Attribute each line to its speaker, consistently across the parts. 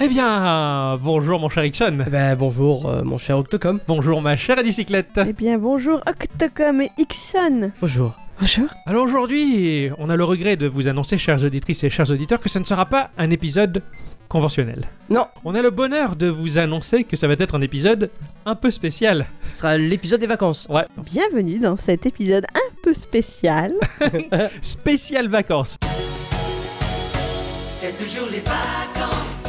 Speaker 1: Eh bien, bonjour mon cher Ixon.
Speaker 2: Eh ben, bonjour, euh, mon cher Octocom.
Speaker 1: Bonjour ma chère bicyclette.
Speaker 3: Eh bien, bonjour Octocom et Ixon.
Speaker 2: Bonjour.
Speaker 3: Bonjour.
Speaker 1: Alors aujourd'hui, on a le regret de vous annoncer, chères auditrices et chers auditeurs, que ce ne sera pas un épisode conventionnel.
Speaker 2: Non,
Speaker 1: On a le bonheur de vous annoncer que ça va être un épisode un peu spécial.
Speaker 2: ce sera l'épisode des vacances.
Speaker 1: Ouais,
Speaker 3: Bienvenue dans cet épisode un peu spécial.
Speaker 1: spécial vacances.
Speaker 4: C'est toujours les vacances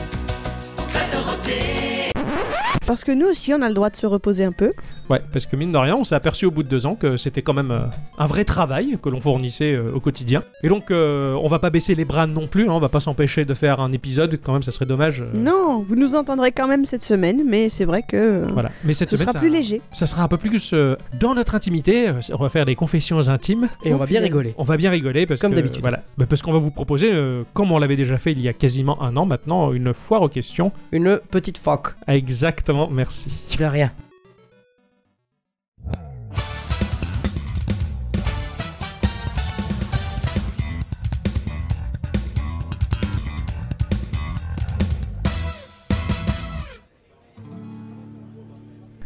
Speaker 4: en crête de repli.
Speaker 3: Parce que nous aussi, on a le droit de se reposer un peu.
Speaker 1: Ouais, parce que mine de rien, on s'est aperçu au bout de deux ans que c'était quand même euh, un vrai travail que l'on fournissait euh, au quotidien. Et donc, euh, on va pas baisser les bras non plus, hein, on va pas s'empêcher de faire un épisode, quand même, ça serait dommage. euh,
Speaker 3: Non, vous nous entendrez quand même cette semaine, mais c'est vrai que euh,
Speaker 1: Voilà. Mais cette
Speaker 3: ce
Speaker 1: semaine,
Speaker 3: sera
Speaker 1: ça-
Speaker 3: plus léger.
Speaker 1: Ça sera un peu plus euh, dans notre intimité. euh, On va faire des confessions intimes.
Speaker 2: Et on va bien
Speaker 3: Oh, punaise.
Speaker 2: rigoler.
Speaker 1: On va bien rigoler parce
Speaker 2: Comme
Speaker 1: que-
Speaker 2: d'habitude.
Speaker 1: Voilà. Bah, parce qu'on va vous proposer, euh, comme on l'avait déjà fait il y a quasiment un an maintenant, une foire aux questions.
Speaker 2: Une petite phoque.
Speaker 1: Ah, Exactement, merci.
Speaker 2: De rien.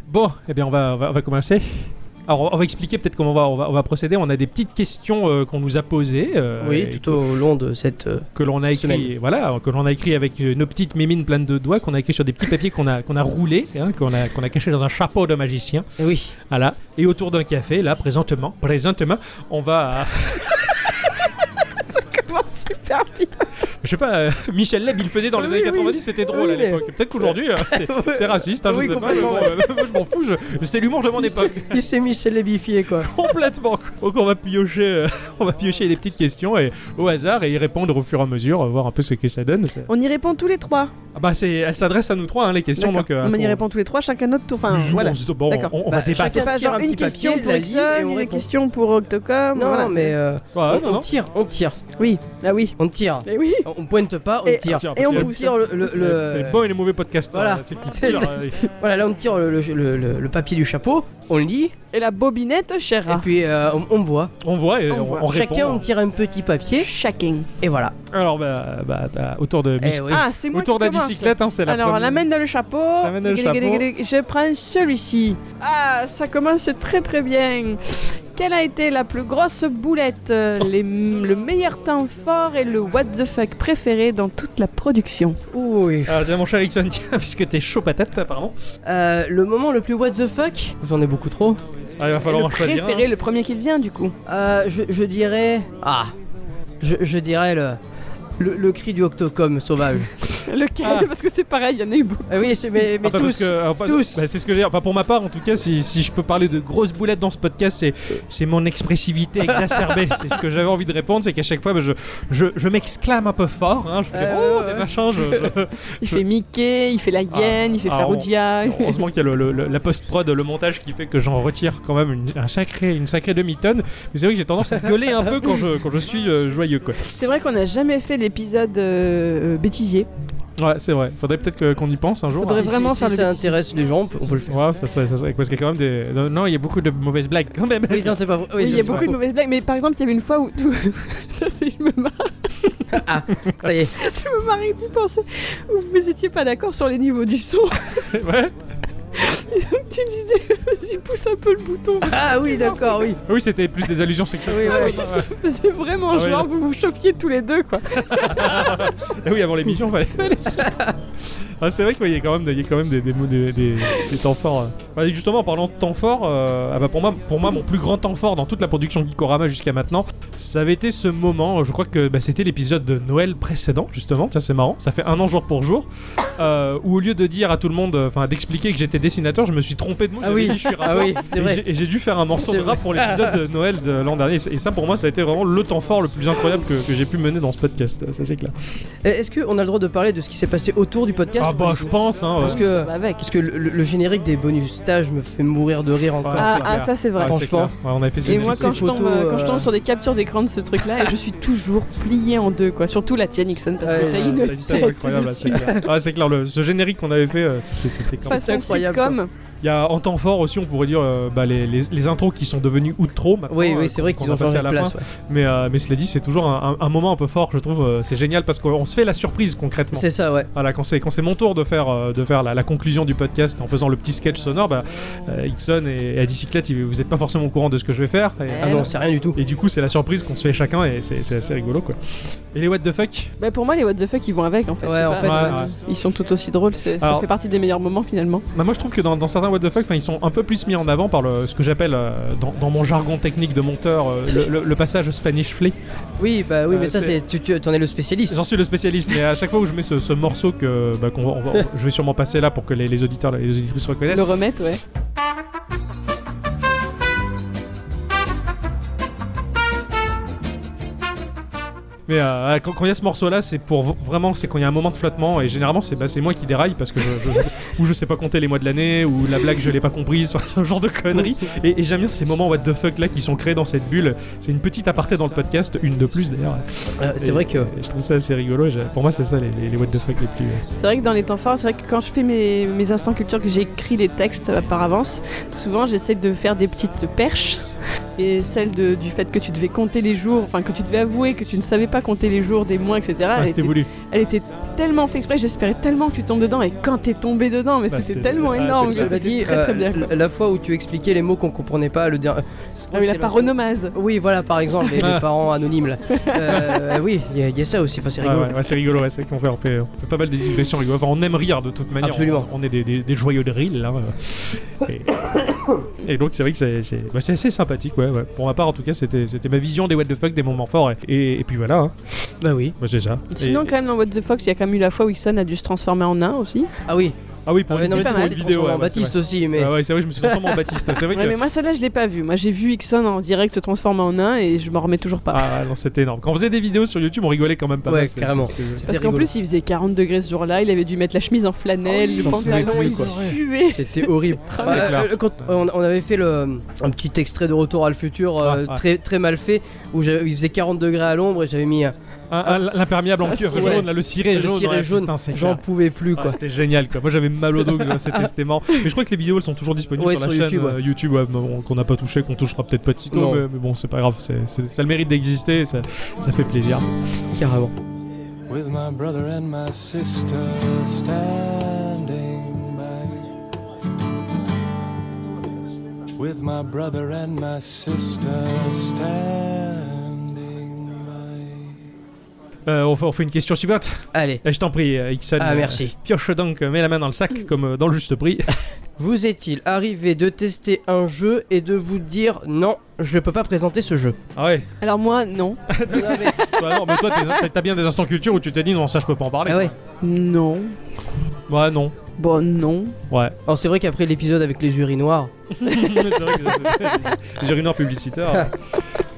Speaker 1: Bon, eh bien on va, on va, on va commencer. Alors on- on va expliquer peut-être comment on va, on va, on va procéder. On a des petites questions euh, qu'on nous a posées. euh, et
Speaker 2: oui, tout au long de cette. euh,
Speaker 1: que l'on a écrit,
Speaker 2: Semaine.
Speaker 1: voilà, que l'on a écrit avec euh, nos petites mémines pleines de doigts, qu'on a écrit sur des petits papiers qu'on a, qu'on a roulés, hein, qu'on a, qu'on a cachés dans un chapeau de magicien.
Speaker 2: eh Oui.
Speaker 1: Voilà. Et autour d'un café, là, présentement, présentement, on va,
Speaker 3: Comment super bien.
Speaker 1: je sais pas, euh, Michel Leb, il le faisait dans les
Speaker 2: Ah Oui,
Speaker 1: années
Speaker 2: oui.
Speaker 1: 90, c'était drôle
Speaker 2: Oui,
Speaker 1: à
Speaker 2: mais-
Speaker 1: l'époque. Peut-être qu'aujourd'hui, euh, c'est,
Speaker 2: Ouais.
Speaker 1: c'est raciste, hein, je
Speaker 2: Oui,
Speaker 1: sais pas, mais
Speaker 2: complètement,
Speaker 1: bon, euh, moi, je m'en fous, je- c'est l'humour de mon
Speaker 2: Il s'est-
Speaker 1: époque.
Speaker 2: Il s'est mis chez les bifiers, quoi.
Speaker 1: Complètement. quoi. Donc on va piocher, euh, on va piocher des petites questions et au hasard et y répondre au fur et à mesure, euh, voir un peu ce que ça donne. Ça-
Speaker 3: On y répond tous les trois.
Speaker 1: Ah bah c'est, elle s'adresse à nous trois hein, les questions donc. euh,
Speaker 3: on y
Speaker 1: pour-
Speaker 3: répond tous les trois, chacun notre tour. Enfin,
Speaker 1: plus ou
Speaker 3: voilà.
Speaker 1: moins, on se- bon,
Speaker 3: D'accord.
Speaker 1: on, on
Speaker 2: hein, Bah,
Speaker 1: va débattre.
Speaker 3: C'est pas
Speaker 2: Tire
Speaker 3: genre
Speaker 2: un
Speaker 3: une
Speaker 2: petit
Speaker 3: question
Speaker 2: papier,
Speaker 3: pour
Speaker 2: la lit, et
Speaker 3: Exxon,
Speaker 2: on
Speaker 3: une
Speaker 2: répond.
Speaker 3: question pour Octocom.
Speaker 2: Non,
Speaker 3: voilà,
Speaker 2: mais
Speaker 3: c'est-
Speaker 2: euh,
Speaker 1: Ouais,
Speaker 2: on,
Speaker 1: Ah, non,
Speaker 2: on
Speaker 1: non.
Speaker 2: tire, on tire,
Speaker 3: Oui, ah oui.
Speaker 2: on tire.
Speaker 3: Et oui.
Speaker 2: On pointe pas, on
Speaker 3: Et-
Speaker 2: tire.
Speaker 1: Tiens,
Speaker 3: Et on
Speaker 1: parce que-
Speaker 3: pousse.
Speaker 2: Tire le, le- le-
Speaker 1: Les bons et les mauvais podcasts.
Speaker 2: Voilà.
Speaker 1: C'est qui tire, euh,
Speaker 2: Voilà, là on tire le, le- le- le- le papier du chapeau, on le lit,
Speaker 3: Et la bobinette,
Speaker 2: et
Speaker 3: chère.
Speaker 2: puis euh, on, on voit.
Speaker 1: On voit et
Speaker 3: On
Speaker 1: on,
Speaker 3: voit.
Speaker 1: on répond. hein.
Speaker 2: Chacun on tire un petit papier,
Speaker 3: Shaking.
Speaker 2: et voilà.
Speaker 1: Alors, bah, bah, bah, autour de
Speaker 2: Eh
Speaker 1: bis-
Speaker 2: oui.
Speaker 3: Ah, c'est moi
Speaker 1: autour
Speaker 3: qui
Speaker 1: de la
Speaker 3: commence.
Speaker 1: bicyclette, hein, c'est la
Speaker 3: Alors,
Speaker 1: première.
Speaker 3: la main dans le chapeau.
Speaker 1: La main dans le chapeau.
Speaker 3: Je prends celui-ci. Ah, ça commence très très bien. Quelle a été la plus grosse boulette euh,
Speaker 1: Oh.
Speaker 3: les- Le meilleur temps fort et le what the fuck préféré dans toute la production
Speaker 2: Oui.
Speaker 1: Alors, tiens, Ah, mon cher Ixon, tiens, puisque t'es chaud patate, apparemment.
Speaker 2: Euh, le moment le plus what the fuck, j'en ai beaucoup trop.
Speaker 1: Ah, il va falloir
Speaker 3: Le
Speaker 1: en choisir.
Speaker 3: préféré,
Speaker 1: un.
Speaker 3: le premier qui vient du coup.
Speaker 2: Euh, je, je dirais. Ah Je, je dirais le, le. le cri du Octocom sauvage.
Speaker 3: Lequel
Speaker 1: Ah.
Speaker 3: Parce que c'est pareil, il y en a eu beaucoup.
Speaker 2: Ah oui, c'est- mais, mais
Speaker 1: Ah, bah, parce
Speaker 2: tous.
Speaker 1: que, alors, pas-
Speaker 2: tous.
Speaker 1: bah, c'est ce que j'ai. Enfin, pour ma part, en tout cas, si, si je peux parler de grosses boulettes dans ce podcast, c'est, c'est mon expressivité exacerbée. c'est ce que j'avais envie de répondre, c'est qu'à chaque fois, bah, je, je, je m'exclame un peu fort. Hein, je fais des,
Speaker 2: Euh,
Speaker 1: oh, des
Speaker 2: ouais.
Speaker 1: machins. je- je-
Speaker 3: Il
Speaker 1: Je-
Speaker 3: fait Mickey, il fait la hyène, il fait
Speaker 1: ah,
Speaker 3: Faroudia. il fait-
Speaker 1: Heureusement qu'il y a le- le- le- la post-prod, le montage qui fait que j'en retire quand même une, un sacré, une sacrée demi-tonne. Mais c'est vrai que j'ai tendance à gueuler un peu quand je, quand je suis euh, joyeux. Quoi.
Speaker 3: C'est vrai qu'on n'a jamais fait l'épisode euh, euh, bêtisier.
Speaker 1: Ouais, c'est vrai. Faudrait peut-être que- qu'on y pense un jour.
Speaker 3: Faudrait
Speaker 2: Si-
Speaker 3: vraiment
Speaker 2: si-
Speaker 3: faire
Speaker 2: si
Speaker 3: le
Speaker 2: ça
Speaker 3: petit.
Speaker 2: intéresse les gens, on peut- on peut le faire.
Speaker 1: Ouais, ça, ça, ça, ça- parce qu'il y a quand même des. Non, non, il y a beaucoup de mauvaises blagues quand même.
Speaker 2: Oui, non, c'est pas vrai. Oui,
Speaker 3: Oui, il y a
Speaker 2: c'est pas
Speaker 3: beaucoup de
Speaker 2: faux.
Speaker 3: mauvaises blagues, mais par exemple, il y avait une fois où. Ça, c'est- je me marre.
Speaker 2: Ah, ça y est.
Speaker 3: Je me marie d'y penser où vous étiez pas d'accord sur les niveaux du son.
Speaker 1: Ouais.
Speaker 3: Et donc tu disais, vas-y, pousse un peu le bouton.
Speaker 2: Ah oui, d'accord, oui.
Speaker 1: Oui, c'était plus des allusions sexuelles.
Speaker 2: Oui, ouais.
Speaker 1: Ouais.
Speaker 3: C'est vraiment
Speaker 1: Ah oui,
Speaker 3: genre,
Speaker 1: là.
Speaker 3: vous vous chauffiez tous les deux, quoi.
Speaker 1: Ah oui, avant l'émission, fallait. fallait se- Ah, c'est vrai qu'il y a quand même, des- il y a quand même des, des, mots- des- des- des temps forts. euh. Bah, et justement, en parlant de temps fort, euh, ah bah, pour, moi, pour moi, mon plus grand temps fort dans toute la production Gikorama jusqu'à maintenant, ça avait été ce moment. Je crois que bah, c'était l'épisode de Noël précédent, justement. Ça, c'est marrant. Ça fait un an jour pour jour. euh, où au lieu de dire à tout le monde, euh, enfin d'expliquer que j'étais dessinateur, je me suis trompé de mot.
Speaker 2: Ah
Speaker 1: j'avais
Speaker 2: oui.
Speaker 1: dit, je suis
Speaker 2: Ah
Speaker 1: rappeur.
Speaker 2: oui, c'est
Speaker 1: Et
Speaker 2: vrai.
Speaker 1: j'ai- Et j'ai dû faire un morceau
Speaker 2: C'est
Speaker 1: de rap pour l'épisode de Noël de l'an dernier. Et ça, pour moi, ça a été vraiment le temps fort le plus incroyable que, que j'ai pu mener dans ce podcast. Ça, c'est clair.
Speaker 2: Eh, Est-ce qu'on a le droit de parler de ce qui s'est passé autour du podcast
Speaker 1: Ah,
Speaker 2: ou pas
Speaker 1: bah,
Speaker 2: du
Speaker 1: je
Speaker 2: tout
Speaker 1: pense, hein. ouais.
Speaker 2: Parce que,
Speaker 3: va avec.
Speaker 2: parce que le, le- le générique des bonus stages me fait mourir de rire encore.
Speaker 3: Ah,
Speaker 1: c'est
Speaker 3: ah,
Speaker 1: clair.
Speaker 3: ça, c'est vrai.
Speaker 1: Ah, c'est
Speaker 2: Franchement.
Speaker 1: clair. Ouais, on avait fait ce
Speaker 3: Et moi,
Speaker 1: truc.
Speaker 3: quand
Speaker 2: ces
Speaker 3: je, tombe,
Speaker 2: photos,
Speaker 3: euh, quand
Speaker 2: euh,
Speaker 3: je tombe sur des captures d'écran de ce truc-là, et je suis toujours pliée en deux, quoi. Surtout la tienne, Ixon, parce
Speaker 2: Ouais,
Speaker 3: que t'as
Speaker 2: ouais,
Speaker 3: une
Speaker 1: T'as dit ça,
Speaker 3: tête
Speaker 1: incroyable,
Speaker 3: dessus.
Speaker 1: c'est clair. Ah, c'est clair, le- ce générique qu'on avait fait, euh, c'était, c'était quand même-
Speaker 3: façon
Speaker 2: incroyable,
Speaker 3: sitcom.
Speaker 1: Il y a en temps fort aussi, on pourrait dire euh, bah, les, les- les intros qui sont devenues outro. maintenant,
Speaker 2: Oui,
Speaker 1: euh,
Speaker 2: oui, c'est vrai
Speaker 1: qu'on-
Speaker 2: qu'ils
Speaker 1: qu'on
Speaker 2: ont
Speaker 1: a passé
Speaker 2: changé
Speaker 1: à
Speaker 2: de
Speaker 1: la
Speaker 2: place.
Speaker 1: fin.
Speaker 2: ouais.
Speaker 1: Mais, euh, mais cela dit, c'est toujours un, un- un moment un peu fort, je trouve. euh, C'est génial parce qu'on se fait la surprise concrètement.
Speaker 2: C'est ça, ouais.
Speaker 1: Voilà, quand c'est quand c'est mon tour de faire euh, de faire la, la conclusion du podcast en faisant le petit sketch sonore, bah, euh, Ixon et, et Adicyclette, ils- vous n'êtes pas forcément au courant de ce que je vais faire. Et,
Speaker 2: Ah non, c'est rien du tout.
Speaker 1: et du coup, c'est la surprise qu'on se fait chacun et c'est c'est assez rigolo quoi. Et les what the fuck
Speaker 3: Bah pour moi, les what the fuck, ils vont avec en fait.
Speaker 2: Ouais,
Speaker 3: C'est
Speaker 2: en
Speaker 3: pas-
Speaker 2: fait,
Speaker 1: ouais.
Speaker 3: Ils sont tout aussi drôles, c'est- ça
Speaker 1: Alors-
Speaker 3: fait partie des meilleurs moments finalement.
Speaker 1: bah, Moi, je trouve que dans, dans certains what the fuck, 'fin, ils sont un peu plus mis en avant par le, ce que j'appelle euh, dans, dans mon jargon technique de monteur euh, le, le- le passage au Spanish Flea.
Speaker 2: Oui, bah oui,
Speaker 1: Euh,
Speaker 2: mais ça,
Speaker 1: c'est-
Speaker 2: c'est tu, tu en es le spécialiste.
Speaker 1: J'en suis le spécialiste, mais à chaque fois où je mets ce, ce morceau que bah, qu'on va- on va- on- je vais sûrement passer là pour que les, les auditeurs et les auditrices reconnaissent.
Speaker 3: Le remettre, ouais.
Speaker 1: Mais euh, quand quand il y a ce morceau-là, c'est pour v- vraiment, c'est quand il y a un moment de flottement, et généralement, c'est bah, c'est moi qui déraille parce que je, je- ou je sais pas compter les mois de l'année, ou la blague je l'ai pas comprise, enfin, ce genre de conneries. Et, et j'aime bien ces moments what the fuck là qui sont créés dans cette bulle. C'est une petite aparté dans le podcast, une de plus d'ailleurs.
Speaker 2: Euh, c'est
Speaker 1: Et-
Speaker 2: vrai que.
Speaker 1: et je trouve ça assez rigolo. et j'ai- Pour moi, c'est ça les, les- les what the fuck les plus. euh.
Speaker 3: C'est vrai que dans les temps forts, c'est vrai que quand je fais mes, mes instants culture, que j'écris les textes euh, par avance, souvent j'essaie de faire des petites perches. Et celle de- du fait que tu devais compter les jours, enfin que tu devais avouer que tu ne savais pas compter les jours, des mois, etc.
Speaker 1: Ah,
Speaker 3: elle,
Speaker 1: c'était
Speaker 3: était,
Speaker 1: voulu.
Speaker 3: elle était tellement fait exprès, j'espérais tellement que tu tombes dedans. Et quand t'es tombé dedans, mais
Speaker 1: Bah,
Speaker 3: c'était
Speaker 1: c'était-
Speaker 3: tellement
Speaker 1: ah,
Speaker 3: énorme.
Speaker 1: c'est-
Speaker 3: que
Speaker 1: ça
Speaker 2: Cela
Speaker 3: C'était
Speaker 2: dit,
Speaker 3: très très
Speaker 2: euh,
Speaker 3: bien.
Speaker 2: l- la fois où tu expliquais les mots qu'on comprenait pas, le dernier.
Speaker 3: Ah oui, la paronomase.
Speaker 2: Oui, voilà, par exemple, les, les
Speaker 1: Ah.
Speaker 2: parents anonymes. là. Euh, oui, il y, a- il y a ça aussi. Enfin, c'est
Speaker 1: Ouais,
Speaker 2: rigolo.
Speaker 1: ouais, ouais, c'est rigolo, ouais, c'est qu'on fait, on fait, on fait pas mal de digressions rigolo. Enfin, on aime rire de toute manière.
Speaker 2: Absolument.
Speaker 1: On, on est des, des, des joyeux de rire là. euh. Et, et donc c'est vrai que c'est, c'est, bah, c'est assez sympathique, ouais, ouais. Pour ma part, en tout cas, c'était, c'était ma vision des what the fuck, des moments forts. Et, et, et puis voilà, hein.
Speaker 2: Bah oui.
Speaker 1: Bah, c'est ça.
Speaker 3: Sinon,
Speaker 1: Et-
Speaker 3: quand même, dans What the Fox, il y a quand même eu la fois où Ixon a dû se transformer en nain aussi.
Speaker 2: Ah oui.
Speaker 1: Ah oui, pour
Speaker 2: Ah, mais
Speaker 1: une
Speaker 2: non, mais
Speaker 1: petite
Speaker 3: pas mal,
Speaker 1: vidéo, vidéo, ouais,
Speaker 2: en
Speaker 1: ouais, c'est
Speaker 2: Baptiste aussi,
Speaker 1: vrai.
Speaker 2: mais.
Speaker 1: Ah ouais, c'est vrai, je me suis transformé en Baptiste. C'est vrai
Speaker 3: Ouais,
Speaker 1: que.
Speaker 3: mais moi, celle-là, je l'ai pas vue. Moi, j'ai vu Ixon en direct se transformer en nain et je m'en remets toujours pas.
Speaker 1: Ah non, c'était énorme. Quand on faisait des vidéos sur YouTube, on rigolait quand même pas
Speaker 2: Ouais,
Speaker 1: mal. c'est-
Speaker 2: carrément.
Speaker 1: c'est- c'est-
Speaker 2: C'était
Speaker 3: Parce qu'en
Speaker 2: rigolo.
Speaker 3: plus, il faisait 40 degrés ce jour-là, il avait dû mettre la chemise en flanelle,
Speaker 1: Ah oui,
Speaker 3: le
Speaker 1: j'en souviens
Speaker 3: pantalon,
Speaker 1: plus,
Speaker 3: il
Speaker 1: quoi.
Speaker 3: se suait.
Speaker 2: C'était horrible.
Speaker 1: Ah,
Speaker 2: Bah,
Speaker 1: c'est clair.
Speaker 2: euh, quand on, on avait fait le, un petit extrait de Retour à le futur euh,
Speaker 1: Ah, ouais.
Speaker 2: très très mal fait où j'avais- il faisait 40 degrés à l'ombre et j'avais mis un
Speaker 1: Ah, ah, l'imperméable en
Speaker 2: Ah,
Speaker 1: cuir
Speaker 2: c'est-
Speaker 1: jaune,
Speaker 2: ouais.
Speaker 1: là, le ciré
Speaker 2: le
Speaker 1: jaune.
Speaker 2: ciré
Speaker 1: ouais,
Speaker 2: jaune.
Speaker 1: putain, c'est
Speaker 2: J'en
Speaker 1: clair.
Speaker 2: pouvais plus
Speaker 1: Ah,
Speaker 2: quoi. Ah.
Speaker 1: c'était génial quoi. Moi j'avais mal au dos, que je- c'était c'était marrant. Mais je crois que les vidéos elles sont toujours disponibles
Speaker 2: Ouais,
Speaker 1: sur la
Speaker 2: sur
Speaker 1: chaîne
Speaker 2: YouTube,
Speaker 1: euh,
Speaker 2: ouais.
Speaker 1: YouTube, ouais, bon, qu'on n'a pas touché, qu'on touchera peut-être pas de sitôt,
Speaker 2: Non.
Speaker 1: mais, mais bon c'est pas grave, c'est- c'est- ça a le mérite d'exister, et ça, ça fait plaisir.
Speaker 2: Carrément.
Speaker 5: with my brother and my sister standing by. With my brother and my sister standing by.
Speaker 1: Euh, on, fait, on fait une question suivante.
Speaker 2: Allez.
Speaker 1: Eh, je t'en prie, euh, Ixon.
Speaker 2: Ah
Speaker 1: euh,
Speaker 2: merci.
Speaker 1: Pioche donc, euh, mets la main dans le sac comme euh, dans le juste prix.
Speaker 2: Vous est-il arrivé de tester un jeu et de vous dire non, je peux pas présenter ce jeu
Speaker 1: Ah ouais.
Speaker 3: Alors moi, non.
Speaker 1: Bah non, mais toi t'es- t'as bien des instants culture où tu t'es dit non ça je peux pas en parler.
Speaker 2: Ah ouais.
Speaker 3: Non.
Speaker 1: Ouais non.
Speaker 3: Bon, non.
Speaker 1: Ouais.
Speaker 2: Alors c'est vrai qu'après l'épisode avec les urinoirs,
Speaker 1: c'est vrai que ça, c'est- les urinoirs publicitaires.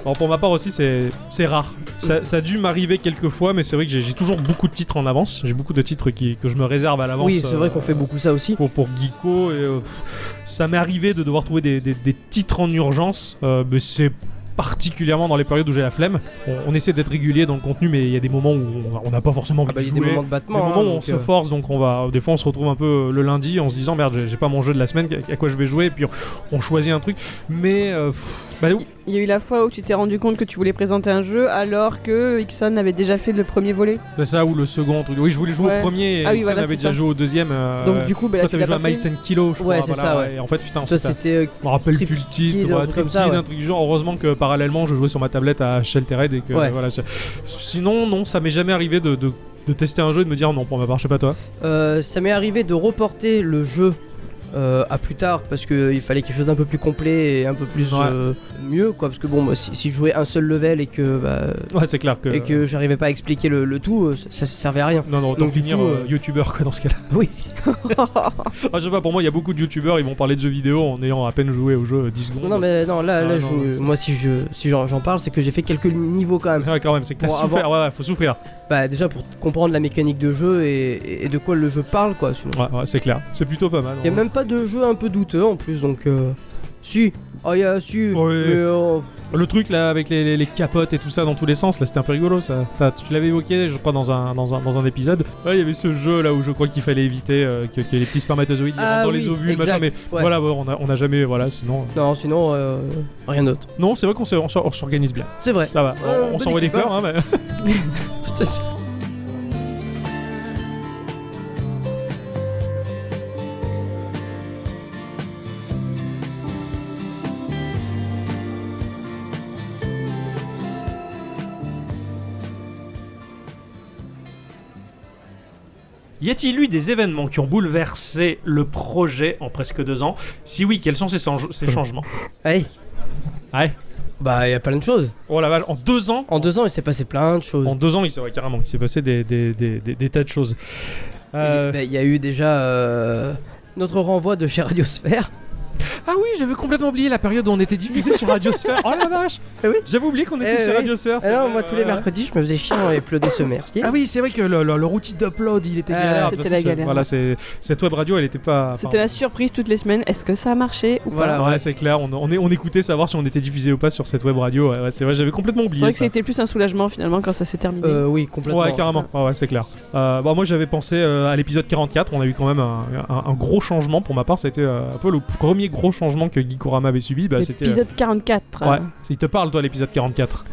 Speaker 1: Alors pour ma part aussi, c'est c'est rare. Ça, ça a dû m'arriver quelques fois, mais c'est vrai que j'ai- j'ai toujours beaucoup de titres en avance. J'ai beaucoup de titres qui, que je me réserve à l'avance.
Speaker 2: oui c'est vrai
Speaker 1: euh,
Speaker 2: qu'on fait beaucoup ça aussi.
Speaker 1: Pour, pour Geeko, et, euh, pff, ça m'est arrivé de devoir trouver des, des- des titres en urgence, euh, mais c'est particulièrement dans les périodes où j'ai la flemme. On, on essaie d'être régulier dans le contenu, mais il y a des moments où on- on n'a pas forcément envie
Speaker 2: Ah bah
Speaker 1: de
Speaker 2: il y a des
Speaker 1: jouer.
Speaker 2: moments de
Speaker 1: Des
Speaker 2: battement.
Speaker 1: moments
Speaker 2: hein,
Speaker 1: où on
Speaker 2: donc,
Speaker 1: se
Speaker 2: euh,
Speaker 1: force, donc on va. Des fois, on se retrouve un peu euh, le lundi en se disant merde, j'ai- j'ai pas mon jeu de la semaine, à quoi je vais jouer, et puis on, on choisit un truc. Mais euh, pff, bah,
Speaker 3: Il y a eu la fois où tu t'es rendu compte que tu voulais présenter un jeu alors que Ixon avait déjà fait le premier volet.
Speaker 1: c'est bah, ça ou le second truc. Oui, je voulais jouer
Speaker 3: Ouais.
Speaker 1: au premier, et
Speaker 3: Ah oui,
Speaker 1: Nixon
Speaker 3: voilà,
Speaker 1: avait
Speaker 3: c'est
Speaker 1: déjà
Speaker 3: ça.
Speaker 1: joué au deuxième. euh,
Speaker 3: Donc du coup, bah, là,
Speaker 1: toi,
Speaker 3: tu
Speaker 1: t'avais
Speaker 3: l'as
Speaker 1: joué
Speaker 3: pas
Speaker 1: à Miles
Speaker 3: fait.
Speaker 1: and Kilo, je
Speaker 2: Ouais,
Speaker 1: crois.
Speaker 2: c'est
Speaker 1: voilà,
Speaker 2: ça, ouais.
Speaker 1: Et en fait, putain, on
Speaker 2: ça
Speaker 1: s'est-
Speaker 2: c'était euh,
Speaker 1: je me rappelle
Speaker 2: Trip
Speaker 1: plus le titre,
Speaker 2: Kid, un
Speaker 1: ouais,
Speaker 2: truc
Speaker 1: Trip
Speaker 2: comme ça,
Speaker 1: Kid,
Speaker 2: ouais.
Speaker 1: un truc du genre. Heureusement que parallèlement, je jouais sur ma tablette à Sheltered et que
Speaker 2: Ouais.
Speaker 1: voilà. c'est- Sinon, non, ça m'est jamais arrivé de, de, de tester un jeu et de me dire non pour ma part, je sais pas toi.
Speaker 2: Euh, ça m'est arrivé de reporter le jeu euh, à plus tard parce qu'il fallait quelque chose d'un peu plus complet et un peu plus
Speaker 1: Ouais.
Speaker 2: euh, mieux quoi parce que bon bah, si, si je jouais un seul level et que bah,
Speaker 1: Ouais, c'est clair que.
Speaker 2: et que j'arrivais pas à expliquer le, le tout euh, ça, ça servait à rien
Speaker 1: Non, non, autant
Speaker 2: Donc, du
Speaker 1: finir
Speaker 2: coup,
Speaker 1: euh,
Speaker 2: euh,
Speaker 1: youtubeur quoi dans ce cas-là.
Speaker 2: oui
Speaker 1: Ah, je sais pas, pour moi, il y a beaucoup de youtubeurs, ils vont parler de jeux vidéo en ayant à peine joué au jeu euh, 10 secondes.
Speaker 2: non mais non là,
Speaker 1: Ah,
Speaker 2: là,
Speaker 1: non,
Speaker 2: je vous-
Speaker 1: c'est-
Speaker 2: moi si je si j'en j'en parle c'est que j'ai fait quelques niveaux quand même
Speaker 1: Ouais, quand même, c'est que t'as
Speaker 2: Pour
Speaker 1: souffert, ouais, ouais, faut souffrir.
Speaker 2: bah déjà pour comprendre la mécanique de jeu et, et de quoi le jeu parle quoi sinon
Speaker 1: Ouais, ouais, c'est clair. C'est plutôt pas mal.
Speaker 2: y a
Speaker 1: Ouais.
Speaker 2: même pas de jeu un peu douteux en plus donc euh, si Oh, y'a su.
Speaker 1: Oui.
Speaker 2: mais, oh,
Speaker 1: Le truc là avec les, les- les capotes et tout ça dans tous les sens, là c'était un peu rigolo ça. T'as- tu l'avais évoqué, je crois, dans un, dans un, dans un épisode. Ouais, il y avait ce jeu là où je crois qu'il fallait éviter euh, que, que les petits spermatozoïdes ils
Speaker 2: Ah
Speaker 1: rentrent dans
Speaker 2: oui,
Speaker 1: les ovules,
Speaker 2: exact,
Speaker 1: machin, mais
Speaker 2: ouais.
Speaker 1: voilà, ouais, on, a, on a jamais. Voilà, sinon.
Speaker 2: Non, sinon, euh, rien d'autre.
Speaker 1: Non, c'est vrai qu'on s'est- on s'or- on s'organise bien.
Speaker 2: C'est vrai.
Speaker 1: Là va,
Speaker 2: Ouais,
Speaker 1: on, on
Speaker 2: petit
Speaker 1: s'envoie des
Speaker 2: clipper.
Speaker 1: fleurs, hein, mais. Y a-t-il eu des événements qui ont bouleversé le projet en presque deux ans Si oui, quels sont ces, sang- ces changements
Speaker 2: Allez.
Speaker 1: Ouais.
Speaker 2: Bah, y a plein de choses.
Speaker 1: Oh la vache, en deux ans
Speaker 2: En deux ans, il s'est passé plein de choses.
Speaker 1: En deux ans, il s'est ouais, carrément, il s'est passé des, des, des, des- des tas de choses. Euh,
Speaker 2: Il bah, y a eu déjà euh, notre renvoi de chez Radiosphère.
Speaker 1: Ah oui, j'avais complètement oublié la période où on était diffusé sur Radiosphère. Oh la vache
Speaker 2: Eh oui.
Speaker 1: J'avais oublié qu'on était
Speaker 2: Eh
Speaker 1: sur
Speaker 2: oui.
Speaker 1: Radiosphère. c'est
Speaker 2: Alors,
Speaker 1: vrai,
Speaker 2: moi,
Speaker 1: ouais,
Speaker 2: tous les
Speaker 1: ouais.
Speaker 2: mercredis, je me faisais chier, on avait pleuré des semères.
Speaker 1: Ah oui, c'est vrai que le- le- leur outil d'upload, il était
Speaker 2: Ah,
Speaker 1: galère. De
Speaker 3: c'était
Speaker 1: toute
Speaker 3: la
Speaker 1: façon,
Speaker 3: galère.
Speaker 1: Voilà, c'est- cette web radio, elle était pas.
Speaker 3: C'était la surprise toutes les semaines. Est-ce que ça a marché ou
Speaker 2: Voilà.
Speaker 3: pas
Speaker 1: Ouais, c'est clair, on, on, est- on écoutait savoir si on était diffusé ou pas sur cette web radio. Ouais, ouais, c'est vrai, j'avais complètement
Speaker 3: C'est
Speaker 1: oublié.
Speaker 3: vrai que
Speaker 1: ça.
Speaker 3: c'était plus un soulagement finalement quand ça s'est terminé.
Speaker 2: Euh, oui, complètement.
Speaker 1: Ouais, carrément, ouais, ouais, c'est clair. Euh, bon, moi j'avais pensé euh, à l'épisode 44, on a eu quand même un, un- un gros changement pour ma part, c'était euh, un peu le premier gros changement que Gikorama avait subi. Bah, c'était, euh,
Speaker 3: Épisode 44.
Speaker 1: Ouais, il te parle toi l'épisode 44.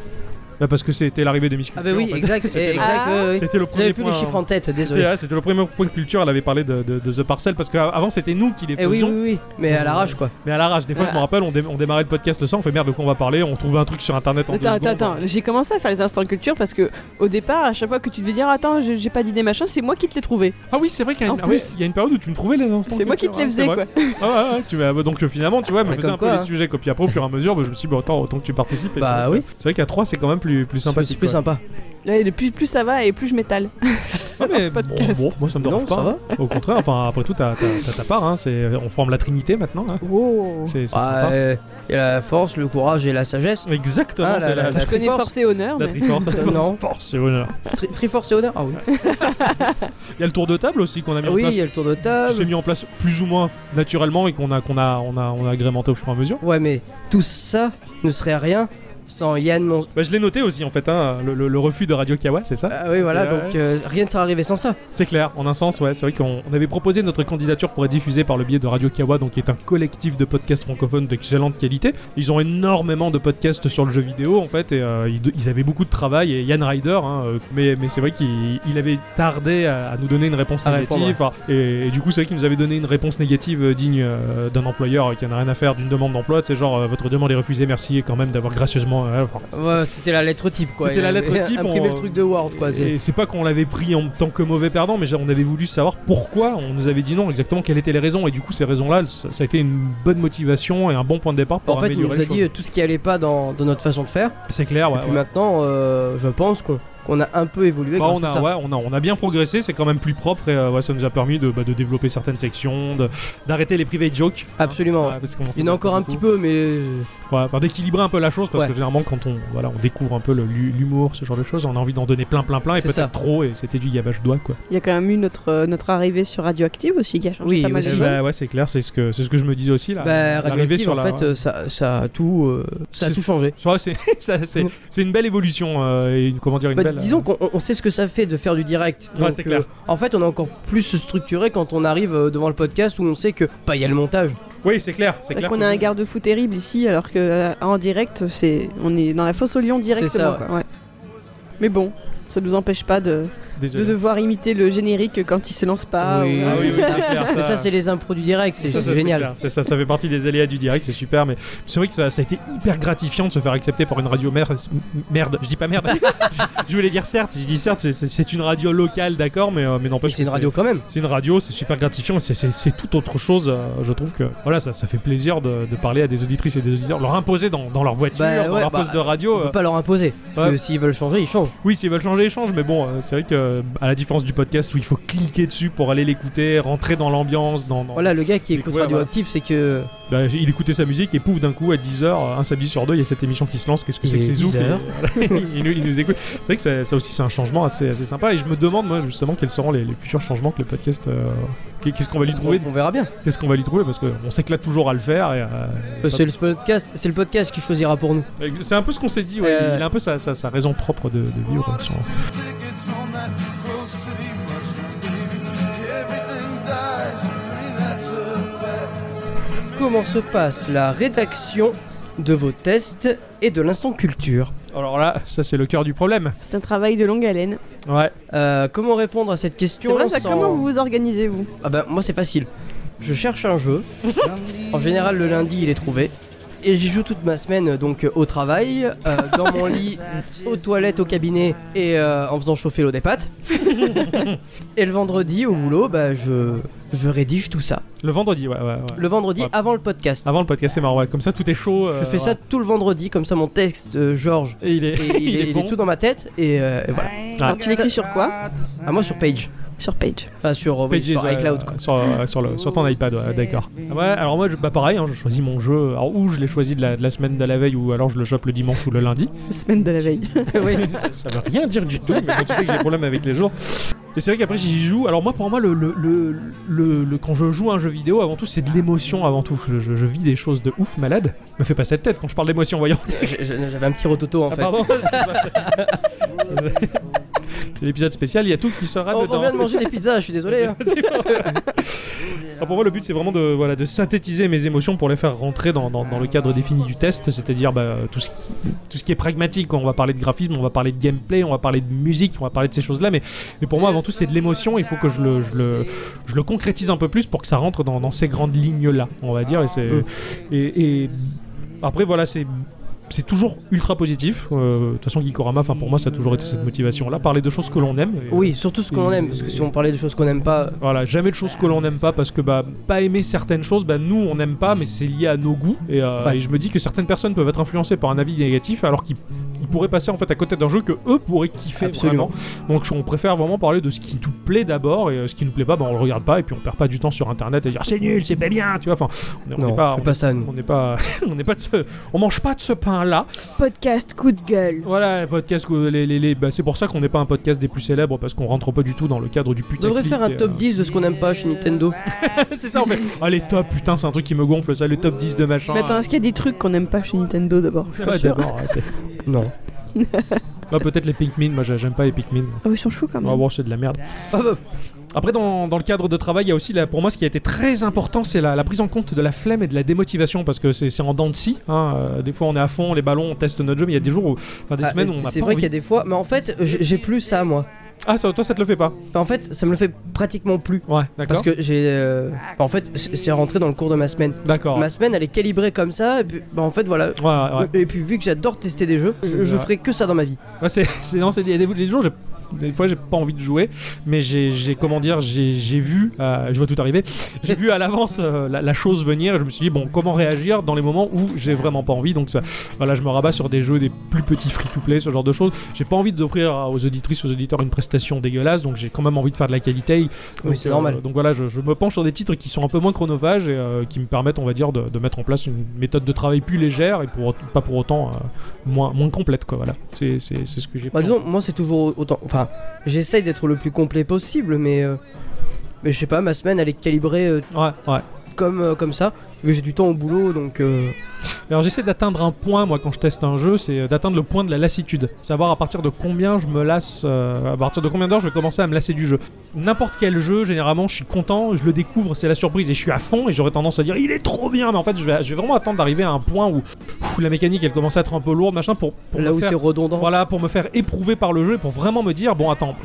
Speaker 1: Bah, parce que c'était l'arrivée de Miss
Speaker 2: Ah bah
Speaker 1: Culture,
Speaker 2: oui,
Speaker 1: en fait.
Speaker 2: exact,
Speaker 1: C'était le-
Speaker 2: exact.
Speaker 3: Ah.
Speaker 2: ouais, ouais.
Speaker 1: C'était le premier
Speaker 2: J'avais plus
Speaker 1: point. euh,
Speaker 2: les chiffres en tête,
Speaker 1: C'était,
Speaker 2: désolé.
Speaker 1: ouais, c'était le premier point de culture, elle avait parlé de, de- de The Parcel parce qu'avant c'était nous qui les
Speaker 2: Eh
Speaker 1: faisions,
Speaker 2: oui, oui, oui, mais à
Speaker 1: Ils ont-
Speaker 2: l'arrache quoi.
Speaker 1: mais à l'arrache. Des fois, je me
Speaker 3: Ah.
Speaker 1: rappelle, on, dé- on démarrait le podcast le soir, on fait merde de quoi on va parler, on trouvait un truc sur internet en
Speaker 3: Attends,
Speaker 1: deux
Speaker 3: attends,
Speaker 1: secondes.
Speaker 3: attends. J'ai commencé à faire les instants culture parce que au départ, à chaque fois que tu devais dire attends, j'ai j'ai pas d'idée machin, c'est moi qui te l'ai trouvé.
Speaker 1: Ah oui, c'est vrai qu'il y a,
Speaker 3: En
Speaker 1: une... ah ouais,
Speaker 3: plus.
Speaker 1: il y a une période où tu me trouvais les instants.
Speaker 3: C'est moi qui te
Speaker 1: culture,
Speaker 3: les
Speaker 1: hein,
Speaker 3: faisais
Speaker 1: c'est vrai.
Speaker 3: quoi.
Speaker 1: Ah ouais, ouais, tu m'as- bah, donc euh, finalement, tu vois, elle me
Speaker 2: Ouais,
Speaker 1: faisait
Speaker 2: comme
Speaker 1: un peu
Speaker 2: quoi,
Speaker 1: des
Speaker 2: hein.
Speaker 1: sujets, quoi. Puis après, au fur et à mesure, bah, je me suis dit, bah, autant, autant que tu participes. et
Speaker 2: Bah
Speaker 1: c'est-
Speaker 2: oui.
Speaker 1: C'est vrai qu'à 3, c'est quand même plus, plus
Speaker 2: C'est
Speaker 1: sympathique.
Speaker 2: plus
Speaker 1: quoi.
Speaker 2: sympa.
Speaker 3: Là, et plus, plus ça va et plus je m'étale.
Speaker 1: Ah, mais
Speaker 3: ce
Speaker 1: bon,
Speaker 3: podcast.
Speaker 1: bon, moi, ça me dérange
Speaker 2: Non,
Speaker 1: pas. hein.
Speaker 2: ça va.
Speaker 1: Au contraire, enfin, après tout, t'as t'as- t'as ta part, hein, c'est- on forme la trinité maintenant. hein.
Speaker 3: Oh.
Speaker 1: C'est c'est
Speaker 2: Ah,
Speaker 1: sympa.
Speaker 2: euh, Il y a la force, le courage et la sagesse.
Speaker 1: Exactement,
Speaker 2: Ah, la-
Speaker 1: c'est la,
Speaker 2: la-
Speaker 1: la,
Speaker 3: Je connais
Speaker 2: Triforce.
Speaker 3: force et honneur.
Speaker 1: la
Speaker 3: mais-
Speaker 1: Triforce.
Speaker 2: Non.
Speaker 1: Force et honneur.
Speaker 2: Tri- Triforce et honneur Ah oui.
Speaker 1: Il y a le tour de table aussi qu'on a mis
Speaker 2: Oui,
Speaker 1: en
Speaker 2: il y
Speaker 1: place.
Speaker 2: a le tour de
Speaker 1: qui s'est
Speaker 2: table.
Speaker 1: mis en place plus ou moins naturellement et qu'on a, qu'on a, on a, on a agrémenté au fur et à mesure.
Speaker 2: Ouais, mais tout ça ne serait rien sans Yann Mon.
Speaker 1: Bah, je l'ai noté aussi en fait, hein, le, le- le refus de Radio Kawa, c'est ça
Speaker 2: Ah oui, voilà,
Speaker 1: C'est-
Speaker 2: donc euh, rien ne serait arrivé sans ça.
Speaker 1: C'est clair, en un sens, ouais, c'est vrai qu'on on avait proposé notre candidature pour être diffusée par le biais de Radio Kawa, donc qui est un collectif de podcasts francophones d'excellente qualité. Ils ont énormément de podcasts sur le jeu vidéo, en fait, et euh, ils, ils avaient beaucoup de travail, et Yann Ryder, hein, euh, mais, mais c'est vrai qu'il il avait tardé à, à nous donner une réponse
Speaker 2: À
Speaker 1: négative,
Speaker 2: répondre, ouais.
Speaker 1: enfin, et, et du coup, c'est vrai qu'il nous avait donné une réponse négative euh, digne euh, d'un employeur euh, qui en a rien à faire d'une demande d'emploi, c'est genre, euh, votre demande est refusée, merci quand même d'avoir gracieusement... euh, enfin, c'est-
Speaker 2: Ouais, c'était la lettre type quoi.
Speaker 1: C'était
Speaker 2: Il
Speaker 1: la lettre
Speaker 2: avait
Speaker 1: type,
Speaker 2: Imprimé
Speaker 1: on-
Speaker 2: le truc de Word quoi. c'est-
Speaker 1: et c'est pas qu'on l'avait pris en tant que mauvais perdant, mais genre, on avait voulu savoir pourquoi on nous avait dit non, exactement quelles étaient les raisons. Et du coup, ces raisons-là, ça, ça a été une bonne motivation et un bon point de départ pour
Speaker 2: En fait, il nous
Speaker 1: améliorer
Speaker 2: a
Speaker 1: les
Speaker 2: dit
Speaker 1: choses.
Speaker 2: euh, tout ce qui allait pas dans, dans notre façon de faire.
Speaker 1: C'est clair, ouais.
Speaker 2: Et puis
Speaker 1: ouais.
Speaker 2: maintenant, euh, je pense qu'on qu'on a un peu évolué
Speaker 1: Bah,
Speaker 2: grâce
Speaker 1: on,
Speaker 2: à
Speaker 1: a,
Speaker 2: ça.
Speaker 1: ouais, on, a, on a bien progressé, c'est quand même plus propre et euh, ouais, ça nous a permis de, bah, de développer certaines sections, de- d'arrêter les privés jokes. hein.
Speaker 2: Absolument.
Speaker 1: Ouais, parce qu'on
Speaker 2: Il y en
Speaker 1: faisait
Speaker 2: a encore un
Speaker 1: beaucoup.
Speaker 2: petit peu, mais euh,
Speaker 1: Ouais, enfin, d'équilibrer un peu la chose parce
Speaker 2: Ouais.
Speaker 1: que généralement quand on voilà on découvre un peu le- l'humour ce genre de choses on a envie d'en donner plein plein plein et
Speaker 2: C'est ça.
Speaker 1: peut-être trop et c'était du gabage doigt quoi
Speaker 3: Il y a quand même eu notre, euh, notre arrivée sur Radioactive aussi qui a changé
Speaker 2: Oui,
Speaker 3: pas mal de
Speaker 2: aussi.
Speaker 1: Eh
Speaker 3: choses.
Speaker 1: bah, ouais c'est clair c'est ce que c'est ce que je me disais aussi là
Speaker 2: bah,
Speaker 1: L'arrivée
Speaker 2: Radioactive,
Speaker 1: sur
Speaker 2: en
Speaker 1: la-
Speaker 2: fait, euh, ça, ça a tout, euh, ça a
Speaker 1: C'est-
Speaker 2: tout changé.
Speaker 1: Je crois que c'est ça, c'est-
Speaker 2: Mm.
Speaker 1: c'est une belle évolution euh, et une comment dire une
Speaker 2: Bah,
Speaker 1: belle. euh,
Speaker 2: disons qu'on on- on sait ce que ça fait de faire du direct.
Speaker 1: Ouais,
Speaker 2: Donc, euh,
Speaker 1: c'est clair.
Speaker 2: en fait, on est encore plus structuré quand on arrive euh, devant le podcast où on sait que bah il y a le montage.
Speaker 1: Oui c'est clair c'est
Speaker 3: C'est vrai
Speaker 1: clair.
Speaker 3: qu'on
Speaker 1: que-
Speaker 3: a un garde-fou terrible ici, alors que euh, en direct, c'est on est dans la fosse au lion directement.
Speaker 2: ça, ouais.
Speaker 3: quoi, ouais. Mais bon, ça nous empêche pas de, de
Speaker 1: Désolé.
Speaker 3: devoir imiter le générique quand il se lance pas.
Speaker 2: Oui.
Speaker 3: ou- euh,
Speaker 1: Ah oui, oui, c'est clair,
Speaker 2: Mais ça,
Speaker 1: ça.
Speaker 2: c'est les impros du direct, c'est
Speaker 1: Ça,
Speaker 2: c'est
Speaker 1: ça,
Speaker 2: génial.
Speaker 1: clair. C'est ça, ça fait partie des aléas du direct, c'est super, mais c'est vrai que ça, ça a été hyper gratifiant de se faire accepter par une radio merde. Merde, je dis pas merde. je voulais dire certes, je dis certes, c'est- c'est c'est une radio locale, d'accord, mais, euh, mais
Speaker 2: Mais
Speaker 1: n'empêche
Speaker 2: C'est
Speaker 1: que
Speaker 2: une radio quand même.
Speaker 1: C'est une radio, c'est super gratifiant, c'est- c'est c'est tout autre chose. euh, je trouve que voilà, ça, ça fait plaisir de, de parler à des auditrices et des auditeurs, leur imposer dans, dans leur voiture,
Speaker 2: Bah,
Speaker 1: dans
Speaker 2: ouais,
Speaker 1: leur
Speaker 2: bah,
Speaker 1: poste de radio.
Speaker 2: On
Speaker 1: euh,
Speaker 2: peut pas leur imposer.
Speaker 1: ouais.
Speaker 2: Euh, S'ils veulent changer, ils changent.
Speaker 1: Oui, s'ils veulent changer, ils changent, mais bon, euh, c'est vrai que euh, à la différence du podcast où il faut cliquer dessus pour aller l'écouter, rentrer dans l'ambiance, dans, dans-
Speaker 2: Voilà, le gars qui
Speaker 1: Découvrir,
Speaker 2: écoute
Speaker 1: voilà.
Speaker 2: Radioactive, c'est que.
Speaker 1: Bah, il écoutait sa musique et pouf d'un coup à 10h, un samedi sur deux, il y a cette émission qui se lance, qu'est-ce que
Speaker 2: Il
Speaker 1: c'est que
Speaker 2: est
Speaker 1: ces ouf
Speaker 2: 10
Speaker 1: et-
Speaker 2: heures.
Speaker 1: voilà, il, nous, il nous écoute. C'est vrai que ça, ça aussi c'est un changement assez, assez sympa et je me demande moi justement quels seront les, les futurs changements que le podcast... euh, qu'est- qu'est-ce qu'on va lui trouver
Speaker 2: On verra bien.
Speaker 1: Qu'est-ce qu'on va lui trouver Parce qu'on s'éclate toujours à le faire et... euh,
Speaker 2: Parce que C'est le podcast, c'est le podcast qui choisira pour nous.
Speaker 1: c'est un peu ce qu'on s'est dit, ouais.
Speaker 2: Euh.
Speaker 1: il a un peu sa, sa- sa raison propre de, de vivre. sur-
Speaker 6: Tickets on that grocery rush, baby. Everything dies, really, that's a fact.
Speaker 2: Comment se passe la rédaction de vos tests et de l'instant culture
Speaker 1: Alors là, ça c'est le cœur du problème.
Speaker 3: C'est un travail de longue haleine.
Speaker 1: Ouais.
Speaker 2: Euh, Comment répondre à cette
Speaker 3: C'est
Speaker 2: question
Speaker 3: vrai, ça,
Speaker 2: sans-
Speaker 3: comment vous vous organisez, vous
Speaker 2: Ah bah moi c'est facile. Je cherche un jeu. en général le lundi il est trouvé. Et j'y joue toute ma semaine donc euh, au travail, euh, dans mon lit, aux toilettes, au cabinet et euh, en faisant chauffer l'eau des pâtes. et le vendredi au boulot bah je, je rédige tout ça.
Speaker 1: Le vendredi, ouais, ouais, ouais.
Speaker 2: Le vendredi
Speaker 1: Ouais.
Speaker 2: avant le podcast.
Speaker 1: Avant le podcast, c'est marrant, ouais. Comme ça tout est chaud. euh,
Speaker 2: je fais ça
Speaker 1: ouais.
Speaker 2: tout le vendredi comme ça mon texte euh, Georges.
Speaker 1: Et il est,
Speaker 2: Et il, est, il est
Speaker 1: bon.
Speaker 2: tout dans ma tête et, euh, et voilà.
Speaker 1: Ah.
Speaker 3: Alors, tu l'écris sur quoi
Speaker 2: À moi sur Page.
Speaker 3: Sur Page.
Speaker 2: Enfin sur, euh, oui,
Speaker 1: Pages,
Speaker 2: sur
Speaker 1: ouais,
Speaker 2: iCloud.
Speaker 1: ouais,
Speaker 2: quoi.
Speaker 1: Sur, euh, sur le- sur ton iPad, ouais, d'accord. Ah Ouais, alors moi, je- bah pareil, hein, je choisis mon jeu. Alors, ou je l'ai choisi de la, de la semaine de la veille, ou alors je le chope le dimanche ou le lundi.
Speaker 3: La semaine de la veille.
Speaker 2: Oui.
Speaker 1: ça, ça veut rien dire du tout, mais bon, tu sais que j'ai des problèmes avec les jours. Et c'est vrai qu'après j'y joue. Alors moi pour moi le, le, le, le- le- quand je joue à un jeu vidéo avant tout c'est de l'émotion avant tout. Je, je- je vis des choses de ouf malade. Me fais pas cette tête quand je parle d'émotion voyons.
Speaker 2: Je- je- J'avais un petit rototo en
Speaker 1: Ah,
Speaker 2: fait.
Speaker 1: pardon. c'est l'épisode spécial, il y a tout qui sera
Speaker 2: On, on
Speaker 1: dedans.
Speaker 2: vient de manger des pizzas, je suis désolé. hein.
Speaker 1: C'est- c'est pas vrai. Alors, pour moi, le but, c'est vraiment de, voilà, de synthétiser mes émotions pour les faire rentrer dans, dans- dans le cadre défini du test, c'est-à-dire bah, tout, ce qui, tout ce qui est pragmatique. quoi. On va parler de graphisme, on va parler de gameplay, on va parler de musique, on va parler de ces choses-là, mais, mais pour moi, avant tout, c'est de l'émotion. Il faut que je le, je, le, je le concrétise un peu plus pour que ça rentre dans, dans ces grandes lignes-là, on va dire. Et, c'est,
Speaker 2: Mm.
Speaker 1: et, et après, voilà, c'est c'est toujours ultra positif. Euh, De toute façon, Gikorama, enfin, pour moi, ça a toujours été cette motivation-là. Parler de choses que l'on aime. Et,
Speaker 2: Oui, surtout ce qu'on aime, parce que si on parlait de choses qu'on aime pas,
Speaker 1: voilà, jamais de choses que l'on n'aime pas parce que bah pas aimer certaines choses, bah nous on n'aime pas, mais c'est lié à nos goûts. Et, euh,
Speaker 2: Ouais.
Speaker 1: et je me dis que certaines personnes peuvent être influencées par un avis négatif alors qu'ils ils pourraient passer en fait à côté d'un jeu que eux pourraient kiffer
Speaker 2: Absolument.
Speaker 1: vraiment. Donc on préfère vraiment parler de ce qui nous plaît d'abord et euh, ce qui nous plaît pas, bah on le regarde pas et puis on perd pas du temps sur internet à dire c'est nul, c'est pas bien, tu vois. Enfin, on est- on
Speaker 2: non,
Speaker 1: n'est pas,
Speaker 2: fais
Speaker 1: on-
Speaker 2: pas ça nous.
Speaker 1: on n'est pas, on n'est pas de ce, on mange pas de ce pain-là.
Speaker 3: Podcast coup de gueule.
Speaker 1: Voilà, podcast, que les, les, les- bah, c'est pour ça qu'on n'est pas un podcast des plus célèbres parce qu'on rentre pas du tout dans le cadre du
Speaker 2: On
Speaker 1: putain.
Speaker 2: devrait faire un
Speaker 1: euh,
Speaker 2: top 10 de ce qu'on aime pas chez Nintendo.
Speaker 1: c'est ça, on fait. Ah, les tops, putain, c'est un truc qui me gonfle, ça, le top 10 de machin.
Speaker 3: Mais attends, est-ce qu'il y a des trucs qu'on n'aime pas chez Nintendo d'abord Je suis pas
Speaker 1: Ouais,
Speaker 3: sûre.
Speaker 1: d'abord, ouais, c'est-
Speaker 2: Non.
Speaker 1: Bah, peut-être les Pikmin, moi j'a- j'aime pas les Pikmin.
Speaker 3: Ah oui, ils sont chauds quand
Speaker 1: Ah,
Speaker 3: même.
Speaker 1: bon, c'est de la merde.
Speaker 2: Ah bah,
Speaker 1: Après, dans, dans le cadre de travail, il y a aussi, là, pour moi, ce qui a été très important, c'est la, la prise en compte de la flemme et de la démotivation, parce que c'est c'est en dents de scie. hein, euh, des fois, on est à fond, les ballons, on teste notre jeu, mais il y a des jours où. Enfin, des
Speaker 2: ah,
Speaker 1: semaines où on a
Speaker 2: c'est
Speaker 1: pas
Speaker 2: vrai qu'il
Speaker 1: envie.
Speaker 2: y a des fois, mais en fait, j'ai j'ai plus ça moi.
Speaker 1: Ah, ça, toi, ça te le fait pas
Speaker 2: En fait, ça me le fait pratiquement plus.
Speaker 1: Ouais,
Speaker 2: Parce
Speaker 1: d'accord.
Speaker 2: que j'ai. euh, En fait, c'est c'est rentré dans le cours de ma semaine.
Speaker 1: D'accord.
Speaker 2: Ma semaine, elle est calibrée comme ça, et puis, bah, en fait, voilà.
Speaker 1: Ouais, ouais, Ah. ouais.
Speaker 2: Et puis, vu que j'adore tester des jeux,
Speaker 1: C'est
Speaker 2: je
Speaker 1: vrai.
Speaker 2: ferai que ça dans ma vie.
Speaker 1: Ouais, c'est, c'est, non, c'est des, des- des jours, j'ai- des fois j'ai pas envie de jouer, mais j'ai, j'ai- comment dire, j'ai, j'ai vu, euh, je vois tout arriver, j'ai vu à l'avance euh, la, la chose venir et je me suis dit, bon, comment réagir dans les moments où j'ai vraiment pas envie, donc ça, voilà, je me rabats sur des jeux, des plus petits free-to-play, ce genre de choses. J'ai pas envie d'offrir à- aux auditrices, aux auditeurs une prestation dégueulasse, donc j'ai quand même envie de faire de la qualité.
Speaker 2: Oui,
Speaker 1: Donc, euh,
Speaker 2: c'est normal.
Speaker 1: Donc voilà, je, je me penche sur des titres qui sont un peu moins chronophages et euh, qui me permettent, on va dire, de, de mettre en place une méthode de travail plus légère et pour, pas pour autant euh, moins, moins complète, quoi. Voilà, c'est, c'est, c'est ce que j'ai
Speaker 2: Bah
Speaker 1: pris en
Speaker 2: disons, moi c'est toujours autant. Enfin, j'essaye d'être le plus complet possible, mais. euh, mais je sais pas, ma semaine elle est calibrée euh,
Speaker 1: Ouais, ouais.
Speaker 2: comme, euh, comme ça. Mais j'ai du temps au boulot donc. euh,
Speaker 1: Alors j'essaie d'atteindre un point, moi, quand je teste un jeu, c'est euh, d'atteindre le point de la lassitude. Savoir à partir de combien je me lasse, euh, à partir de combien d'heures je vais commencer à me lasser du jeu. N'importe quel jeu, généralement, je suis content, je le découvre, c'est la surprise et je suis à fond et j'aurais tendance à dire il est trop bien, mais en fait, je vais, je vais vraiment attendre d'arriver à un point où pff, la mécanique elle commence à être un peu lourde, machin, pour, pour
Speaker 2: là
Speaker 1: me
Speaker 2: où
Speaker 1: faire-
Speaker 2: c'est redondant.
Speaker 1: Voilà, pour me faire éprouver par le jeu et pour vraiment me dire, bon, attends,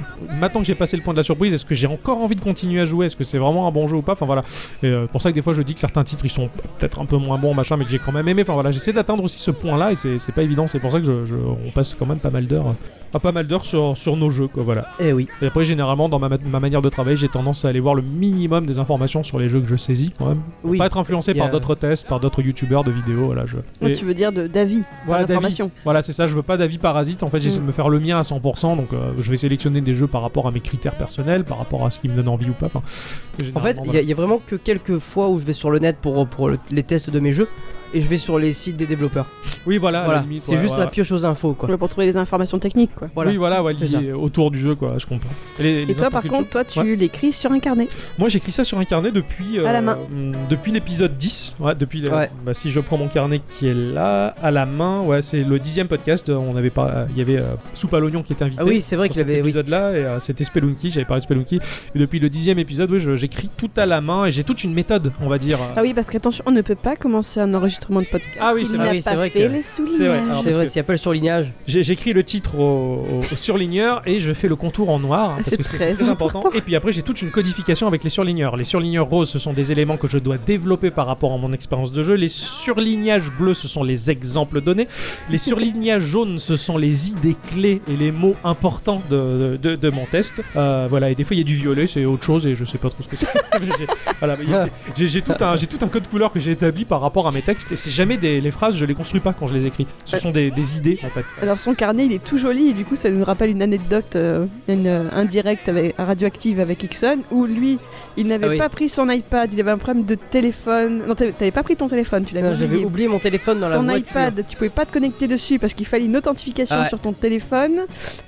Speaker 1: maintenant que j'ai passé le point de la surprise, est-ce que j'ai encore envie de continuer à jouer Est-ce que c'est vraiment un bon jeu ou pas Enfin voilà. Et euh, pour ça que des fois je dis que certains titres ils sont sont peut-être un peu moins bons, machin, mais que j'ai quand même aimé. Enfin voilà, j'essaie d'atteindre aussi ce point-là et c'est c'est pas évident. C'est pour ça que je, je- on passe quand même pas mal d'heures, enfin, pas mal d'heures sur, sur nos jeux, quoi. Voilà.
Speaker 2: Eh oui.
Speaker 1: Et après, généralement, dans ma, ma- ma manière de travailler, j'ai tendance à aller voir le minimum des informations sur les jeux que je saisis, quand même.
Speaker 2: Oui.
Speaker 1: Pas être influencé
Speaker 2: Il y a-
Speaker 1: par d'autres tests, par d'autres youtubeurs de vidéos, voilà. Je...
Speaker 3: Donc,
Speaker 1: Et-
Speaker 3: tu veux dire de- d'avis,
Speaker 1: Voilà,
Speaker 3: voilà,
Speaker 1: d'avis.
Speaker 3: d'information.
Speaker 1: Voilà, c'est ça, je veux pas d'avis parasite. En fait, j'essaie
Speaker 2: Mm.
Speaker 1: de me faire le mien à 100%, donc euh, je vais sélectionner des jeux par rapport à mes critères personnels, par rapport à ce qui me donne envie ou pas. Enfin,
Speaker 2: En fait,
Speaker 1: généralement,
Speaker 2: il y, a- il y a vraiment que quelques fois où je vais sur le net pour, euh, pour le- les tests de mes jeux et je vais sur les sites des développeurs.
Speaker 1: voilà. Oui, voilà, Ah, à la
Speaker 2: voilà,
Speaker 1: limite,
Speaker 2: c'est
Speaker 1: ouais,
Speaker 2: juste
Speaker 1: voilà.
Speaker 2: la pioche aux infos quoi.
Speaker 3: Ouais, Pour trouver les informations techniques, quoi.
Speaker 2: Voilà.
Speaker 1: Oui, voilà, ouais,
Speaker 2: C'est ça.
Speaker 1: lié autour du jeu, quoi, je comprends. Et, les-
Speaker 3: Et
Speaker 1: les
Speaker 3: toi,
Speaker 1: instants
Speaker 3: par
Speaker 1: culture-
Speaker 3: contre, toi, tu
Speaker 1: Ouais.
Speaker 3: l'écris sur un carnet.
Speaker 1: Moi, j'écris ça sur un carnet depuis,
Speaker 3: À la main.
Speaker 1: hum, depuis l'épisode 10. Ouais, depuis le-
Speaker 2: Ouais.
Speaker 1: bah, si je prends mon carnet qui est là, à la main, ouais, c'est le dixième podcast. euh, On avait pas, euh, il y avait euh, Soupe à l'oignon qui était invité.
Speaker 2: Ah oui, c'est vrai
Speaker 1: sur
Speaker 2: qu'il
Speaker 1: cet
Speaker 2: avait- oui.
Speaker 1: épisode-là, et euh, c'était Spelunky. J'avais parlé de Spelunky. Et depuis le dixième épisode, oui, je- j'écris tout à la main et j'ai toute une méthode, on va dire.
Speaker 3: Ah oui, parce qu'attention, on ne peut pas commencer un enregistrement de podcast.
Speaker 1: Ah oui,
Speaker 3: s'il
Speaker 1: c'est
Speaker 2: vrai.
Speaker 3: n'a
Speaker 2: Ah oui, c'est
Speaker 3: pas
Speaker 2: vrai
Speaker 3: fait
Speaker 2: que-
Speaker 3: les
Speaker 1: C'est vrai, alors-
Speaker 3: soulignages.
Speaker 2: C'est vrai,
Speaker 1: que-
Speaker 2: s'il n'y a pas le surlignage,
Speaker 1: J'ai- J'écris le titre au, au- au surligneur et je fais le contour en noir hein, parce
Speaker 3: C'est
Speaker 1: que c'est
Speaker 3: très
Speaker 1: c'est très important. Et puis après, j'ai toute une codification avec les surligneurs. Les surligneurs roses, ce sont des éléments que je dois développer par rapport à mon expérience de jeu. Les surlignages bleus, ce sont les exemples donnés. Les surlignages jaunes, ce sont les idées clés et les mots importants de, de, de mon test. Euh, voilà, et des fois, il y a du violet, c'est autre chose et je sais pas trop ce que c'est. J'ai- voilà, mais il y
Speaker 3: Ah.
Speaker 1: a- c'est- j'ai j'ai tout, un- j'ai tout un code couleur que j'ai établi par rapport à mes textes et c'est jamais des les phrases, je les construis pas quand je les écris. Ce sont des, des idées en fait.
Speaker 3: Alors son carnet il est tout joli et du coup ça nous rappelle une anecdote, euh, une, euh, un direct avec, un radioactive avec Ixon où lui il n'avait
Speaker 2: Ah oui.
Speaker 3: pas pris son iPad, il avait un problème de téléphone. Non t'avais t'avais pas pris ton téléphone, tu l'avais
Speaker 2: Non, j'avais
Speaker 3: oublié.
Speaker 2: oublié mon téléphone dans la
Speaker 3: Ton
Speaker 2: voiture.
Speaker 3: iPad, tu pouvais pas te connecter dessus parce qu'il fallait une authentification
Speaker 2: Ah ouais.
Speaker 3: sur ton téléphone.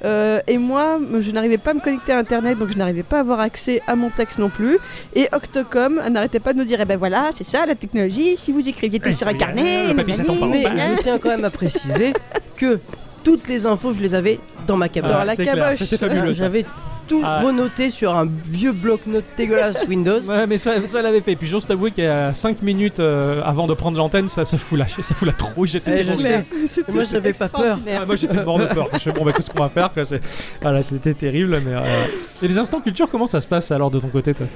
Speaker 3: Euh, et moi, je n'arrivais pas à me connecter à Internet, donc je n'arrivais pas à avoir accès à mon texte non plus. Et Octocom n'arrêtait pas de nous dire, eh ben voilà, c'est ça la technologie. Si vous écriviez tout
Speaker 2: Eh,
Speaker 1: Ouais,
Speaker 3: sur un
Speaker 1: c'est bien, le papier,
Speaker 3: carnet, nanani,
Speaker 1: ça tombe
Speaker 2: Mais
Speaker 1: pas.
Speaker 3: nanana.
Speaker 2: je tiens quand même à préciser que toutes les infos, je les avais dans ma cabane.
Speaker 3: Dans la
Speaker 1: Ah, c'est clair,
Speaker 3: caboche.
Speaker 1: C'était fabuleux. ça.
Speaker 2: J'avais tout
Speaker 1: Ah.
Speaker 2: renoté sur un vieux bloc-notes dégueulasse Windows.
Speaker 1: Ouais, mais ça, ça l'avait fait. Puis j'ose t'avouer qu'à 5 minutes euh, avant de prendre l'antenne, ça, ça fout la, ça fout la trouille. J'étais
Speaker 2: Eh, je
Speaker 1: mort.
Speaker 2: sais.
Speaker 3: C'était
Speaker 2: Moi, j'avais pas peur.
Speaker 1: Ah, moi j'étais mort de peur. Je sais bon, bah, qu'est-ce qu'on va faire quoi, c'est- Voilà, c'était terrible. Mais euh, et les instants culture, comment ça se passe alors de ton côté toi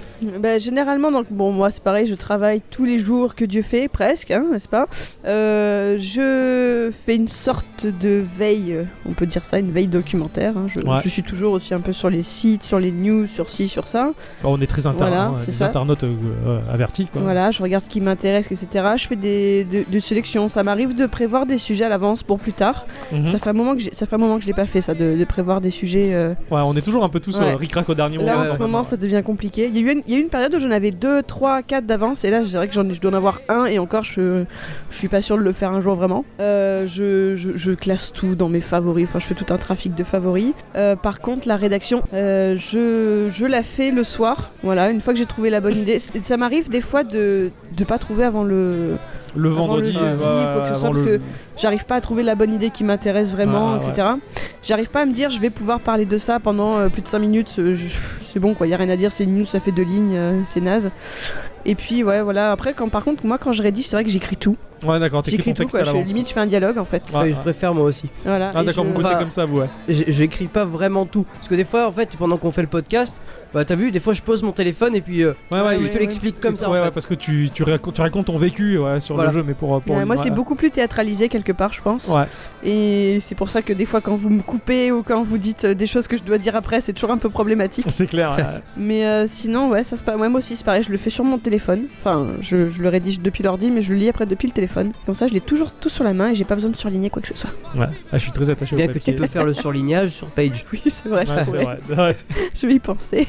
Speaker 3: Bah, généralement, donc, bon, moi c'est pareil, je travaille tous les jours que Dieu fait, presque, hein, n'est-ce pas Euh, Je fais une sorte de veille, euh, on peut dire ça, une veille documentaire. hein. je,
Speaker 1: Ouais.
Speaker 3: je suis toujours aussi un peu sur les sites, sur les news, sur ci, sur ça.
Speaker 1: Bon, On est très inter-
Speaker 3: Voilà,
Speaker 1: hein,
Speaker 3: c'est
Speaker 1: des
Speaker 3: ça.
Speaker 1: internautes euh, euh, avertis. Quoi.
Speaker 3: Voilà, je regarde ce qui m'intéresse, etc. Je fais des, de, de sélections. Ça m'arrive de prévoir des sujets à l'avance pour plus tard.
Speaker 1: Mhm.
Speaker 3: Ça, fait un moment que j'ai- ça fait un moment que je l'ai pas fait, ça, de, de prévoir des sujets. euh,
Speaker 1: Ouais, on est toujours un peu tous
Speaker 3: Ouais.
Speaker 1: euh, ric-rac au dernier
Speaker 3: Là,
Speaker 1: moment.
Speaker 3: en ce moment, ça devient compliqué. Il y, a eu une, il y a eu une période où j'en avais 2, 3, 4 d'avance, et là, je dirais que j'en ai- je dois en avoir un, et encore, je, je suis pas sûre de le faire un jour vraiment. Euh, je, je- je classe tout dans mes favoris, enfin, je fais tout un trafic de favoris. Euh, par contre, la rédaction, euh, je, je la fais le soir, voilà, une fois que j'ai trouvé la bonne idée. C'est- Ça m'arrive des fois de ne pas trouver avant le.
Speaker 1: Le
Speaker 3: Avant
Speaker 1: vendredi,
Speaker 3: le jeudi,
Speaker 1: euh,
Speaker 3: quoi que ce soit,
Speaker 1: avant
Speaker 3: parce
Speaker 1: le-
Speaker 3: que- J'arrive pas à trouver la bonne idée qui m'intéresse vraiment,
Speaker 1: Ah,
Speaker 3: etc. J'arrive pas à me dire, je vais pouvoir parler de ça pendant euh, plus de 5 minutes. euh, je- C'est bon, quoi. Y a rien à dire. C'est une news, ça fait deux lignes, euh, c'est naze. Et puis, ouais, voilà. Après, quand par contre, moi, quand je rédige, c'est vrai que j'écris tout.
Speaker 1: Ouais, d'accord, t'écris ton
Speaker 3: J'écris tout,
Speaker 1: texte
Speaker 3: quoi.
Speaker 1: à
Speaker 3: Je,
Speaker 1: l'avance.
Speaker 3: limite, je fais un dialogue, en fait.
Speaker 1: Ouais,
Speaker 2: Oui,
Speaker 1: ouais.
Speaker 2: je préfère moi aussi.
Speaker 3: Voilà.
Speaker 1: Ah,
Speaker 3: et
Speaker 1: d'accord,
Speaker 3: je-
Speaker 1: vous bossez
Speaker 2: Bah,
Speaker 1: comme ça, vous, ouais.
Speaker 2: J- J'écris pas vraiment tout. Parce que des fois, en fait, pendant qu'on fait le podcast, bah t'as vu, des fois je pose mon téléphone et puis euh,
Speaker 1: Ouais, Ah ouais,
Speaker 2: je
Speaker 1: il-
Speaker 2: te l'explique comme ça. en
Speaker 1: Ouais, ouais,
Speaker 2: fait.
Speaker 1: parce que tu, tu, racontes, tu racontes ton vécu ouais, sur
Speaker 2: Voilà.
Speaker 1: le jeu, mais pour. pour
Speaker 3: Ouais, euh, moi,
Speaker 1: ouais.
Speaker 3: c'est beaucoup plus théâtralisé quelque part, je pense.
Speaker 1: Ouais.
Speaker 3: Et c'est pour ça que des fois, quand vous me coupez ou quand vous dites euh, des choses que je dois dire après, c'est toujours un peu problématique.
Speaker 1: C'est clair. hein. ouais.
Speaker 3: Mais euh, sinon, ouais, ça se passe. Ouais, moi aussi, c'est pareil, je le fais sur mon téléphone. Enfin, je, je le rédige depuis l'ordi, mais je le lis après depuis le téléphone. Comme ça, je l'ai toujours tout sur la main et j'ai pas besoin de surligner quoi que ce soit.
Speaker 1: Ouais. Ah, je suis très attaché
Speaker 2: Bien
Speaker 1: au
Speaker 2: que
Speaker 1: papier.
Speaker 2: tu peux faire le surlignage sur page.
Speaker 3: Oui, c'est vrai,
Speaker 1: Ouais,
Speaker 3: je,
Speaker 1: c'est
Speaker 3: pourrais.
Speaker 1: vrai, c'est vrai.
Speaker 3: je vais y penser.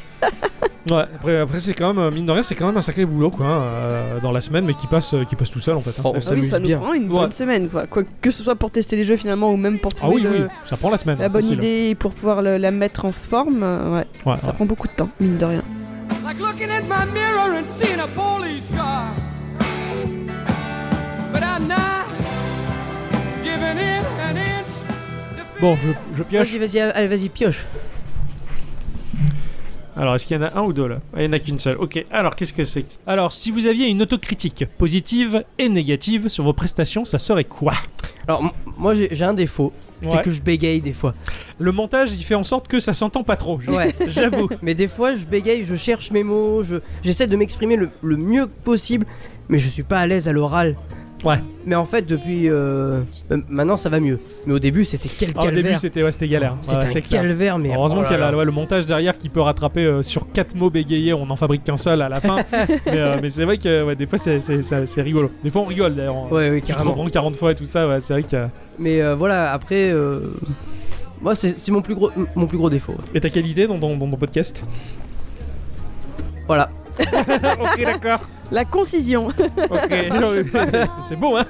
Speaker 1: Ouais, après, après c'est quand même, euh, mine de rien, c'est quand même un sacré boulot quoi, hein, euh, dans la semaine, mais qui passe, euh, qui passe tout seul en fait. hein,
Speaker 2: Oh,
Speaker 1: c'est-
Speaker 2: ça-
Speaker 3: Ah oui,
Speaker 2: s'amuse
Speaker 3: ça nous
Speaker 2: bien.
Speaker 3: prend une
Speaker 1: Ouais.
Speaker 3: bonne semaine, quoi. quoi. Que ce soit pour tester les jeux finalement ou même pour
Speaker 1: Ah
Speaker 3: trouver
Speaker 1: oui,
Speaker 3: le-
Speaker 1: oui, ça prend la semaine. hein,
Speaker 3: la bonne
Speaker 1: facile.
Speaker 3: idée et pour pouvoir le- la mettre en forme. euh, ouais,
Speaker 1: Ouais,
Speaker 3: ça
Speaker 1: Ah, ouais.
Speaker 3: prend beaucoup de temps, mine de rien.
Speaker 7: like looking at my mirror and seeing a police car. But I'm not giving in an inch.
Speaker 1: Bon, je, je pioche.
Speaker 2: Vas-y, vas-y, allez, vas-y, pioche.
Speaker 1: Alors, est-ce qu'il y en a un ou deux là Ah, Il n'y en a qu'une seule. Ok, alors qu'est-ce que c'est Alors, si vous aviez une autocritique positive et négative sur vos prestations, ça serait quoi
Speaker 2: Alors, m- moi j'ai j'ai un défaut,
Speaker 1: Ouais.
Speaker 2: c'est que je bégaye des fois.
Speaker 1: Le montage, il fait en sorte que ça s'entend pas trop. je-
Speaker 2: Ouais.
Speaker 1: J'avoue. Ah,
Speaker 2: mais des fois je bégaye, je cherche mes mots, je- j'essaie de m'exprimer le, le mieux possible, mais je suis pas à l'aise à l'oral.
Speaker 1: Ouais.
Speaker 2: Mais en fait, depuis. euh, bah, maintenant ça va mieux. Mais au début, c'était quel
Speaker 1: Ah, au
Speaker 2: calvaire.
Speaker 1: début, c'était ouais, c'était galère.
Speaker 2: C'était
Speaker 1: Ouais,
Speaker 2: un
Speaker 1: clair.
Speaker 2: calvaire, mais.
Speaker 1: Heureusement
Speaker 2: oh là
Speaker 1: qu'il y a
Speaker 2: là.
Speaker 1: la- ouais, le montage derrière qui peut rattraper euh, sur 4 mots bégayés, on n'en fabrique qu'un seul à la fin. mais euh, mais c'est vrai que ouais, des fois c'est- c'est c'est- c'est rigolo. Des fois on rigole d'ailleurs.
Speaker 2: Ouais, oui,
Speaker 1: Tu te
Speaker 2: carrément.
Speaker 1: reprends 40 fois et tout ça, ouais, c'est vrai que.
Speaker 2: Mais euh, voilà, après. euh, Moi, c'est c'est mon, plus gros- mon plus gros défaut.
Speaker 1: Et ta qualité dans ton, dans ton podcast
Speaker 2: Voilà.
Speaker 1: Ok, d'accord.
Speaker 3: La concision.
Speaker 1: Ok, c'est- c'est bon, hein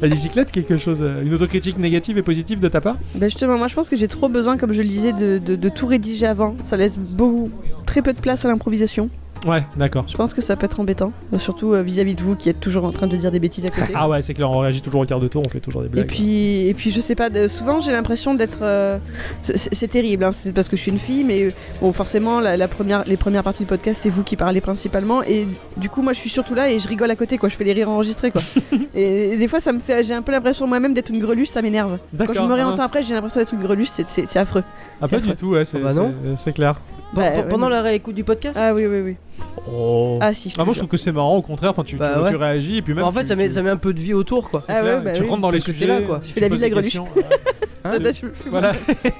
Speaker 1: La bicyclette, quelque chose. euh, Une autocritique négative et positive de ta part
Speaker 3: Ben justement, moi je pense que j'ai trop besoin, comme je le disais, de, de- de tout rédiger avant. Ça laisse beaucoup, très peu de place à l'improvisation.
Speaker 1: Ouais, d'accord.
Speaker 3: Je pense que ça peut être embêtant, surtout euh, vis-à-vis de vous qui êtes toujours en train de dire des bêtises à côté.
Speaker 1: Ah ouais, c'est clair, on réagit toujours au quart de tour, on fait toujours des
Speaker 3: Et
Speaker 1: blagues.
Speaker 3: puis, et puis, je sais pas, de- souvent j'ai l'impression d'être. euh, c'est- c'est c'est terrible, hein, c'est parce que je suis une fille, mais euh, bon, forcément, la, la première, les premières parties du podcast, c'est vous qui parlez principalement. Et du coup, moi je suis surtout là et je rigole à côté, quoi. Je fais les rires enregistrés, quoi. et, et des fois, ça me fait. J'ai un peu l'impression moi-même d'être une greluche, ça m'énerve. Quand
Speaker 1: D'accord,
Speaker 3: je me réentends
Speaker 1: ah,
Speaker 3: après, j'ai l'impression d'être une greluche, c'est- c'est c'est affreux.
Speaker 1: Ah, pas du tout, ouais, c'est
Speaker 2: Ah bah non.
Speaker 1: c'est- c'est clair.
Speaker 3: Bah,
Speaker 2: Pe-
Speaker 3: ouais,
Speaker 2: pendant
Speaker 3: non.
Speaker 2: la réécoute du podcast
Speaker 3: Ah oui, oui, oui.
Speaker 1: Oh.
Speaker 3: Ah si, je te
Speaker 1: Ah, moi je
Speaker 3: jure.
Speaker 1: trouve que c'est marrant, au contraire, enfin, tu, tu-
Speaker 2: Bah
Speaker 1: tu
Speaker 2: ouais.
Speaker 1: réagis et puis Ah, même.
Speaker 2: En fait,
Speaker 1: tu-
Speaker 2: ça met,
Speaker 1: tu-
Speaker 2: ça met un peu de vie autour, quoi.
Speaker 1: c'est
Speaker 3: Ah ouais,
Speaker 1: clair,
Speaker 3: bah
Speaker 1: tu
Speaker 3: oui.
Speaker 1: rentres dans les
Speaker 2: Parce que t'es
Speaker 1: sujets.
Speaker 2: là, quoi.
Speaker 1: tu
Speaker 3: Je fais la
Speaker 1: poses
Speaker 3: vie de la
Speaker 1: des
Speaker 3: greluche.
Speaker 1: questions, ouais.
Speaker 2: Hein
Speaker 3: Là, bah, je peux plus
Speaker 1: Voilà.
Speaker 3: voir.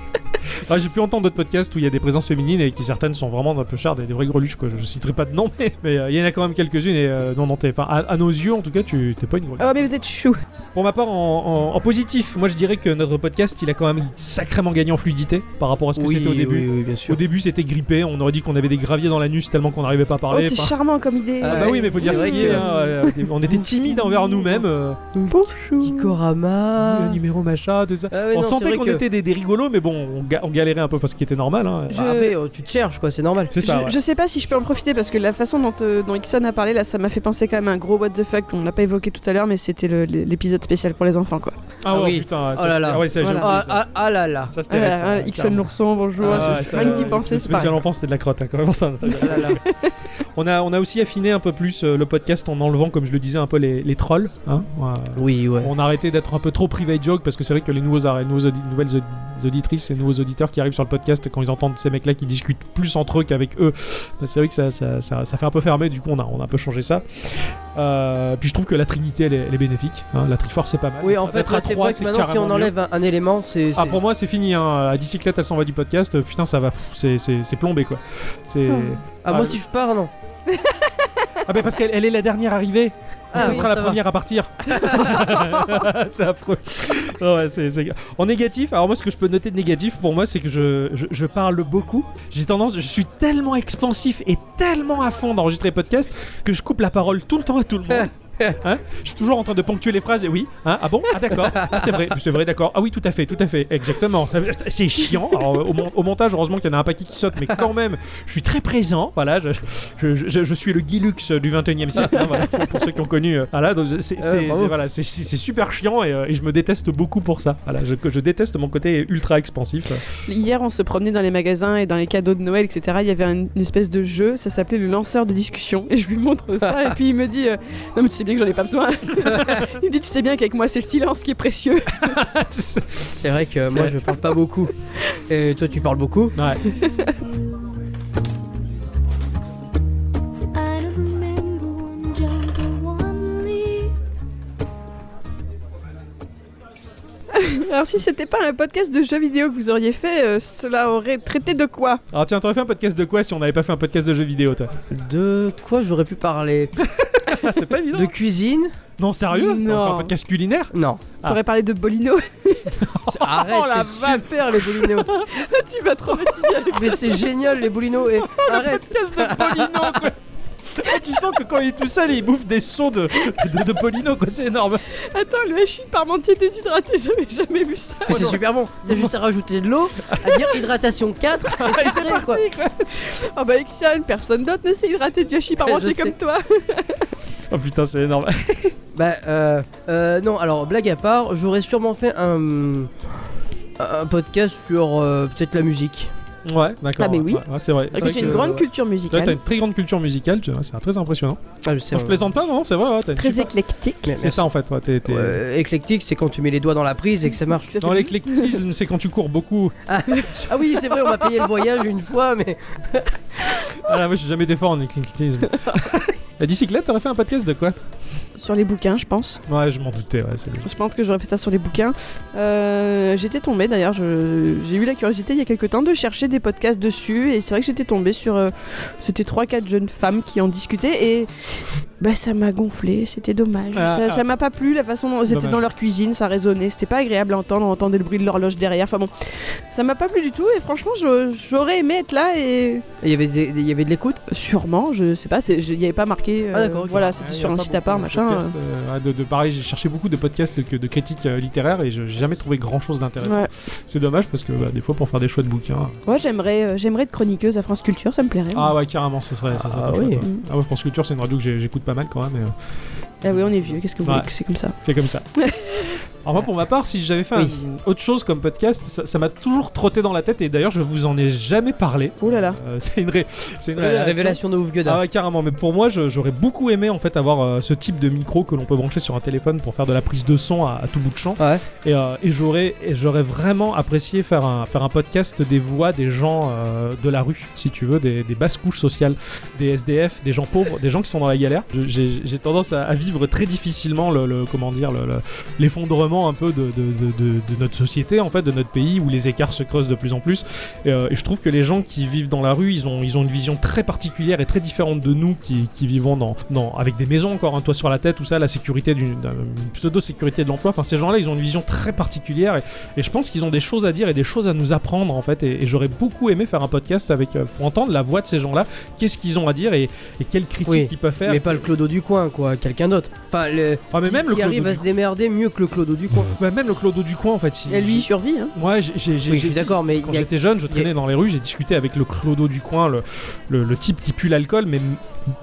Speaker 1: Ah, J'ai pu entendre d'autres podcasts où il y a des présences féminines et qui certaines sont vraiment un peu chères, des, des vraies greluches. Quoi. Je, je citerai pas de nom, mais mais, euh, il y en a quand même quelques-unes. Et euh, non, non, t'es, enfin, à, à nos yeux, en tout cas, tu t'es pas une greluche.
Speaker 3: Oh mais vous êtes chou.
Speaker 1: Pour ma part, en, en- en positif, moi je dirais que notre podcast, il a quand même sacrément gagné en fluidité par rapport à ce que c'était au début.
Speaker 2: oui, oui, bien
Speaker 1: Au
Speaker 2: sûr.
Speaker 1: début, c'était grippé. On aurait dit qu'on avait des graviers dans l'anus tellement qu'on n'arrivait pas à
Speaker 3: Oh
Speaker 1: parler.
Speaker 3: c'est
Speaker 1: Enfin,
Speaker 3: charmant comme idée.
Speaker 1: ah bah oui, mais faut dire ce
Speaker 2: C'est vrai
Speaker 1: qui est.
Speaker 2: que-
Speaker 1: hein, euh, on était timide envers nous-mêmes. euh,
Speaker 3: Bonjour.
Speaker 1: le
Speaker 2: Ikorama.
Speaker 1: numéro machin, tout ça.
Speaker 2: Ah ouais,
Speaker 1: on
Speaker 2: non, c'est
Speaker 1: sentait
Speaker 2: vrai
Speaker 1: qu'on
Speaker 2: que-
Speaker 1: était des, des rigolos, mais bon, on, ga- on galérait un peu parce qu'il était normal. hein.
Speaker 2: Bah, après, euh, tu te cherches, quoi, c'est normal.
Speaker 1: C'est ça.
Speaker 3: je,
Speaker 1: ouais.
Speaker 3: je sais pas si je peux en profiter parce que la façon dont, euh, dont Ixon a parlé là, ça m'a fait penser quand même à un gros what the fuck. On l'a pas évoqué tout à l'heure, mais c'était le- le- l'épisode spécial pour les enfants quoi.
Speaker 1: Ah,
Speaker 2: Ah
Speaker 1: ouais,
Speaker 2: oui.
Speaker 1: putain, ça,
Speaker 2: Oh là
Speaker 1: c'était-
Speaker 2: là.
Speaker 1: ah ouais, ça, j'ai oublié
Speaker 2: Ah,
Speaker 1: ça.
Speaker 2: ah, ah là là.
Speaker 1: Ça, c'était
Speaker 3: Ah,
Speaker 1: raide,
Speaker 3: là,
Speaker 1: ça,
Speaker 3: ah,
Speaker 1: ouais,
Speaker 3: Ixon
Speaker 1: carrément.
Speaker 3: l'ourson, bonjour.
Speaker 1: Ah,
Speaker 3: je-
Speaker 1: ouais, ça,
Speaker 3: rien que d'y
Speaker 1: ouais,
Speaker 3: penser,
Speaker 1: le
Speaker 3: c'est pas.
Speaker 1: spécial enfance, c'était de la crotte, hein, quand même. ça-
Speaker 2: Ah là là.
Speaker 1: on, a, on a aussi affiné un peu plus euh, le podcast en enlevant, comme je le disais, un peu les, les trolls. hein. Ouais.
Speaker 2: Oui, ouais.
Speaker 1: On a arrêté d'être un peu trop private joke parce que c'est vrai que les nouveaux, ar- nouveaux audi- nouvelles audi- auditrices et nouveaux auditeurs qui arrivent sur le podcast, quand ils entendent ces mecs-là qui discutent plus entre eux qu'avec eux, bah, c'est vrai que ça, ça, ça- ça fait un peu fermé. Du coup, on a, on a un peu changé ça. Euh, puis je trouve que la Trinité, elle est, elle est bénéfique. hein. La Triforce, c'est pas mal.
Speaker 2: Oui, en fait,
Speaker 1: D'être à
Speaker 2: là, c'est
Speaker 1: trois,
Speaker 2: vrai que maintenant, si
Speaker 1: carrément
Speaker 2: on
Speaker 1: mieux.
Speaker 2: enlève un, un élément, c'est.
Speaker 1: Ah
Speaker 2: c'est-
Speaker 1: pour moi c'est fini hein. La bicyclette elle s'en va du podcast. Euh, Putain ça va, pff, c'est- c'est c'est plombé quoi. C'est
Speaker 2: Ah, moi,
Speaker 1: ah,
Speaker 2: si je pars, non.
Speaker 1: ah ben parce qu'elle elle est la dernière arrivée.
Speaker 2: Ah,
Speaker 1: ça
Speaker 2: oui,
Speaker 1: sera
Speaker 2: ça
Speaker 1: la
Speaker 2: va.
Speaker 1: première à partir. c'est affreux. Non, ouais, c'est- c'est- En négatif, alors moi ce que je peux noter de négatif pour moi c'est que je, je, je parle beaucoup. J'ai tendance, je suis tellement expansif et tellement à fond d'enregistrer podcast que je coupe la parole tout le temps à tout le monde. Hein je suis toujours en train de ponctuer les phrases. et Oui, hein, ah bon, ah d'accord, ah, c'est vrai, c'est vrai, d'accord. Ah oui, tout à fait, tout à fait, exactement. C'est chiant. Alors, au, mon- au montage, heureusement qu'il y en a un paquet qui saute, mais quand même, je suis très présent. Voilà, je, je, je- je suis le Guilux du 21e siècle. hein, voilà, pour, pour ceux qui ont connu. euh, Voilà, donc c'est- c'est
Speaker 2: Euh,
Speaker 1: c'est-
Speaker 2: bravo.
Speaker 1: c'est- voilà, c'est- c'est- c'est super chiant et, euh, et je me déteste beaucoup pour ça. Voilà, je, je déteste mon côté ultra expansif.
Speaker 3: Hier, on se promenait dans les magasins et dans les cadeaux de Noël, etc. Il y avait un- une espèce de jeu, ça s'appelait le lanceur de discussion. Et je lui montre ça, et puis il me dit euh, Non, mais tu sais bien que j'en ai pas besoin. il me dit Tu sais bien qu'avec moi, c'est le silence qui est précieux.
Speaker 2: C'est vrai que moi, je parle pas beaucoup. Et toi, tu parles beaucoup.
Speaker 1: Ouais.
Speaker 8: I don't remember one jump or one leap.
Speaker 3: Alors, si c'était pas un podcast de jeux vidéo que vous auriez fait, euh, cela aurait traité de quoi
Speaker 1: Alors tiens, t'aurais fait un podcast de quoi si on n'avait pas fait un podcast de jeux vidéo, toi
Speaker 2: De quoi j'aurais pu parler
Speaker 1: Ah, C'est pas évident.
Speaker 2: De cuisine
Speaker 1: Non, sérieux T'aurais
Speaker 3: Non.
Speaker 1: fait un podcast culinaire
Speaker 2: Non.
Speaker 3: T'aurais parlé de Bolino
Speaker 2: Arrête,
Speaker 1: Oh, la
Speaker 2: c'est
Speaker 1: vanne.
Speaker 2: super les boulinos.
Speaker 3: Tu m'as traumatisé avec
Speaker 2: Mais c'est génial les boulinos. Et arrête.
Speaker 1: Podcast de Polino, quoi Ah, tu sens que quand il est tout seul, il bouffe des sons de, de, de Polino, quoi, c'est énorme.
Speaker 3: Attends, le hachis parmentier déshydraté, j'avais jamais vu ça.
Speaker 1: Oh,
Speaker 3: Oh
Speaker 2: Mais c'est super bon. T'as juste à rajouter de l'eau, à dire hydratation 4. Et c'est prêt, quoi.
Speaker 3: Ah bah, Ixon, personne d'autre ne s'est hydraté du hachis parmentier
Speaker 2: sais.
Speaker 3: comme toi.
Speaker 1: Oh putain, c'est énorme.
Speaker 2: Bah euh, euh, non alors blague à part j'aurais sûrement fait un un podcast sur euh, peut-être la musique
Speaker 1: Ouais, d'accord.
Speaker 3: Ah, mais
Speaker 1: ouais,
Speaker 3: oui.
Speaker 1: ouais, ouais, c'est vrai.
Speaker 3: Parce
Speaker 1: C'est
Speaker 3: que
Speaker 1: vrai
Speaker 3: j'ai une
Speaker 1: que-
Speaker 3: grande culture
Speaker 1: c'est vrai que T'as
Speaker 3: musicale,
Speaker 1: une très grande culture musicale, tu vois, c'est très impressionnant.
Speaker 2: Ah, je sais.
Speaker 1: Non, je
Speaker 2: ouais.
Speaker 1: plaisante pas, non, c'est vrai. ouais, t'as une
Speaker 3: très
Speaker 1: super-
Speaker 3: éclectique.
Speaker 2: Mais-
Speaker 1: C'est
Speaker 2: mais-
Speaker 1: ça en fait, ouais, t'es- t'es-
Speaker 2: Ouais, éclectique, c'est quand tu mets les doigts dans la prise et que ça marche.
Speaker 1: Dans l'éclectisme, c'est quand tu cours beaucoup.
Speaker 2: Ah oui, c'est vrai, on m'a payé le voyage une fois, mais
Speaker 1: Ah là, moi, j'ai jamais été fort en éclectisme. La bicyclette, t'aurais fait un podcast de quoi
Speaker 3: Sur les bouquins, je pense.
Speaker 1: Ouais, je m'en doutais, ouais, c'est
Speaker 3: Je pense que j'aurais fait ça sur les bouquins. Euh, j'étais tombée d'ailleurs, je- j'ai eu la curiosité il y a quelques temps de chercher des podcasts dessus et c'est vrai que j'étais tombée sur. euh, c'était 3-4 jeunes femmes qui en discutaient et bah, ça m'a gonflé, c'était dommage.
Speaker 1: Ah,
Speaker 3: ça
Speaker 1: ah.
Speaker 3: ça m'a pas plu la façon dont. C'était
Speaker 1: Dommage.
Speaker 3: dans leur cuisine, ça résonnait, c'était pas agréable à entendre, on entendait le bruit de l'horloge derrière. Enfin bon, ça m'a pas plu du tout et franchement je- j'aurais aimé être là et
Speaker 2: il y avait, des- il y avait de l'écoute.
Speaker 3: sûrement, je sais pas, c'est- je- il n'y avait pas marqué. euh,
Speaker 2: Ah, d'accord, ok.
Speaker 3: Voilà, c'était sur un site à part, machin. euh.
Speaker 1: ah, de, de- pareil, j'ai cherché beaucoup de podcasts de, de critiques euh, littéraires et je- j'ai jamais trouvé grand chose d'intéressant.
Speaker 3: Ouais.
Speaker 1: C'est dommage parce que bah, des fois, pour faire des choix de bouquins.
Speaker 3: Ouais, j'aimerais, euh, j'aimerais être chroniqueuse à France Culture, ça me plairait. moi.
Speaker 1: Ah ouais, carrément, ça serait. Ça serait
Speaker 2: Ah
Speaker 1: très
Speaker 2: oui.
Speaker 1: chouette, ouais. Ah ouais, France Culture, c'est une radio que j'ai- j'écoute pas mal quand même. et, euh,
Speaker 3: Ah oui, on est vieux, qu'est-ce que vous voulez
Speaker 1: Ouais.
Speaker 3: que c'est comme ça
Speaker 1: C'est comme ça. Alors moi pour ma part, si j'avais fait un-
Speaker 2: Oui.
Speaker 1: autre chose comme podcast, ça ça m'a toujours trotté dans la tête et d'ailleurs je vous en ai jamais parlé.
Speaker 3: Ouh là là.
Speaker 1: Euh, c'est une, ré- c'est une
Speaker 2: La, la révélation de Ouf
Speaker 1: Ah
Speaker 2: Gueudin.
Speaker 1: ouais carrément, mais pour moi je- j'aurais beaucoup aimé en fait avoir euh, ce type de micro que l'on peut brancher sur un téléphone pour faire de la prise de son à, à tout bout de champ.
Speaker 2: Ouais.
Speaker 1: Et, euh, et j'aurais et j'aurais vraiment apprécié faire un, faire un podcast des voix des gens euh, de la rue, si tu veux, des, des basses couches sociales, des SDF, des gens pauvres, des gens qui sont dans la galère. Je- J'ai j'ai tendance à, à vivre très difficilement le, le- comment dire le- le- l'effondrement un peu de, de- de- de- de notre société en fait, de notre pays où les écarts se creusent de plus en plus. Et, euh, et je trouve que les gens qui vivent dans la rue, ils ont, ils ont une vision très particulière et très différente de nous qui, qui vivons dans, dans, avec des maisons encore, un toit sur la tête, tout ça, la sécurité d'une d'un- une pseudo-sécurité de l'emploi. Enfin, ces gens-là, ils ont une vision très particulière et, et je pense qu'ils ont des choses à dire et des choses à nous apprendre en fait. Et, et j'aurais beaucoup aimé faire un podcast avec, euh, pour entendre la voix de ces gens-là, qu'est-ce qu'ils ont à dire et, et quelles critiques
Speaker 2: Oui,
Speaker 1: ils peuvent faire.
Speaker 2: Mais pas le Clodo du coin, quoi, quelqu'un d'autre. Enfin, le,
Speaker 1: Ah, mais
Speaker 2: qui-
Speaker 1: même le
Speaker 2: qui
Speaker 1: Clodo
Speaker 2: arrive à
Speaker 1: du
Speaker 2: se démerder mieux que le Clodo du coin.
Speaker 1: Bah, même le Clodo du coin en fait.
Speaker 2: Mmh.
Speaker 1: il-
Speaker 3: Et lui, il survit, hein.
Speaker 1: Moi, j'ai- j'ai- j'ai-
Speaker 2: Oui, je
Speaker 1: j'ai
Speaker 2: suis
Speaker 1: dit-
Speaker 2: d'accord, mais
Speaker 1: Quand
Speaker 2: il y a-
Speaker 1: j'étais jeune, je
Speaker 2: y a-
Speaker 1: traînais dans les rues, j'ai discuté avec le clodo du coin, le, le, le type qui pue l'alcool, mais m-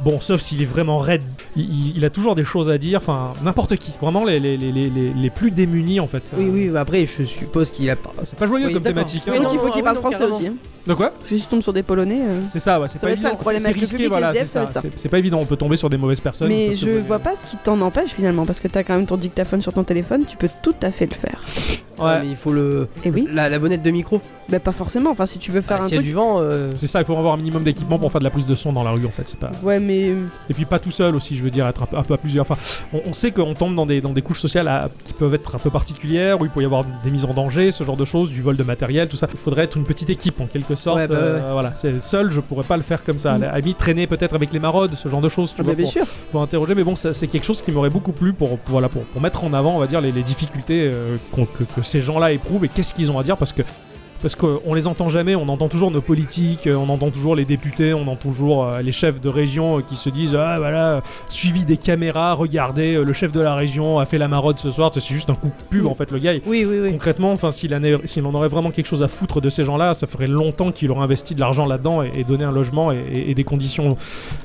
Speaker 1: bon, sauf s'il est vraiment raide, il, il- il a toujours des choses à dire, enfin, n'importe qui, vraiment les, les, les, les, les- les plus démunis en fait.
Speaker 2: Oui,
Speaker 1: Euh,
Speaker 2: oui, bah après, je suppose qu'il a pas.
Speaker 1: C'est pas joyeux
Speaker 2: Oui,
Speaker 1: comme
Speaker 2: d'accord.
Speaker 1: thématique.
Speaker 2: Oui,
Speaker 1: Hein.
Speaker 3: Donc il
Speaker 2: non,
Speaker 3: faut
Speaker 2: oui,
Speaker 3: qu'il parle
Speaker 2: non,
Speaker 3: français
Speaker 2: carrément.
Speaker 3: aussi. hein.
Speaker 1: De quoi
Speaker 3: Parce que si tu tombes sur des Polonais. euh,
Speaker 1: C'est ça, ouais, c'est
Speaker 3: Ça
Speaker 1: pas
Speaker 3: va être ça,
Speaker 1: évident.
Speaker 3: le problème
Speaker 1: C'est
Speaker 3: avec le
Speaker 1: risqué,
Speaker 3: public
Speaker 1: voilà,
Speaker 3: SDF,
Speaker 1: c'est
Speaker 3: ça va
Speaker 1: ça.
Speaker 3: être ça.
Speaker 1: C'est c'est pas évident, on peut tomber sur des mauvaises personnes. on
Speaker 3: Mais
Speaker 1: peut
Speaker 3: je
Speaker 1: tomber-
Speaker 3: vois pas ce qui t'en empêche finalement, parce que t'as quand même ton dictaphone sur ton téléphone, tu peux tout à fait le faire.
Speaker 2: Ouais,
Speaker 1: Ouais,
Speaker 2: Ah, mais il faut le.
Speaker 3: Et oui,
Speaker 2: La, la bonnette de micro.
Speaker 3: bah pas forcément, enfin si tu veux faire
Speaker 2: Ah,
Speaker 3: un
Speaker 2: S'il y a
Speaker 3: truc.
Speaker 2: du vent. euh,
Speaker 1: c'est ça, il faut avoir un minimum d'équipement pour faire de la prise de son dans la rue en fait, c'est pas.
Speaker 3: Ouais, mais. euh,
Speaker 1: Et puis pas tout seul aussi, je veux dire, être un peu, un peu à plusieurs. Enfin, on, on sait qu'on tombe dans des, dans des couches sociales à- qui peuvent être un peu particulières, où il peut y avoir des mises en danger, ce genre de choses, du vol de matériel, tout ça. Il faudrait être une petite équipe en quelque sorte.
Speaker 2: Ouais, bah ouais.
Speaker 1: euh, voilà, c'est seul, je pourrais pas le faire comme ça.
Speaker 3: Mm.
Speaker 1: À la- À la limite, traîner peut-être avec les maraudes, ce genre de choses, tu
Speaker 3: Ah,
Speaker 1: vois,
Speaker 3: bah, bien
Speaker 1: pour,
Speaker 3: sûr.
Speaker 1: pour interroger. Mais bon, ça, c'est quelque chose qui m'aurait beaucoup plu pour, pour- voilà, pour, pour mettre en avant, on va dire, les, les difficultés euh, qu'on- que, que ces gens-là éprouvent et qu'est-ce qu'ils ont à dire parce que parce qu'on les entend jamais, on entend toujours nos politiques, euh, on entend toujours les députés, on entend toujours euh, les chefs de région euh, qui se disent Ah voilà, suivi des caméras, regardez, euh, le chef de la région a fait la maraude ce soir, Tu sais, c'est juste un coup de pub en fait, le gars. il-
Speaker 2: Oui, oui, oui.
Speaker 1: Concrètement, enfin, s'il en, est- s'il en aurait vraiment quelque chose à foutre de ces gens-là, ça ferait longtemps qu'il aurait investi de l'argent là-dedans et, et donné un logement et, et- et des conditions.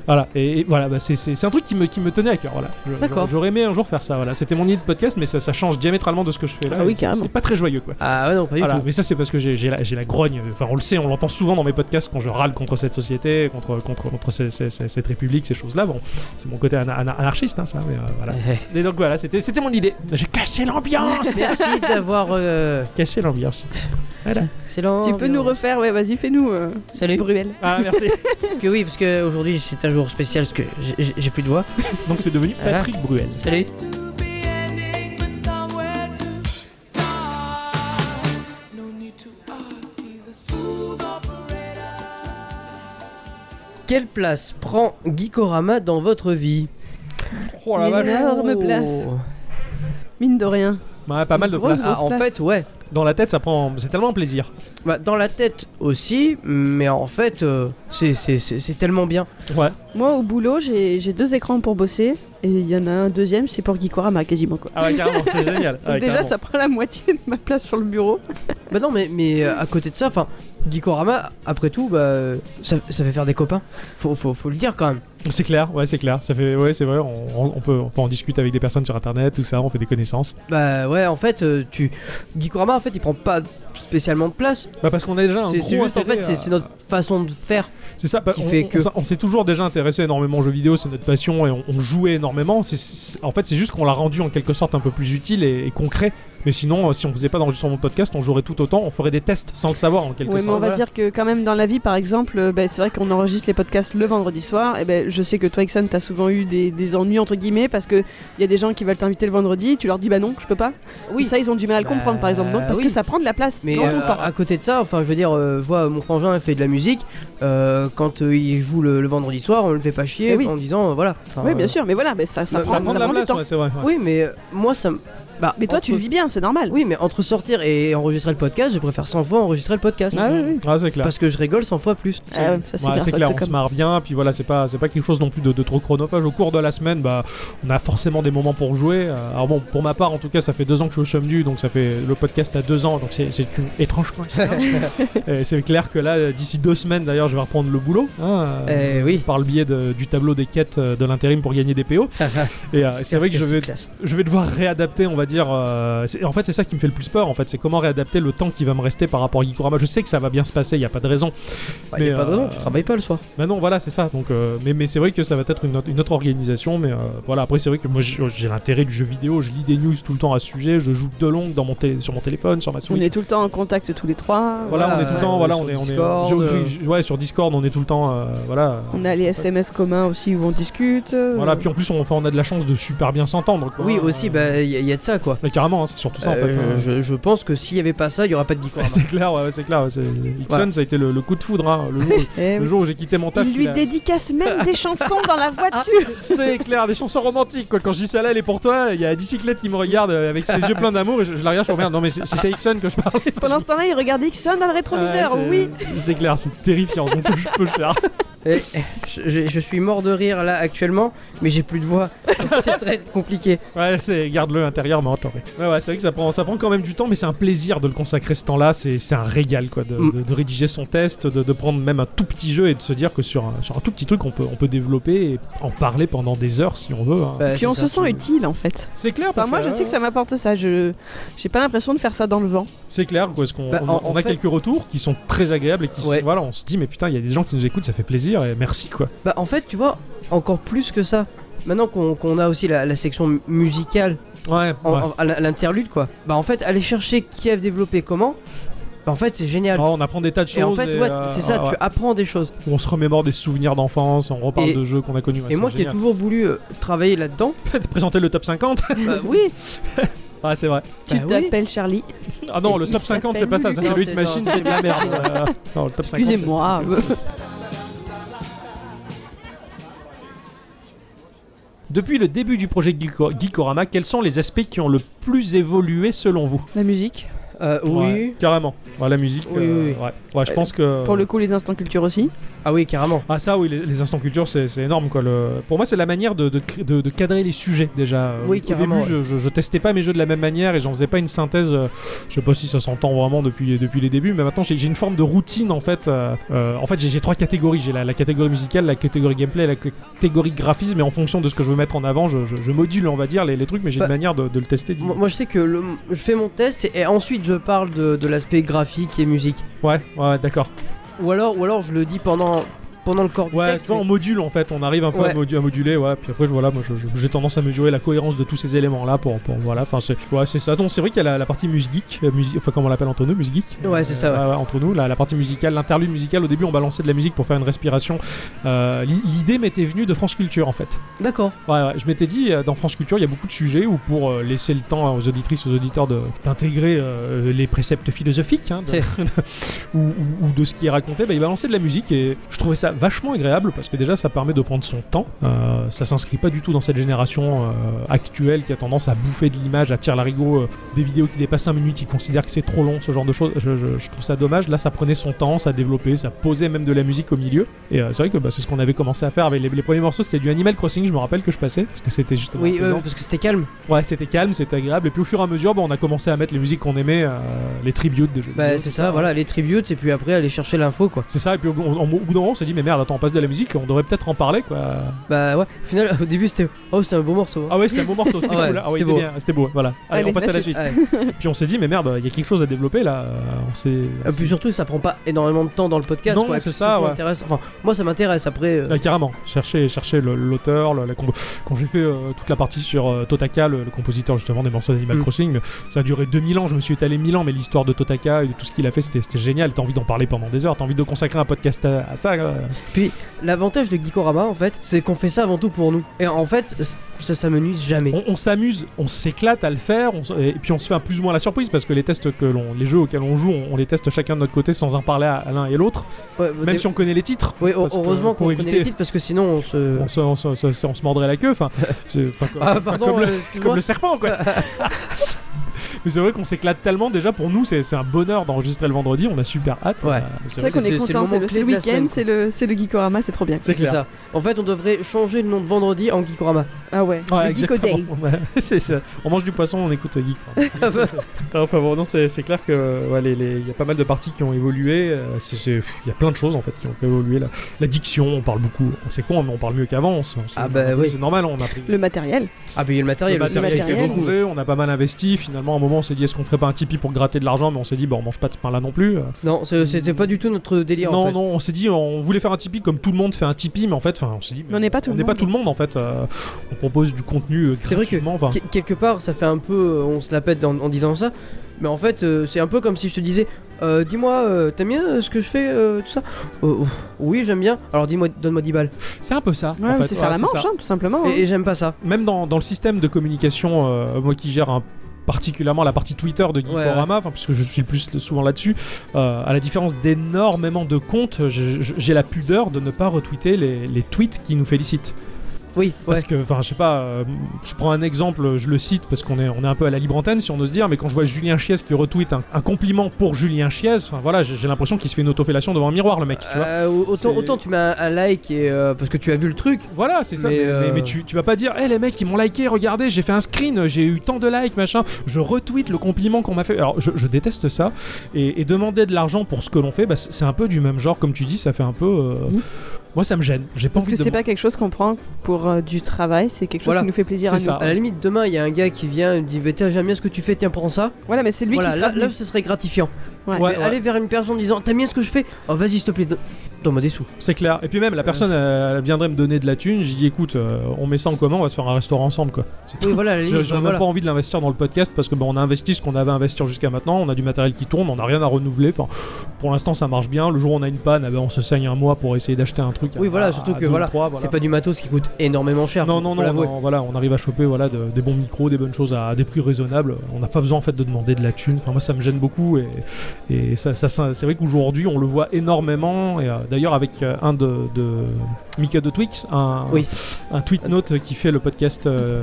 Speaker 1: Voilà, et, et voilà, bah, c'est- c'est c'est un truc qui me, qui me tenait à cœur. Voilà. Je-
Speaker 2: D'accord.
Speaker 1: J'aurais aimé un jour faire ça. Voilà, c'était mon idée de podcast, mais ça, ça change diamétralement de ce que je fais là.
Speaker 3: Ah oui,
Speaker 1: et c'est-
Speaker 3: carrément.
Speaker 1: C'est pas très joyeux, quoi.
Speaker 2: Ah ouais, non, pas du
Speaker 1: Voilà,
Speaker 2: tout.
Speaker 1: mais ça c'est parce que j'ai j'ai la, j'ai la grogne, enfin on le sait, on l'entend souvent dans mes podcasts quand je râle contre cette société, contre, contre, contre ces- ces- ces- cette république, ces choses-là, bon, c'est mon côté ana- ana- anarchiste hein, ça, mais euh, voilà. Et donc voilà, c'était c'était mon idée, j'ai cassé l'ambiance
Speaker 2: Merci d'avoir. euh,
Speaker 1: Cassé l'ambiance.
Speaker 2: C'est lent.
Speaker 3: Tu peux nous refaire, ouais, vas-y, fais-nous. euh,
Speaker 2: Salut.
Speaker 3: Bruel.
Speaker 1: Ah merci
Speaker 2: Parce que oui, parce que aujourd'hui c'est un jour spécial parce que j'ai- j'ai j'ai plus de voix.
Speaker 1: Donc c'est devenu
Speaker 2: Voilà.
Speaker 1: Patrick Bruel.
Speaker 2: Salut.
Speaker 4: To be ending, but somewhere to start. No need to ask, he's a smooth operator.
Speaker 2: Quelle place prend Geekorama dans votre vie
Speaker 1: Oh
Speaker 3: la vache. Énorme
Speaker 2: Oh.
Speaker 3: place. Mine de rien.
Speaker 1: Ouais, Bah, pas mal de
Speaker 3: Grosse-
Speaker 1: place.
Speaker 2: Ah, en
Speaker 3: place.
Speaker 2: fait, ouais.
Speaker 1: Dans la tête, ça prend. C'est tellement un plaisir.
Speaker 2: Bah, dans la tête aussi, mais en fait, euh, c'est- c'est c'est- c'est tellement bien.
Speaker 1: Ouais.
Speaker 3: Moi au boulot, j'ai j'ai deux écrans pour bosser, et il y en a un deuxième, c'est pour Gikorama quasiment quoi.
Speaker 1: Ah ouais, carrément, c'est génial.
Speaker 3: Donc déjà, ça prend la moitié de ma place sur le bureau.
Speaker 2: Bah non, mais, mais euh, à côté de ça, enfin, Geekorama, après tout, bah, euh, ça, ça fait faire des copains. Faut, faut, faut le dire quand même.
Speaker 1: C'est clair, ouais, c'est clair. Ça fait, ouais, c'est vrai. On, on- on peut, on peut en discuter avec des personnes sur internet, tout ça. On fait des connaissances.
Speaker 2: Bah ouais, en fait, euh, tu, Geekorama, en fait, il prend pas spécialement de place.
Speaker 1: Bah parce qu'on a déjà un
Speaker 2: C'est
Speaker 1: gros
Speaker 2: c'est juste en
Speaker 1: intérêt
Speaker 2: fait, c'est
Speaker 1: à-
Speaker 2: c'est notre
Speaker 3: euh,
Speaker 2: façon de faire.
Speaker 1: C'est ça, bah,
Speaker 2: qui
Speaker 1: on,
Speaker 2: fait
Speaker 1: on-
Speaker 2: que-
Speaker 1: on s'est- on s'est toujours déjà intéressé énormément aux jeux vidéo, c'est notre passion et on, on jouait énormément. C'est- c'est- en fait, c'est juste qu'on l'a rendu en quelque sorte un peu plus utile et, et concret. Mais sinon, euh, si on faisait pas d'enregistrement de podcast, on jouerait tout autant, on ferait des tests sans le savoir en quelque
Speaker 3: Oui, mais
Speaker 1: sorte.
Speaker 3: on va dire que quand même dans la vie, par exemple, euh, ben, c'est vrai qu'on enregistre les podcasts le vendredi soir. Et ben, je sais que toi, Ixon, t'as souvent eu des, des ennuis entre guillemets parce que il y a des gens qui veulent t'inviter le vendredi, tu leur dis bah non, je peux pas.
Speaker 2: Oui.
Speaker 3: Et ça, ils ont du mal à le
Speaker 2: Bah,
Speaker 3: comprendre, par exemple, donc, parce
Speaker 2: oui.
Speaker 3: que ça prend de la place
Speaker 2: Mais
Speaker 3: dans ton
Speaker 2: euh,
Speaker 3: temps.
Speaker 2: à côté de ça, enfin, je veux dire, euh, je vois mon frangin il fait de la musique. euh, quand euh, il joue le, le vendredi soir, on le fait pas chier
Speaker 3: Eh oui.
Speaker 2: en disant euh, voilà. Enfin,
Speaker 3: oui, bien
Speaker 2: euh,
Speaker 3: sûr, mais voilà, mais ça,
Speaker 2: ça
Speaker 3: ça, prend,
Speaker 1: ça prend de la
Speaker 3: du
Speaker 1: place,
Speaker 3: temps.
Speaker 1: ouais, c'est vrai. ouais.
Speaker 2: Oui, mais euh, moi ça. me- Bah,
Speaker 3: Mais toi, tu le
Speaker 2: entre-
Speaker 3: vis bien, c'est normal.
Speaker 2: Oui, mais entre sortir et enregistrer le podcast, je préfère 100 fois enregistrer le podcast.
Speaker 3: Ah oui, oui.
Speaker 1: Ah, c'est clair.
Speaker 2: Parce que je rigole 100 fois plus.
Speaker 3: Ah ouais, ça, c'est
Speaker 1: Ouais,
Speaker 3: grâce
Speaker 1: c'est
Speaker 3: à
Speaker 1: clair,
Speaker 3: toi,
Speaker 1: on se
Speaker 3: comme-
Speaker 1: marre bien, puis voilà, c'est pas, c'est pas quelque chose non plus de, de trop chronophage. Au cours de la semaine, bah, on a forcément des moments pour jouer. Euh, Alors bon, pour ma part, en tout cas, ça fait deux ans que je suis au ChumDu, donc ça fait le podcast à deux ans, donc c'est c'est une étrange coïncidence. Et c'est clair que là, d'ici deux semaines, d'ailleurs, je vais reprendre le boulot. hein, euh,
Speaker 2: Eh oui.
Speaker 1: Par le biais de- du tableau des quêtes euh, de l'intérim pour gagner des PO. Et euh, c'est vrai que je vais,
Speaker 2: classe.
Speaker 1: je vais devoir réadapter, on va dire. euh, c'est- en fait, c'est ça qui me fait le plus peur. En fait, c'est comment réadapter le temps qui va me rester par rapport à Gikurama. Je sais que ça va bien se passer, il n'y a pas de raison.
Speaker 2: Bah, y a
Speaker 1: Mais,
Speaker 2: pas de raison,
Speaker 1: euh,
Speaker 2: tu travailles pas le soir.
Speaker 1: Bah non, voilà, c'est ça. Donc, euh, mais mais c'est vrai que ça va être une, autre- une autre organisation. Mais euh, voilà, après, c'est vrai que moi j'ai oh, j'ai l'intérêt du jeu vidéo. Je lis des news tout le temps à ce sujet. Je joue de longue dans mon té- sur mon téléphone, sur ma
Speaker 3: On
Speaker 1: Switch.
Speaker 3: est tout le temps en contact tous les trois.
Speaker 1: Voilà,
Speaker 2: Voilà,
Speaker 1: on est tout le
Speaker 2: euh,
Speaker 1: temps. Voilà,
Speaker 2: sur
Speaker 1: on est, on est
Speaker 2: Discord, euh.
Speaker 1: géographique- ouais, sur Discord, on est tout le temps. euh, voilà.
Speaker 3: On a les SMS communs aussi où on discute. euh,
Speaker 1: Voilà, puis en plus, on, enfin, on a de la chance de super bien s'entendre. quoi.
Speaker 2: Oui, aussi, bah, y, a- y a de ça quoi.
Speaker 1: Mais carrément, hein, c'est surtout ça en fait.
Speaker 2: Euh,
Speaker 1: hein.
Speaker 2: je, je pense que s'il y avait pas ça, il y aurait pas de Geek
Speaker 1: Ouais, c'est clair, ouais, ouais, c'est clair. ouais, c'est- Ixon,
Speaker 2: Voilà.
Speaker 1: ça a été le, le coup de foudre, hein, le, jour,
Speaker 3: eh
Speaker 1: le
Speaker 3: oui.
Speaker 1: jour où j'ai quitté mon taf.
Speaker 3: Il lui
Speaker 1: il a-
Speaker 3: dédicace même des chansons dans la voiture.
Speaker 1: C'est clair, des chansons romantiques. Quoi. Quand je dis ça là, elle est pour toi. Il y a la bicyclette qui me regarde euh, avec ses yeux pleins d'amour et je, je la regarde, je me regarde. Non, mais c'est- c'était Ixon que je parlais.
Speaker 3: Pendant ce temps-là, il regarde Ixon dans le rétroviseur.
Speaker 1: Ouais,
Speaker 3: oui.
Speaker 1: c'est- C'est clair, c'est terrifiant. Donc je peux le faire.
Speaker 2: Et- Eh, je, je- je suis mort de rire là actuellement, mais j'ai plus de voix. Donc, c'est très compliqué.
Speaker 1: Ouais, c'est- garde-le intérieurement. Attends, mais- Ouais, ouais, c'est vrai que ça prend, ça prend quand même du temps, mais c'est un plaisir de le consacrer ce temps-là. C'est c'est un régal quoi, de,
Speaker 2: Mm.
Speaker 1: de- de rédiger son test, de, de prendre même un tout petit jeu et de se dire que sur un, sur un tout petit truc, on peut, on peut développer et en parler pendant des heures si on veut. hein.
Speaker 2: Bah,
Speaker 3: Puis
Speaker 2: c'est
Speaker 3: on
Speaker 2: ça,
Speaker 3: se
Speaker 2: c'est-
Speaker 3: sent utile en fait.
Speaker 1: C'est clair, parce
Speaker 3: Enfin, moi,
Speaker 1: que-
Speaker 3: je sais que ça m'apporte ça. Je j'ai pas l'impression de faire ça dans le vent.
Speaker 1: C'est clair, quoi, parce qu'on
Speaker 2: Bah,
Speaker 1: on-
Speaker 2: en-
Speaker 1: on
Speaker 2: en
Speaker 1: a
Speaker 2: fait-
Speaker 1: quelques retours qui sont très agréables et qui sont-
Speaker 2: Ouais.
Speaker 1: voilà, on se dit mais putain, il y a des gens qui nous écoutent, ça fait plaisir et merci quoi.
Speaker 2: Bah en fait, tu vois, encore plus que ça. Maintenant qu'on qu'on a aussi la, la section mu- musicale,
Speaker 1: Ouais,
Speaker 2: en- en- à la- l'interlude quoi. Bah en fait, aller chercher qui a développé comment, bah en fait c'est génial.
Speaker 1: Oh, on apprend des tas de choses.
Speaker 2: et en fait, ouais,
Speaker 1: euh,
Speaker 2: c'est ça,
Speaker 1: ouais,
Speaker 2: tu
Speaker 1: ouais.
Speaker 2: apprends des choses.
Speaker 1: On se remémore des souvenirs d'enfance, on reparle
Speaker 2: Et-
Speaker 1: de jeux qu'on a connus. ouais,
Speaker 2: et
Speaker 1: c'est
Speaker 2: moi qui ai
Speaker 1: génial.
Speaker 2: toujours voulu euh, travailler là-dedans,
Speaker 1: Présenter le top 50
Speaker 2: bah oui,
Speaker 1: Ah, c'est vrai.
Speaker 3: Tu
Speaker 2: Bah oui.
Speaker 3: t'appelles Charlie.
Speaker 1: Ah non,
Speaker 3: Et
Speaker 1: le
Speaker 3: il
Speaker 1: top 50, c'est pas ça, ça c'est
Speaker 2: s'appelle
Speaker 1: le hit
Speaker 2: Lucas.
Speaker 1: machine,
Speaker 2: Non,
Speaker 1: c'est de la
Speaker 2: c'est-
Speaker 1: merde. euh, non, le top 50, c'est-
Speaker 3: Excusez-moi.
Speaker 1: Depuis le début du projet Geeko- Geekorama, quels sont les aspects qui ont le plus évolué selon vous
Speaker 3: La musique.
Speaker 2: Euh, oui.
Speaker 1: Ouais, carrément. Ouais, la musique,
Speaker 2: Oui,
Speaker 1: euh,
Speaker 2: oui, oui.
Speaker 1: ouais. Ouais, je pense que.
Speaker 3: Euh, Pour le coup, les instants culture aussi.
Speaker 2: Ah oui, carrément.
Speaker 1: Ah ça oui, les, les instants culture c'est c'est énorme quoi. Le... Pour moi c'est la manière de, de, cr- de- de cadrer les sujets déjà. Euh,
Speaker 2: Oui,
Speaker 1: Au début
Speaker 2: carrément, ouais.
Speaker 1: je, je, je testais pas mes jeux de la même manière et j'en faisais pas une synthèse. euh, je sais pas si ça s'entend vraiment depuis, depuis les débuts, mais maintenant j'ai j'ai une forme de routine en fait. euh, euh, en fait j'ai- j'ai trois catégories. J'ai la, la catégorie musicale, la catégorie gameplay, et la catégorie graphisme et en fonction de ce que je veux mettre en avant je, je, je module on va dire les, les trucs mais j'ai
Speaker 2: Bah,
Speaker 1: une manière de, de le tester. du-
Speaker 2: Moi, moi, je sais que le- je fais mon test et, et ensuite je parle de, de l'aspect graphique et musique.
Speaker 1: Ouais, ouais d'accord.
Speaker 2: Ou alors, ou alors je le dis pendant, pendant le corps du
Speaker 1: Ouais,
Speaker 2: texte.
Speaker 1: tu vois,
Speaker 2: mais-
Speaker 1: on module en fait, on arrive un peu à,
Speaker 2: Ouais.
Speaker 1: modu- à moduler, ouais. Puis après, je- voilà, moi je- je- j'ai tendance à mesurer la cohérence de tous ces éléments là pour, pour voilà, enfin c'est ouais, c'est ça. Donc c'est vrai qu'il y a la, la partie musique, euh, musi- enfin comment on l'appelle entre nous, musique.
Speaker 2: Ouais, c'est ça, ouais.
Speaker 1: entre nous, la, la partie musicale, l'interlude musical. Au début, on balançait de la musique pour faire une respiration. Euh, l'i- L'idée m'était venue de France Culture en fait.
Speaker 2: D'accord.
Speaker 1: Ouais, ouais, je m'étais dit, euh, dans France Culture, il y a beaucoup de sujets où pour euh, laisser le temps aux auditrices, aux auditeurs de- d'intégrer euh, les préceptes philosophiques hein, de- de- ou, ou- ou de ce qui est raconté, bah, ils balançaient de la musique et je trouvais ça vachement agréable parce que déjà ça permet de prendre son temps, euh, ça s'inscrit pas du tout dans cette génération euh, actuelle qui a tendance à bouffer de l'image, à tirer l'arigot euh, des vidéos qui dépassent 5 minutes, ils considèrent que c'est trop long, ce genre de choses, je, je- je trouve ça dommage, là ça prenait son temps, ça développait, ça posait même de la musique au milieu et euh, c'est vrai que bah, c'est ce qu'on avait commencé à faire avec les, les premiers morceaux, c'était du Animal Crossing, je me rappelle que je passais parce que c'était justement
Speaker 2: Oui, euh,
Speaker 1: apaisant.
Speaker 2: parce que c'était calme.
Speaker 1: Ouais, c'était calme, c'était agréable. Et puis au fur et à mesure, bon, on a commencé à mettre les musiques qu'on aimait, euh, les tributes de jeux
Speaker 2: Bah
Speaker 1: vidéo,
Speaker 2: c'est
Speaker 1: tout
Speaker 2: ça, voilà, les tributes et puis après aller chercher l'info quoi.
Speaker 1: C'est ça, et puis au, on- au bout d'un moment, on s'est dit, mais mais merde, attends, on passe de la musique, on devrait peut-être en parler quoi.
Speaker 2: Bah ouais, au final, au début c'était. Oh, c'était un beau morceau. hein.
Speaker 1: Ah ouais, c'était un bon morceau, c'était
Speaker 2: Ah ouais,
Speaker 1: cool. Ah ouais,
Speaker 2: c'était
Speaker 1: il était
Speaker 2: beau.
Speaker 1: bien, c'était beau. Voilà. Allez,
Speaker 3: Allez,
Speaker 1: on passe
Speaker 3: la
Speaker 1: à la suite.
Speaker 3: suite.
Speaker 2: Ouais.
Speaker 1: Puis on s'est dit, mais merde, il y a quelque chose à développer là. euh, On s'est.
Speaker 2: Et puis surtout, ça prend pas énormément de temps dans le podcast.
Speaker 1: Non,
Speaker 2: quoi,
Speaker 1: c'est
Speaker 2: que ce
Speaker 1: ça,
Speaker 2: soit
Speaker 1: ouais.
Speaker 2: intéressant. Enfin, moi, ça m'intéresse. Après, euh,
Speaker 1: Ah, carrément, chercher, chercher le- l'auteur, le- la compo- quand j'ai fait euh, toute la partie sur euh, Totaka, le, le compositeur justement des morceaux d'Animal
Speaker 2: Mm.
Speaker 1: Crossing, mais ça a duré 2000 ans, je me suis étalé 1000 ans, mais l'histoire de Totaka et de tout ce qu'il a fait, c'était c'était génial, t'as envie d'en parler pendant des heures, t'as envie de consacrer un podcast à, à ça. quoi.
Speaker 2: l'avantage de Geekorama, en fait, c'est qu'on fait ça avant tout pour nous. Et en fait, c- ça, ça me nuise jamais.
Speaker 1: On, on s'amuse, on s'éclate à le faire, on s- et puis on se fait un plus ou moins la surprise parce que les tests que l'on, les jeux auxquels on joue, on, on les teste chacun de notre côté sans en parler à, à l'un et l'autre,
Speaker 2: Ouais,
Speaker 1: même
Speaker 2: des-
Speaker 1: si on connaît les titres.
Speaker 2: Oui,
Speaker 1: parce que
Speaker 2: heureusement qu'on
Speaker 1: pour
Speaker 2: connaît les
Speaker 1: éviter-
Speaker 2: titres parce que sinon on se.
Speaker 1: On se, on se- on se- on se mordrait la queue, enfin, c'est- enfin, comme-
Speaker 2: Ah,
Speaker 1: enfin,
Speaker 2: pardon,
Speaker 1: comme le-
Speaker 2: euh, excuse-moi.
Speaker 1: comme le serpent quoi. Mais c'est vrai qu'on s'éclate tellement déjà pour nous c'est c'est un bonheur d'enregistrer le vendredi, on a super hâte.
Speaker 2: Ouais.
Speaker 1: Euh, mais c'est
Speaker 3: C'est vrai
Speaker 1: vrai,
Speaker 3: qu'on est
Speaker 2: c'est- c'est le
Speaker 3: content, c'est
Speaker 2: moment
Speaker 3: le,
Speaker 2: clé
Speaker 3: c'est le
Speaker 2: de la
Speaker 3: week-end,
Speaker 2: semaine,
Speaker 3: c'est le, c'est le Geekorama, c'est trop bien.
Speaker 1: c'est
Speaker 2: C'est
Speaker 1: clair.
Speaker 2: ça. En fait, on devrait changer le nom de vendredi en Geekorama.
Speaker 3: Ah ouais,
Speaker 1: Ouais,
Speaker 3: le Geeko Day.
Speaker 1: exactement. Ouais, c'est ça. On mange du poisson, on écoute euh, Geek. quoi. Ah, Enfin bon, non, c'est c'est clair que euh, ouais, les- les- il y a pas mal de parties qui ont évolué. euh, c'est- c'est- pff, Il y a plein de choses en fait qui ont évolué. là. L'addiction, on parle beaucoup. C'est con, mais on parle mieux qu'avant. on s'en-
Speaker 2: Ah bah oui.
Speaker 1: C'est normal, on a pris.
Speaker 3: Le matériel.
Speaker 2: ah, puis il y a le
Speaker 1: Le
Speaker 2: matériel. aussi.
Speaker 1: matériel
Speaker 3: matériel.
Speaker 1: qui a
Speaker 3: matériel.
Speaker 1: changé, on a pas mal investi. Finalement, à un moment, on s'est dit est-ce qu'on ferait pas un Tipeee pour gratter de l'argent, mais on s'est dit bon, on mange pas de ce pain-là non plus. euh.
Speaker 2: Non, c'est- c'était pas du tout notre délire.
Speaker 1: non,
Speaker 2: en fait.
Speaker 1: non, on s'est dit, on voulait faire un Tipeee comme tout le monde fait un Tipeee, mais en fait, enfin, on s'est dit,
Speaker 3: Mais on n'est pas tout le
Speaker 1: n'est pas
Speaker 3: monde.
Speaker 1: tout le monde en fait. euh, on propose du contenu euh,
Speaker 2: C'est vrai que-
Speaker 1: gratuitement, enfin,
Speaker 2: Quel- quelque part, ça fait un peu, euh, on se la pète en, en disant ça, mais en fait, euh, c'est un peu comme si je te disais, Euh, dis-moi, euh, t'aimes bien euh, ce que je fais, euh, tout ça Euh, Oui, j'aime bien. Alors dis-moi, donne-moi 10 balles.
Speaker 1: c'est un peu ça.
Speaker 3: Ouais,
Speaker 1: en fait.
Speaker 3: c'est faire
Speaker 1: Ouais,
Speaker 3: la
Speaker 1: c'est
Speaker 3: manche,
Speaker 1: ça.
Speaker 3: hein, tout simplement. hein.
Speaker 2: Et, et j'aime pas ça.
Speaker 1: Même dans, dans le système de communication, euh, moi qui gère un- particulièrement la partie Twitter de Geekorama, enfin, puisque je suis le plus souvent là-dessus, euh, à la différence d'énormément de comptes, je- je- j'ai la pudeur de ne pas retweeter les, les tweets qui nous félicitent.
Speaker 2: Oui, ouais.
Speaker 1: Parce que, enfin, je sais pas, euh, je prends un exemple, je le cite parce qu'on est, on est un peu à la libre antenne, si on ose dire, mais quand je vois Julien Chiez qui retweet un, un compliment pour Julien Chiez, enfin voilà, j'ai j'ai l'impression qu'il se fait une autofellation devant un miroir, le mec, tu vois.
Speaker 2: Euh, autant,
Speaker 1: c'est-
Speaker 2: autant tu mets un, un like et, euh, parce que tu as vu le truc.
Speaker 1: Voilà, c'est ça.
Speaker 2: mais,
Speaker 1: Mais,
Speaker 2: euh,
Speaker 1: mais- mais tu, tu vas pas dire, hé les mecs, ils m'ont liké, regardez, j'ai fait un screen, j'ai eu tant de likes, machin. Je retweet le compliment qu'on m'a fait. Alors, je, je déteste ça. Et, et demander de l'argent pour ce que l'on fait, bah, c'est c'est un peu du même genre, comme tu dis, ça fait un peu. euh,
Speaker 3: Mhm.
Speaker 1: Moi, ça me gêne. J'ai pas
Speaker 3: Parce
Speaker 1: envie
Speaker 3: que
Speaker 1: de
Speaker 3: c'est pas quelque chose qu'on prend pour euh, du travail, c'est quelque chose
Speaker 2: Voilà.
Speaker 3: qui nous fait plaisir à
Speaker 1: C'est
Speaker 3: nous.
Speaker 1: ça.
Speaker 2: À la limite, demain, il y a un gars qui vient, il me dit, tiens, j'aime bien ce que tu fais, tiens, prends ça.
Speaker 3: Voilà, mais c'est lui
Speaker 2: voilà,
Speaker 3: qui
Speaker 2: là,
Speaker 3: sera.
Speaker 2: là, ce serait gratifiant.
Speaker 3: Ouais.
Speaker 2: Mais
Speaker 1: Ouais, ouais.
Speaker 2: aller vers une personne en disant, t'aimes bien ce que je fais Oh, vas-y, s'il te plaît, don- donne-moi des sous.
Speaker 1: C'est clair. Et puis même, la personne euh, elle viendrait me donner de la thune, j'ai dit écoute, euh, on met ça en commun, on va se faire un restaurant ensemble quoi. C'est tout.
Speaker 2: Oui, voilà, à la
Speaker 1: Je-
Speaker 2: limite,
Speaker 1: J'aurais
Speaker 2: bah,
Speaker 1: même
Speaker 2: voilà.
Speaker 1: pas envie de l'investir dans le podcast parce que bon, on a investi ce qu'on avait à investir jusqu'à maintenant, on a du matériel qui tourne, on n'a rien à renouveler. Enfin, pour l'instant, ça marche bien. Le jour où on a une panne, eh ben, on se saigne un mois pour essayer d'acheter un truc. à-
Speaker 2: Oui, voilà,
Speaker 1: à-
Speaker 2: surtout
Speaker 1: à
Speaker 2: que
Speaker 1: deux ou
Speaker 2: voilà,
Speaker 1: trois,
Speaker 2: C'est pas du matos qui coûte énormément cher.
Speaker 1: non,
Speaker 2: faut-
Speaker 1: non,
Speaker 2: faut
Speaker 1: non,
Speaker 2: l'avouer.
Speaker 1: non, voilà, on arrive à choper voilà, de- des bons micros, des bonnes choses à, à des prix raisonnables. On n'a pas besoin en fait de demander de la thune. Enfin, moi, ça me gêne beaucoup et, et ça, ça- ça- c'est vrai qu'aujourd'hui, on le voit énormément. Et euh, d'ailleurs, avec euh, un de, de Mika de Twix, un,
Speaker 2: Oui.
Speaker 1: un tweet note qui fait le podcast, euh,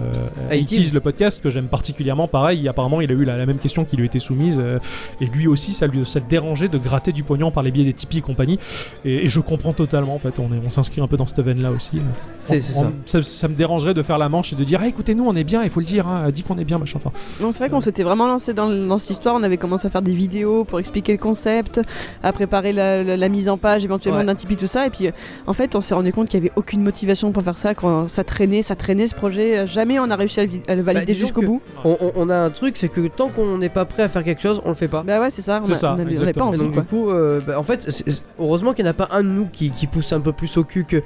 Speaker 2: Ah, il
Speaker 1: il tease le podcast que j'aime particulièrement. Pareil, apparemment, il a eu la, la même question qui lui était soumise euh, et lui aussi, ça lui ça le dérangeait de gratter du pognon par les biais des Tipeee et compagnie. Et, et je comprends totalement. En fait, on est- on s'inscrit un peu dans cette veine là aussi. euh.
Speaker 2: C'est
Speaker 1: On-
Speaker 2: c'est
Speaker 1: on- ça.
Speaker 2: ça.
Speaker 1: ça me dérangerait de faire la manche et de dire Ah, écoutez-nous, on est bien, il faut le dire, hein, dis qu'on est bien, machin. Enfin,
Speaker 3: Non, c'est vrai qu'on s'était vraiment lancé dans, dans cette histoire. On avait commencé à faire des vidéos pour expliquer le concept, à préparer la, la- la mise en page éventuellement
Speaker 2: Ouais.
Speaker 3: d'un Tipeee, tout ça. Et puis, euh, en fait, on s'est rendu compte qu'il n'y avait aucune motivation pour faire ça. Quand ça traînait, ça traînait ce projet. Jamais on a réussi à le, vi- à le valider
Speaker 2: disons
Speaker 3: jusqu'au
Speaker 2: que-
Speaker 3: bout.
Speaker 2: On, on- on a un truc, c'est que tant qu'on n'est pas prêt à faire quelque chose, on le fait pas.
Speaker 3: Bah ouais, c'est ça.
Speaker 1: C'est
Speaker 3: On a-
Speaker 1: ça,
Speaker 3: on a- on avait pas
Speaker 1: exactement.
Speaker 2: Et
Speaker 3: envie.
Speaker 2: donc
Speaker 3: quoi.
Speaker 2: du coup, euh, bah, en fait, c'est- c'est- heureusement qu'il n'y en a pas un de nous qui, qui pousse un peu plus au cul que,
Speaker 1: Euh,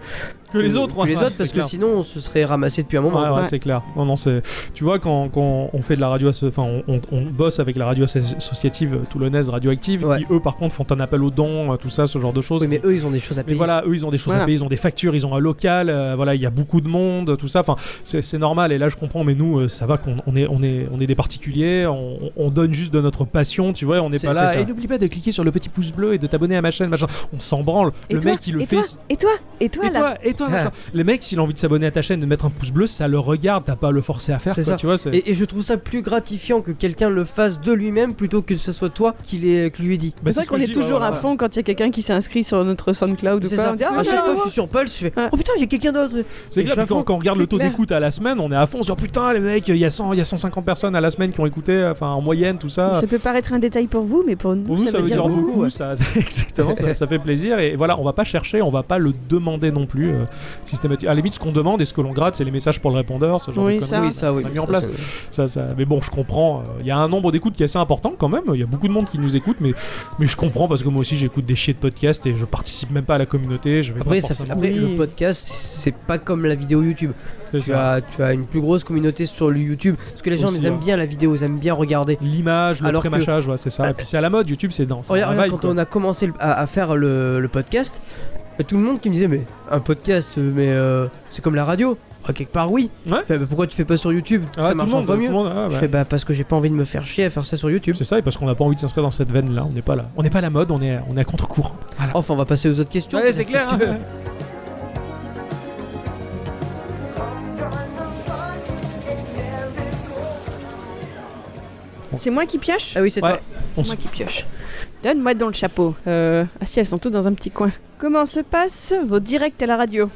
Speaker 1: que les autres,
Speaker 2: que les
Speaker 1: ouais,
Speaker 2: autres,
Speaker 1: c'est
Speaker 2: parce que
Speaker 1: clair.
Speaker 2: sinon on se serait ramassé depuis un moment.
Speaker 1: Ouais, ouais,
Speaker 3: Ouais.
Speaker 1: c'est clair. Non, non, c'est. Tu vois, quand, quand on fait de la radio, asso- enfin, on, on- on bosse avec la radio asso- associative euh, toulonnaise Radioactive,
Speaker 2: Ouais.
Speaker 1: qui eux, par contre, font un appel aux dons, euh, tout ça, ce genre de choses.
Speaker 2: Oui, mais eux, ils ont des choses à
Speaker 1: Mais
Speaker 2: payer.
Speaker 1: voilà, eux, ils ont des choses à
Speaker 3: Voilà.
Speaker 1: payer, ils ont des factures, ils ont un local, euh, voilà, il y a beaucoup de monde, tout ça. Enfin, c'est c'est normal. Et là, je comprends. Mais nous, euh, ça va qu'on on est, on est, on est des particuliers. On, on donne juste de notre passion, tu vois. On n'est
Speaker 2: C'est-
Speaker 1: pas
Speaker 2: c'est
Speaker 1: là.
Speaker 2: ça.
Speaker 1: Et n'oublie pas de cliquer sur le petit pouce bleu et de t'abonner à ma chaîne, machin. On s'en branle.
Speaker 3: Et
Speaker 1: le
Speaker 3: toi
Speaker 1: mec, il le
Speaker 3: et
Speaker 1: fait.
Speaker 3: Toi Ah. et toi Et toi,
Speaker 1: et
Speaker 3: là
Speaker 1: toi, et toi, machin. Le mec, s'il a envie de s'abonner à ta chaîne, de mettre un pouce bleu, ça le regarde. T'as pas à le forcer à faire.
Speaker 2: C'est
Speaker 1: quoi,
Speaker 2: ça.
Speaker 1: Tu vois, c'est-
Speaker 2: Et, et je trouve ça plus gratifiant que quelqu'un le fasse de lui-même plutôt que ce soit toi qui, les, qui lui ait dit.
Speaker 1: Bah,
Speaker 3: c'est vrai
Speaker 1: ce
Speaker 3: qu'on
Speaker 1: que je
Speaker 3: est
Speaker 1: dis,
Speaker 3: toujours
Speaker 1: ouais,
Speaker 3: à
Speaker 1: voilà.
Speaker 3: fond quand il y a quelqu'un qui s'est inscrit sur notre notre SoundCloud ou
Speaker 2: C'est
Speaker 3: quoi.
Speaker 2: ça.
Speaker 3: On dit, ah,
Speaker 2: à
Speaker 3: tiens,
Speaker 2: chaque fois, je
Speaker 3: ouais.
Speaker 2: suis sur Pulse, je fais
Speaker 3: Ouais.
Speaker 2: Oh putain, il y a quelqu'un d'autre.
Speaker 1: C'est
Speaker 2: Et
Speaker 1: clair,
Speaker 2: chaque
Speaker 1: puis quand,
Speaker 2: fois-
Speaker 1: quand on regarde le taux
Speaker 3: clair.
Speaker 1: d'écoute à la semaine, on est à fond, on se dit oh, putain, les mecs, il y, a 100 il y a 150 personnes à la semaine qui ont écouté, euh, enfin en moyenne, tout ça.
Speaker 3: Ça peut paraître un détail pour vous, mais pour nous,
Speaker 1: Pour nous, ça, veut dire beaucoup,
Speaker 2: ouais.
Speaker 1: ça, exactement, ça, ça fait plaisir. Et voilà, on va pas chercher, on va pas le demander non plus. euh, systématiquement. À la limite, ce qu'on demande et ce que l'on gratte, c'est les messages pour le répondeur, ce genre
Speaker 3: Oui,
Speaker 1: de conneries.
Speaker 2: Oui,
Speaker 3: ça.
Speaker 2: ça, oui.
Speaker 1: On a mis en
Speaker 2: Ça,
Speaker 1: place.
Speaker 2: c'est-
Speaker 1: Ça, ça- Mais bon, je comprends. euh, Il y a un nombre d'écoutes qui est assez important quand même. Il y a beaucoup de monde qui nous écoute, mais, mais je comprends parce que moi aussi j'écoute des chiers de podcasts et je participe même pas à la communauté. Je vais
Speaker 2: Après,
Speaker 1: pas
Speaker 2: ça fait-
Speaker 1: forcément-
Speaker 2: après,
Speaker 3: Oui.
Speaker 2: le podcast, c'est pas comme la vidéo YouTube.
Speaker 1: C'est
Speaker 2: Tu
Speaker 1: ça.
Speaker 2: as, tu as une plus grosse communauté sur le YouTube. Parce que les gens,
Speaker 1: Aussi,
Speaker 2: ils aiment
Speaker 1: hein.
Speaker 2: bien la vidéo, ils aiment bien regarder.
Speaker 1: L'image, le
Speaker 2: Alors que-
Speaker 1: pré-machage, ouais, c'est ça. Et puis c'est à la mode, YouTube, c'est dans. c'est
Speaker 2: Regarde,
Speaker 1: dans la
Speaker 2: regarde,
Speaker 1: vibe,
Speaker 2: quand on a commencé le- à, à faire le, le podcast, euh, tout le monde qui me disait mais un podcast, euh, mais euh, c'est comme la radio. Ah, quelque part oui.
Speaker 1: Ouais.
Speaker 2: Je fais, Bah, pourquoi tu fais pas sur YouTube
Speaker 1: quoi. Ah,
Speaker 2: Ça
Speaker 1: tout le
Speaker 2: marche
Speaker 1: monde,
Speaker 2: pas
Speaker 1: tout
Speaker 2: mieux.
Speaker 1: le monde, ah,
Speaker 2: Je
Speaker 1: ouais.
Speaker 2: fais bah parce que j'ai pas envie de me faire chier à faire ça sur YouTube.
Speaker 1: C'est ça, et parce qu'on n'a pas envie de s'inscrire dans cette veine-là. On n'est pas là. On n'est pas à la mode, on est, on est à contre-cours. Voilà.
Speaker 2: Enfin, on va passer aux autres questions. Parce
Speaker 1: hein.
Speaker 2: que-
Speaker 3: C'est moi qui pioche
Speaker 2: Ah oui, c'est
Speaker 1: Ouais.
Speaker 2: toi.
Speaker 1: On
Speaker 3: C'est
Speaker 1: se-
Speaker 3: moi qui pioche. Donne-moi dans le chapeau. Euh, ah si, elles sont toutes dans un petit coin. Comment se passent vos directs à la radio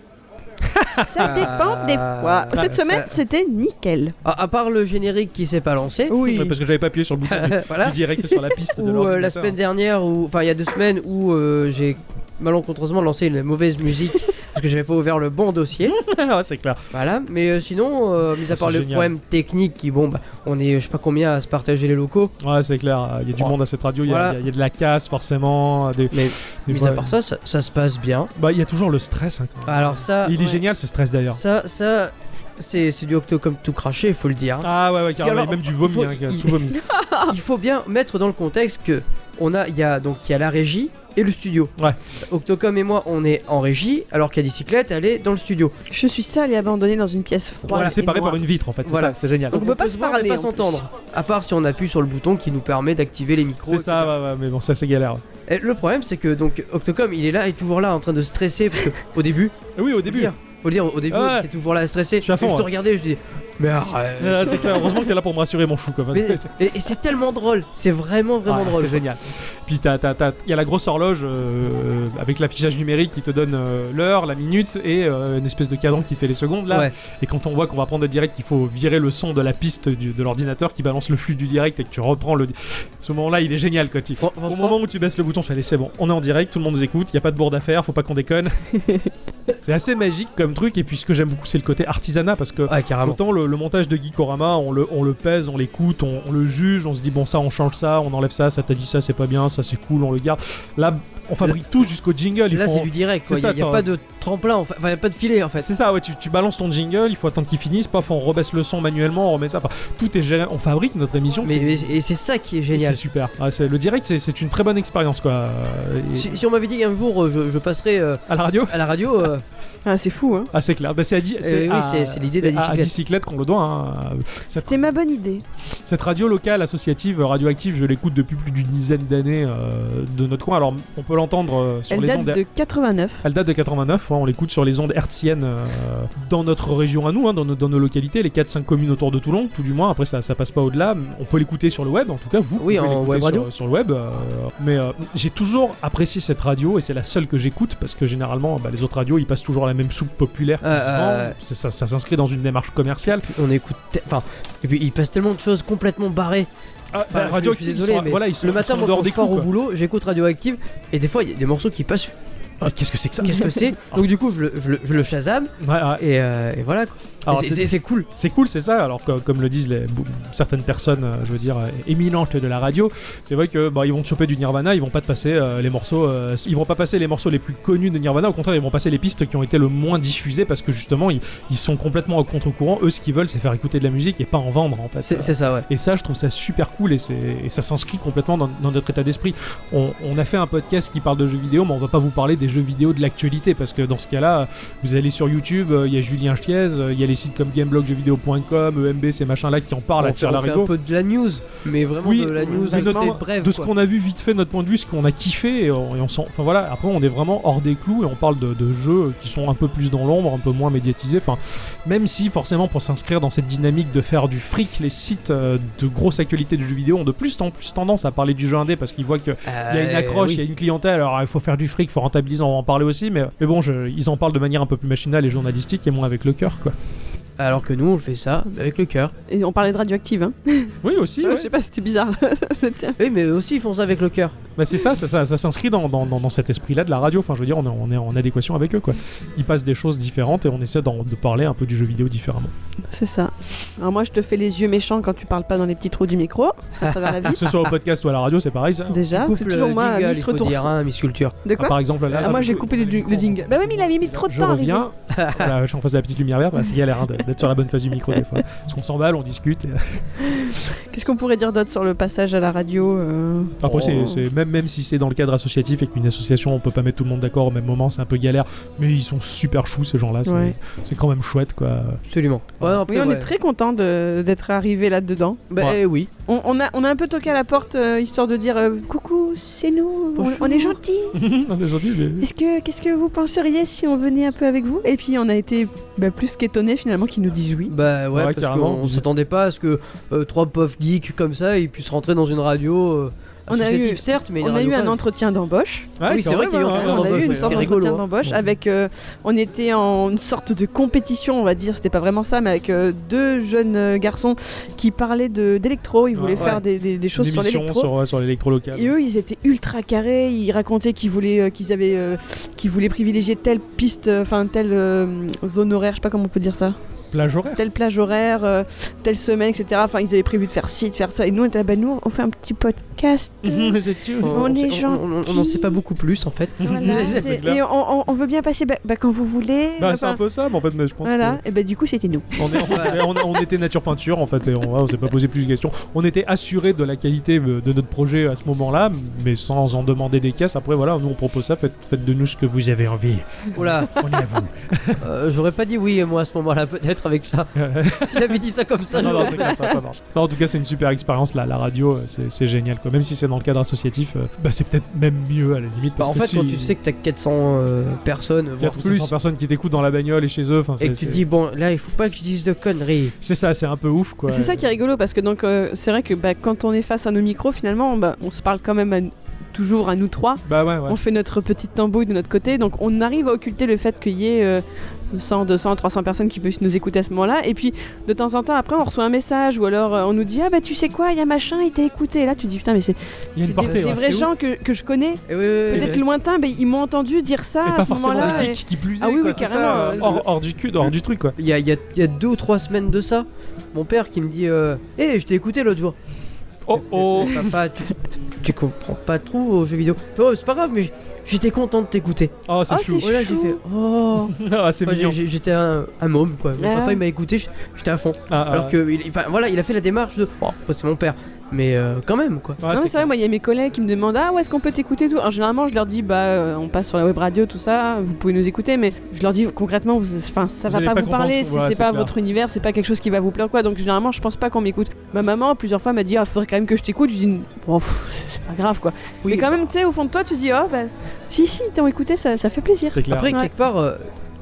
Speaker 3: Ça dépend des
Speaker 1: Ah,
Speaker 3: fois. Cette
Speaker 2: Ça-
Speaker 3: semaine, c'était nickel.
Speaker 2: Ah, À, à part le générique qui s'est pas lancé.
Speaker 3: Oui.
Speaker 1: Ouais, parce que j'avais pas appuyé sur le bouton du,
Speaker 2: voilà.
Speaker 1: du direct sur la piste de
Speaker 2: Ou euh, Ah. la
Speaker 1: l'ordinateur.
Speaker 2: semaine dernière, ou enfin il y a deux semaines, où euh, j'ai malencontreusement lancé une mauvaise musique parce que j'avais pas ouvert le bon dossier.
Speaker 1: Ah, c'est clair.
Speaker 2: Voilà, mais euh, sinon, euh, mis à
Speaker 1: Ah, C'est
Speaker 2: part le
Speaker 1: génial.
Speaker 2: problème technique qui, bon, bah, on est, euh, je sais pas combien à se partager les locaux,
Speaker 1: Ouais, c'est clair. Il y a du
Speaker 2: Oh.
Speaker 1: monde à cette radio. Il y a-
Speaker 2: Voilà.
Speaker 1: il y, a- il y a de la casse, forcément. Des,
Speaker 2: mais
Speaker 1: des
Speaker 2: mis
Speaker 1: fois-
Speaker 2: à part ça, ça, ça se passe bien.
Speaker 1: Bah, il y a toujours le stress. hein, quand même.
Speaker 2: Alors ça,
Speaker 1: il est
Speaker 2: Ah, ouais.
Speaker 1: génial ce stress d'ailleurs.
Speaker 2: Ça, ça, c'est c'est du octo comme tout craché, il faut le dire.
Speaker 1: Ah ouais, ouais, carrément.
Speaker 2: alors,
Speaker 1: même du vomi,
Speaker 2: faut-
Speaker 1: hein,
Speaker 2: il-
Speaker 1: tout vomi.
Speaker 3: Ah.
Speaker 2: Il faut bien mettre dans le contexte que on a, il y a donc il y a la régie et le studio.
Speaker 1: Ouais.
Speaker 2: Octocom et moi, on est en régie, alors qu'à bicyclette, elle est dans le studio.
Speaker 3: Je suis sale et abandonnée dans une pièce
Speaker 1: On
Speaker 2: Voilà,
Speaker 1: est
Speaker 2: et
Speaker 3: froide.
Speaker 1: séparés
Speaker 2: noir.
Speaker 1: par une vitre en fait. C'est
Speaker 2: Voilà.
Speaker 1: ça, c'est génial.
Speaker 3: Donc, on peut pas se
Speaker 2: voir et
Speaker 3: parler,
Speaker 2: pas
Speaker 3: en
Speaker 2: s'entendre. À part si on appuie sur le bouton qui nous permet d'activer les micros.
Speaker 1: C'est
Speaker 2: etc.
Speaker 1: ça, ouais, ouais, mais bon, ça c'est galère.
Speaker 2: Et le problème, c'est que donc Octocom, il est là, il est toujours là, en train de stresser, parce que au début,
Speaker 1: Oui, au
Speaker 2: faut le
Speaker 1: début.
Speaker 2: dire, faut le dire, au début,
Speaker 1: Ah ouais.
Speaker 2: il était toujours là, à stresser.
Speaker 1: Je suis à fond, hein.
Speaker 2: Et je te
Speaker 1: ouais.
Speaker 2: regardais, je dis, mais arrête.
Speaker 1: Ah, c'est clair. Heureusement que t'es là pour me rassurer, mon chou. Quoi. parce
Speaker 2: Mais-
Speaker 1: que-
Speaker 2: et et c'est tellement drôle, c'est vraiment vraiment
Speaker 1: Ah,
Speaker 2: drôle.
Speaker 1: C'est génial. Puis t'as- t'as- t'as- il y a la grosse horloge euh, avec l'affichage numérique qui te donne euh, l'heure, la minute et euh, une espèce de cadran qui te fait les secondes là.
Speaker 2: Ouais.
Speaker 1: Et quand on voit qu'on va prendre le direct, il faut virer le son de la piste du- de l'ordinateur qui balance le flux du direct et que tu reprends le. di- Ce moment-là, il est génial quoi. tu-
Speaker 2: Fran-
Speaker 1: Au
Speaker 2: franchement,
Speaker 1: moment où tu baisses le bouton, tu fais allez c'est bon, on est en direct, tout le monde nous écoute, il y a pas de bourde à faire, faut pas qu'on déconne. c'est assez magique comme truc et puis ce que j'aime beaucoup c'est le côté artisanat parce que
Speaker 2: Ah, carrément.
Speaker 1: Autant le, le montage de Geekorama, on le, on le pèse, on l'écoute, on, on le juge, on se dit bon ça on change ça, on enlève ça, ça t'a dit ça c'est pas bien, ça c'est cool, on le garde. Là on fabrique tout jusqu'au jingle. il
Speaker 2: Là,
Speaker 1: faut-
Speaker 2: c'est du direct, quoi.
Speaker 1: C'est
Speaker 2: Il y a-
Speaker 1: ça,
Speaker 2: il y a,
Speaker 1: t'as-
Speaker 2: pas de tremplin, enfin, il y a pas de filet, en fait.
Speaker 1: C'est ça, ouais, tu, tu balances ton jingle, il faut attendre qu'il finisse, paf on rebaisse le son manuellement, on remet ça, enfin tout est géré, on fabrique notre émission.
Speaker 2: Mais,
Speaker 1: c'est-
Speaker 2: mais- et c'est ça qui est génial.
Speaker 1: C'est super. Ah, c'est- le direct c'est- c'est une très bonne expérience quoi. Euh, et-
Speaker 2: Si, si on m'avait dit qu'un jour euh, je, je passerais euh,
Speaker 1: à la radio
Speaker 2: à la radio, euh,
Speaker 3: Ah, c'est fou, hein.
Speaker 1: Ah c'est clair, bah, c'est à di-
Speaker 2: oui,
Speaker 1: à-
Speaker 2: c'est- c'est l'idée de la
Speaker 1: c'est à- à
Speaker 2: bicyclette.
Speaker 1: bicyclette qu'on le doit. hein. Cette,
Speaker 3: C'était ma bonne idée.
Speaker 1: cette radio locale associative euh, radioactive, je l'écoute depuis plus d'une dizaine d'années euh, de notre coin. Alors on peut l'entendre euh, sur
Speaker 3: Elle
Speaker 1: les
Speaker 3: date
Speaker 1: ondes.
Speaker 3: de 89.
Speaker 1: Elle date de 89, ouais, on l'écoute sur les ondes hertziennes euh, dans notre région à nous, hein, dans, nos, dans nos localités, les 4-5 communes autour de Toulon, tout du moins, après ça, ça passe pas au-delà, on peut l'écouter sur le web, en tout cas vous,
Speaker 2: Oui,
Speaker 1: vous pouvez
Speaker 2: en
Speaker 1: l'écouter
Speaker 2: web
Speaker 1: sur-
Speaker 2: radio.
Speaker 1: Sur, le web, euh, mais euh, j'ai toujours apprécié cette radio et c'est la seule que j'écoute parce que généralement bah, les autres radios ils passent toujours la même soupe populaire qui
Speaker 2: Euh,
Speaker 1: se vend,
Speaker 2: euh,
Speaker 1: C'est- ça, ça s'inscrit dans une démarche commerciale.
Speaker 2: puis on écoute. te- Enfin, et puis il passe tellement de choses complètement barrées.
Speaker 1: Ah,
Speaker 2: Enfin,
Speaker 1: la radio
Speaker 2: je, je
Speaker 1: active,
Speaker 2: suis
Speaker 1: ils
Speaker 2: désolé,
Speaker 1: sont-
Speaker 2: mais
Speaker 1: voilà, ils sont, ils
Speaker 2: le matin,
Speaker 1: sont
Speaker 2: moi,
Speaker 1: dehors
Speaker 2: quand
Speaker 1: des
Speaker 2: je pars
Speaker 1: coups,
Speaker 2: au
Speaker 1: quoi.
Speaker 2: boulot, j'écoute Radioactive, et des fois il y a des morceaux qui passent.
Speaker 1: Ah, Qu'est-ce que c'est que ça
Speaker 2: Qu'est-ce que c'est Donc du coup, je le, je le, je le Shazam,
Speaker 1: Ouais, ouais.
Speaker 2: et, euh, et voilà. quoi.
Speaker 1: Alors,
Speaker 2: Et
Speaker 1: t'es-
Speaker 2: c'est- c'est c'est cool.
Speaker 1: Ah, C'est cool, c'est ça. Alors que, comme le disent les- bou- certaines personnes, euh, je veux dire euh, éminentes de la radio, c'est vrai que bah, ils vont te choper du Nirvana, ils vont pas te passer euh, les morceaux, euh, ils vont pas passer les morceaux les plus connus de Nirvana. Au contraire, ils vont passer les pistes qui ont été le moins diffusées parce que justement, ils, ils sont complètement au contre-courant. Eux, ce qu'ils veulent, c'est faire écouter de la musique et pas en vendre, en fait.
Speaker 2: C'est c'est ça, ouais.
Speaker 1: Et ça, je trouve ça super cool et, c'est- et ça s'inscrit complètement dans, dans notre état d'esprit. On, on a fait un podcast qui parle de jeux vidéo, mais on va pas vous parler des jeux vidéo de l'actualité parce que dans ce cas-là, vous allez sur YouTube, euh, il y a Julien Chiez, euh, il y a les les sites comme gameblog.jeuxvideo.com, EMB, E ces machins-là qui en parlent à
Speaker 2: on fait,
Speaker 1: tirer
Speaker 2: on fait un
Speaker 1: l'arigot.
Speaker 2: peu de la news, mais vraiment
Speaker 1: Oui,
Speaker 2: de la news
Speaker 1: mais
Speaker 2: très
Speaker 1: notamment
Speaker 2: brève.
Speaker 1: de ce
Speaker 2: quoi.
Speaker 1: qu'on a vu vite fait notre point de vue ce qu'on a kiffé et on, et on s'en enfin voilà après on est vraiment hors des clous et on parle de, de jeux qui sont un peu plus dans l'ombre un peu moins médiatisés enfin même si forcément pour s'inscrire dans cette dynamique de faire du fric les sites euh, de grosse actualité du jeu vidéo ont de plus en plus tendance à parler du jeu indé parce qu'ils voient que il y a une
Speaker 2: Euh,
Speaker 1: accroche, il
Speaker 2: oui.
Speaker 1: y a une clientèle, alors il faut faire du fric, il faut rentabiliser, on va en parler aussi, mais, mais bon, je- ils en parlent de manière un peu plus machinale et journalistique et moins avec le cœur, quoi.
Speaker 2: Alors que nous, on fait ça avec le cœur.
Speaker 3: Et on parlait de radioactive, hein.
Speaker 1: Oui, aussi,
Speaker 2: Ah
Speaker 3: Ouais,
Speaker 1: ouais.
Speaker 3: Je sais pas, c'était bizarre. C'était-
Speaker 2: Oui, mais eux aussi, ils font ça avec le cœur.
Speaker 1: Bah, c'est ça, ça, ça- ça s'inscrit dans, dans- dans- dans cet esprit-là de la radio, enfin je veux dire, on est, on est en adéquation avec eux, quoi. Ils passent des choses différentes et on essaie d'en- de parler un peu du jeu vidéo différemment.
Speaker 3: C'est ça. Alors moi, je te fais les yeux méchants quand tu parles pas dans les petits trous du micro, à travers la
Speaker 1: Que
Speaker 3: vie.
Speaker 1: ce soit au podcast ou à la radio, c'est pareil, ça.
Speaker 3: Déjà,
Speaker 2: Coupe
Speaker 3: Ah, c'est
Speaker 2: le
Speaker 3: toujours moi,
Speaker 2: jingle,
Speaker 3: Miss
Speaker 2: il faut
Speaker 3: Retour.
Speaker 2: dire, hein, Miss Culture.
Speaker 3: De
Speaker 1: Ah,
Speaker 3: quoi
Speaker 1: par exemple, là,
Speaker 3: Ah, moi, j'ai coupé le, jing- le jingle. Bah, même il a mis trop de
Speaker 1: Je
Speaker 3: temps à arriver.
Speaker 1: reviens, voilà, je suis en face de la petite lumière verte, bah, c'est galère hein, de- d'être sur la bonne face du micro des fois. Parce qu'on s'emballe, on discute. et-
Speaker 3: Qu'est-ce qu'on pourrait dire d'autre sur le passage à la radio euh,
Speaker 1: Après, c'est-
Speaker 3: Oh.
Speaker 1: c'est- même, même si c'est dans le cadre associatif et qu'une association, on peut pas mettre tout le monde d'accord au même moment, c'est un peu galère. Mais ils sont super choux, ces gens-là. C'est
Speaker 3: Ouais.
Speaker 1: c'est quand même chouette, quoi.
Speaker 2: Absolument. Ouais, non,
Speaker 3: Oui,
Speaker 2: après,
Speaker 3: on
Speaker 2: ouais.
Speaker 3: est très content de- d'être arrivé là-dedans.
Speaker 2: Bah eh oui.
Speaker 3: On, on a, on a un peu toqué à la porte euh, histoire de dire euh, coucou, c'est nous, on- on, est gentils.
Speaker 1: On est gentil, mais-
Speaker 3: Est-ce que qu'est-ce que vous penseriez si on venait un peu avec vous Et puis on a été bah, plus qu'étonnés finalement qu'ils nous disent oui.
Speaker 2: Bah ouais,
Speaker 1: Ouais,
Speaker 2: parce
Speaker 1: carrément.
Speaker 2: qu'on on s'attendait pas à ce que euh, trois puffs geeks comme ça, ils puissent rentrer dans une radio euh,
Speaker 3: On a
Speaker 2: associative,
Speaker 3: eu-
Speaker 2: certes, mais une
Speaker 3: on a
Speaker 2: radio
Speaker 3: eu
Speaker 2: quand
Speaker 3: un
Speaker 2: même.
Speaker 3: entretien d'embauche.
Speaker 1: Ouais,
Speaker 2: Oui,
Speaker 1: quand
Speaker 2: c'est vrai
Speaker 1: même,
Speaker 2: qu'il y a
Speaker 1: hein,
Speaker 2: eu un
Speaker 1: ouais,
Speaker 2: entretien
Speaker 3: on a eu
Speaker 2: d'embauche,
Speaker 3: une
Speaker 2: ouais.
Speaker 3: sorte
Speaker 2: C'était
Speaker 3: d'entretien
Speaker 2: rigolo, hein.
Speaker 3: d'embauche
Speaker 2: Bon.
Speaker 3: avec. euh, on était en une sorte de compétition, on va dire. C'était pas vraiment ça, mais avec euh, deux jeunes euh, garçons qui parlaient de- d'électro. Ils voulaient
Speaker 1: Ouais.
Speaker 3: faire des, des- des choses
Speaker 1: une
Speaker 3: sur
Speaker 1: émission
Speaker 3: l'électro.
Speaker 1: sur, ouais, sur l'électro local.
Speaker 3: Et eux, ils étaient ultra carrés. Ils racontaient qu'ils voulaient, euh, qu'ils avaient, euh, qu'ils voulaient privilégier telle piste, euh, enfin telle euh, zone horaire, je sais pas comment on peut dire ça,
Speaker 1: Plage horaire.
Speaker 3: telle plage horaire, euh, telle semaine, etc. Enfin, ils avaient prévu de faire ci, de faire ça. Et nous, on était là, bah nous, on fait un petit podcast.
Speaker 1: C'est sûr.
Speaker 2: On,
Speaker 3: On est
Speaker 2: sait- on- on- on n'en
Speaker 3: gentils.
Speaker 2: sait pas beaucoup plus en fait.
Speaker 3: Voilà.
Speaker 1: C'est
Speaker 3: Et-
Speaker 1: clair.
Speaker 3: et on, on- on veut bien passer, bah, bah, quand vous voulez.
Speaker 1: Bah, c'est
Speaker 3: Enfin,
Speaker 1: un peu ça, mais en fait, mais je pense
Speaker 3: Voilà. Et bah du coup, c'était nous.
Speaker 1: que on, est- on est- on était nature peinture en fait, et on, ouais, on s'est pas posé plus de questions. On était assuré de la qualité euh, de notre projet à ce moment-là, mais sans en demander des caisses. Après, voilà, nous on propose ça, faites, faites de nous ce que vous avez envie.
Speaker 2: Oula,
Speaker 1: On est à vous.
Speaker 2: euh, j'aurais pas dit oui moi à ce moment-là peut-être avec ça. S'il avait dit ça comme ça,
Speaker 1: Non, non,
Speaker 2: j'aurais-
Speaker 1: c'est clair, ça va pas marcher. Non, en tout cas, c'est une super expérience là, la radio, euh, c'est c'est génial quoi. Même si c'est dans le cadre associatif, euh, bah, c'est peut-être même mieux à la limite.
Speaker 2: Bah,
Speaker 1: Parce
Speaker 2: en
Speaker 1: que
Speaker 2: fait
Speaker 1: si
Speaker 2: quand tu sais que t'as 400 euh, personnes voire
Speaker 1: 400 ou
Speaker 2: plus
Speaker 1: 500 personnes qui t'écoutent dans la bagnole et chez eux, enfin,
Speaker 2: et
Speaker 1: c'est
Speaker 2: que tu te
Speaker 1: c'est-
Speaker 2: dis bon là il faut pas que je dise de conneries.
Speaker 1: c'est ça, c'est un peu ouf quoi.
Speaker 3: C'est ça qui est rigolo parce que donc euh, c'est vrai que bah, quand on est face à nos micros, finalement, bah, on se parle quand même à n- toujours à nous trois.
Speaker 1: Bah ouais, ouais.
Speaker 3: On fait notre petite tambouille de notre côté, donc on arrive à occulter le fait qu'il y ait euh, 100, 200, 300 personnes qui peuvent nous écouter à ce moment-là. Et puis de temps en temps, après, on reçoit un message ou alors euh, on nous dit Ah bah tu sais quoi, il y a machin, il t'a écouté. Et là, tu dis Putain, mais c'est
Speaker 1: Il y a
Speaker 3: c'est
Speaker 1: une portée.
Speaker 3: des, des
Speaker 1: ouais.
Speaker 3: vrais
Speaker 2: c'est
Speaker 3: gens que, que je connais,
Speaker 2: Et oui, oui, oui,
Speaker 3: peut-être
Speaker 2: oui.
Speaker 3: lointains, mais ils m'ont entendu dire ça
Speaker 1: Et
Speaker 3: Ah, à
Speaker 1: pas
Speaker 3: ce
Speaker 1: forcément
Speaker 3: moment-là.
Speaker 1: des
Speaker 3: et-
Speaker 1: geeks qui plus est,
Speaker 3: Ah oui,
Speaker 1: quoi,
Speaker 3: oui,
Speaker 1: c'est ça,
Speaker 3: carrément,
Speaker 1: euh,
Speaker 3: ouais.
Speaker 1: hors, hors du cul, hors du truc quoi.
Speaker 2: Il y a, il y a- il y a deux ou trois semaines de ça, mon père qui me dit euh, Hé, je t'ai écouté l'autre jour.
Speaker 1: Oh oh
Speaker 2: Papa, tu, tu comprends pas trop aux jeux vidéo. Oh, c'est pas grave, mais j- j'étais content de t'écouter.
Speaker 1: Oh, c'est
Speaker 3: Ah,
Speaker 1: chou.
Speaker 3: c'est
Speaker 2: Oh là, j'ai
Speaker 3: chou.
Speaker 2: fait Oh
Speaker 1: Ah, c'est
Speaker 2: Moi, j'ai-
Speaker 1: mignon.
Speaker 2: j'ai- J'étais un, un môme, quoi. Mon
Speaker 3: Ah.
Speaker 2: papa, il m'a écouté, j- j'étais à fond.
Speaker 1: Ah, ah,
Speaker 2: Alors que, il, enfin, voilà, il a fait la démarche de Bon, après, c'est mon père, mais euh, quand même, quoi.
Speaker 1: ouais,
Speaker 3: non, mais c'est vrai,
Speaker 1: clair.
Speaker 3: moi, il y a mes collègues qui me demandent Ah, où est-ce qu'on peut t'écouter et tout Alors, généralement, je leur dis Bah, euh, on passe sur la web radio, tout ça, vous pouvez nous écouter, mais je leur dis concrètement, vous, enfin, ça
Speaker 1: Vous
Speaker 3: va
Speaker 1: allez
Speaker 3: pas,
Speaker 1: pas
Speaker 3: vous
Speaker 1: comprendre
Speaker 3: parler,
Speaker 1: ce
Speaker 3: c'est
Speaker 1: qu'on- ouais,
Speaker 3: c'est
Speaker 1: c'est
Speaker 3: pas
Speaker 1: clair.
Speaker 3: votre univers, c'est pas quelque chose qui va vous plaire, quoi. Donc, généralement, je pense pas qu'on m'écoute. Ma maman, plusieurs fois, m'a dit Ah, faudrait quand même que je t'écoute. Je dis Bon, pff, c'est pas grave, quoi.
Speaker 2: Oui,
Speaker 3: mais quand même, tu sais, au fond de toi, tu dis Oh, bah, si, si, t'as écouté, ça, ça fait plaisir.
Speaker 1: C'est clair.
Speaker 2: Après,
Speaker 3: Ouais.
Speaker 2: quelque part, euh,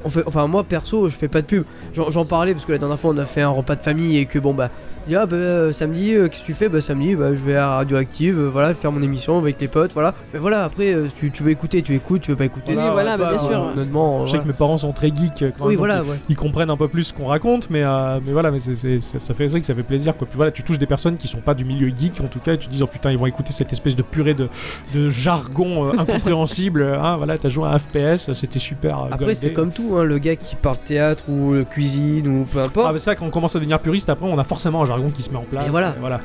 Speaker 2: on fait, enfin, moi perso, je fais pas de pub. J'en j'en parlais parce que la dernière fois, on a fait un repas de famille et que bon, bah, il dit, ah, bah, euh, samedi, euh, qu'est-ce que tu fais Bah, samedi, bah, je vais à Radioactive, euh, voilà, faire mon émission avec les potes, voilà. Mais voilà, après, euh, si tu, tu veux écouter, tu écoutes, tu veux pas écouter.
Speaker 3: Oui,
Speaker 2: tu-
Speaker 3: voilà, bah,
Speaker 2: c'est
Speaker 3: bien
Speaker 2: pas,
Speaker 3: sûr.
Speaker 2: euh, honnêtement, euh,
Speaker 1: Je sais que mes parents sont très geeks euh, quand
Speaker 2: voilà.
Speaker 1: même,
Speaker 2: Oui,
Speaker 1: donc
Speaker 2: voilà, ouais.
Speaker 1: ils comprennent un peu plus ce qu'on raconte, mais, euh, mais voilà, mais c'est- c'est- ça, ça fait c'est vrai que ça fait plaisir quoi. Puis voilà, tu touches des personnes qui sont pas du milieu geek en tout cas, et tu te dis oh putain, ils vont écouter cette espèce de purée de, de jargon euh, incompréhensible. hein, voilà, t'as joué à un FPS, c'était super. euh,
Speaker 2: Après,
Speaker 1: goldé.
Speaker 2: c'est comme tout, hein, le gars qui parle théâtre ou euh, cuisine ou peu
Speaker 1: Ah,
Speaker 2: importe.
Speaker 1: mais ça, quand on commence à devenir puriste, après on a forcément un jargon qui se met en place.
Speaker 2: Et voilà.
Speaker 1: euh, voilà.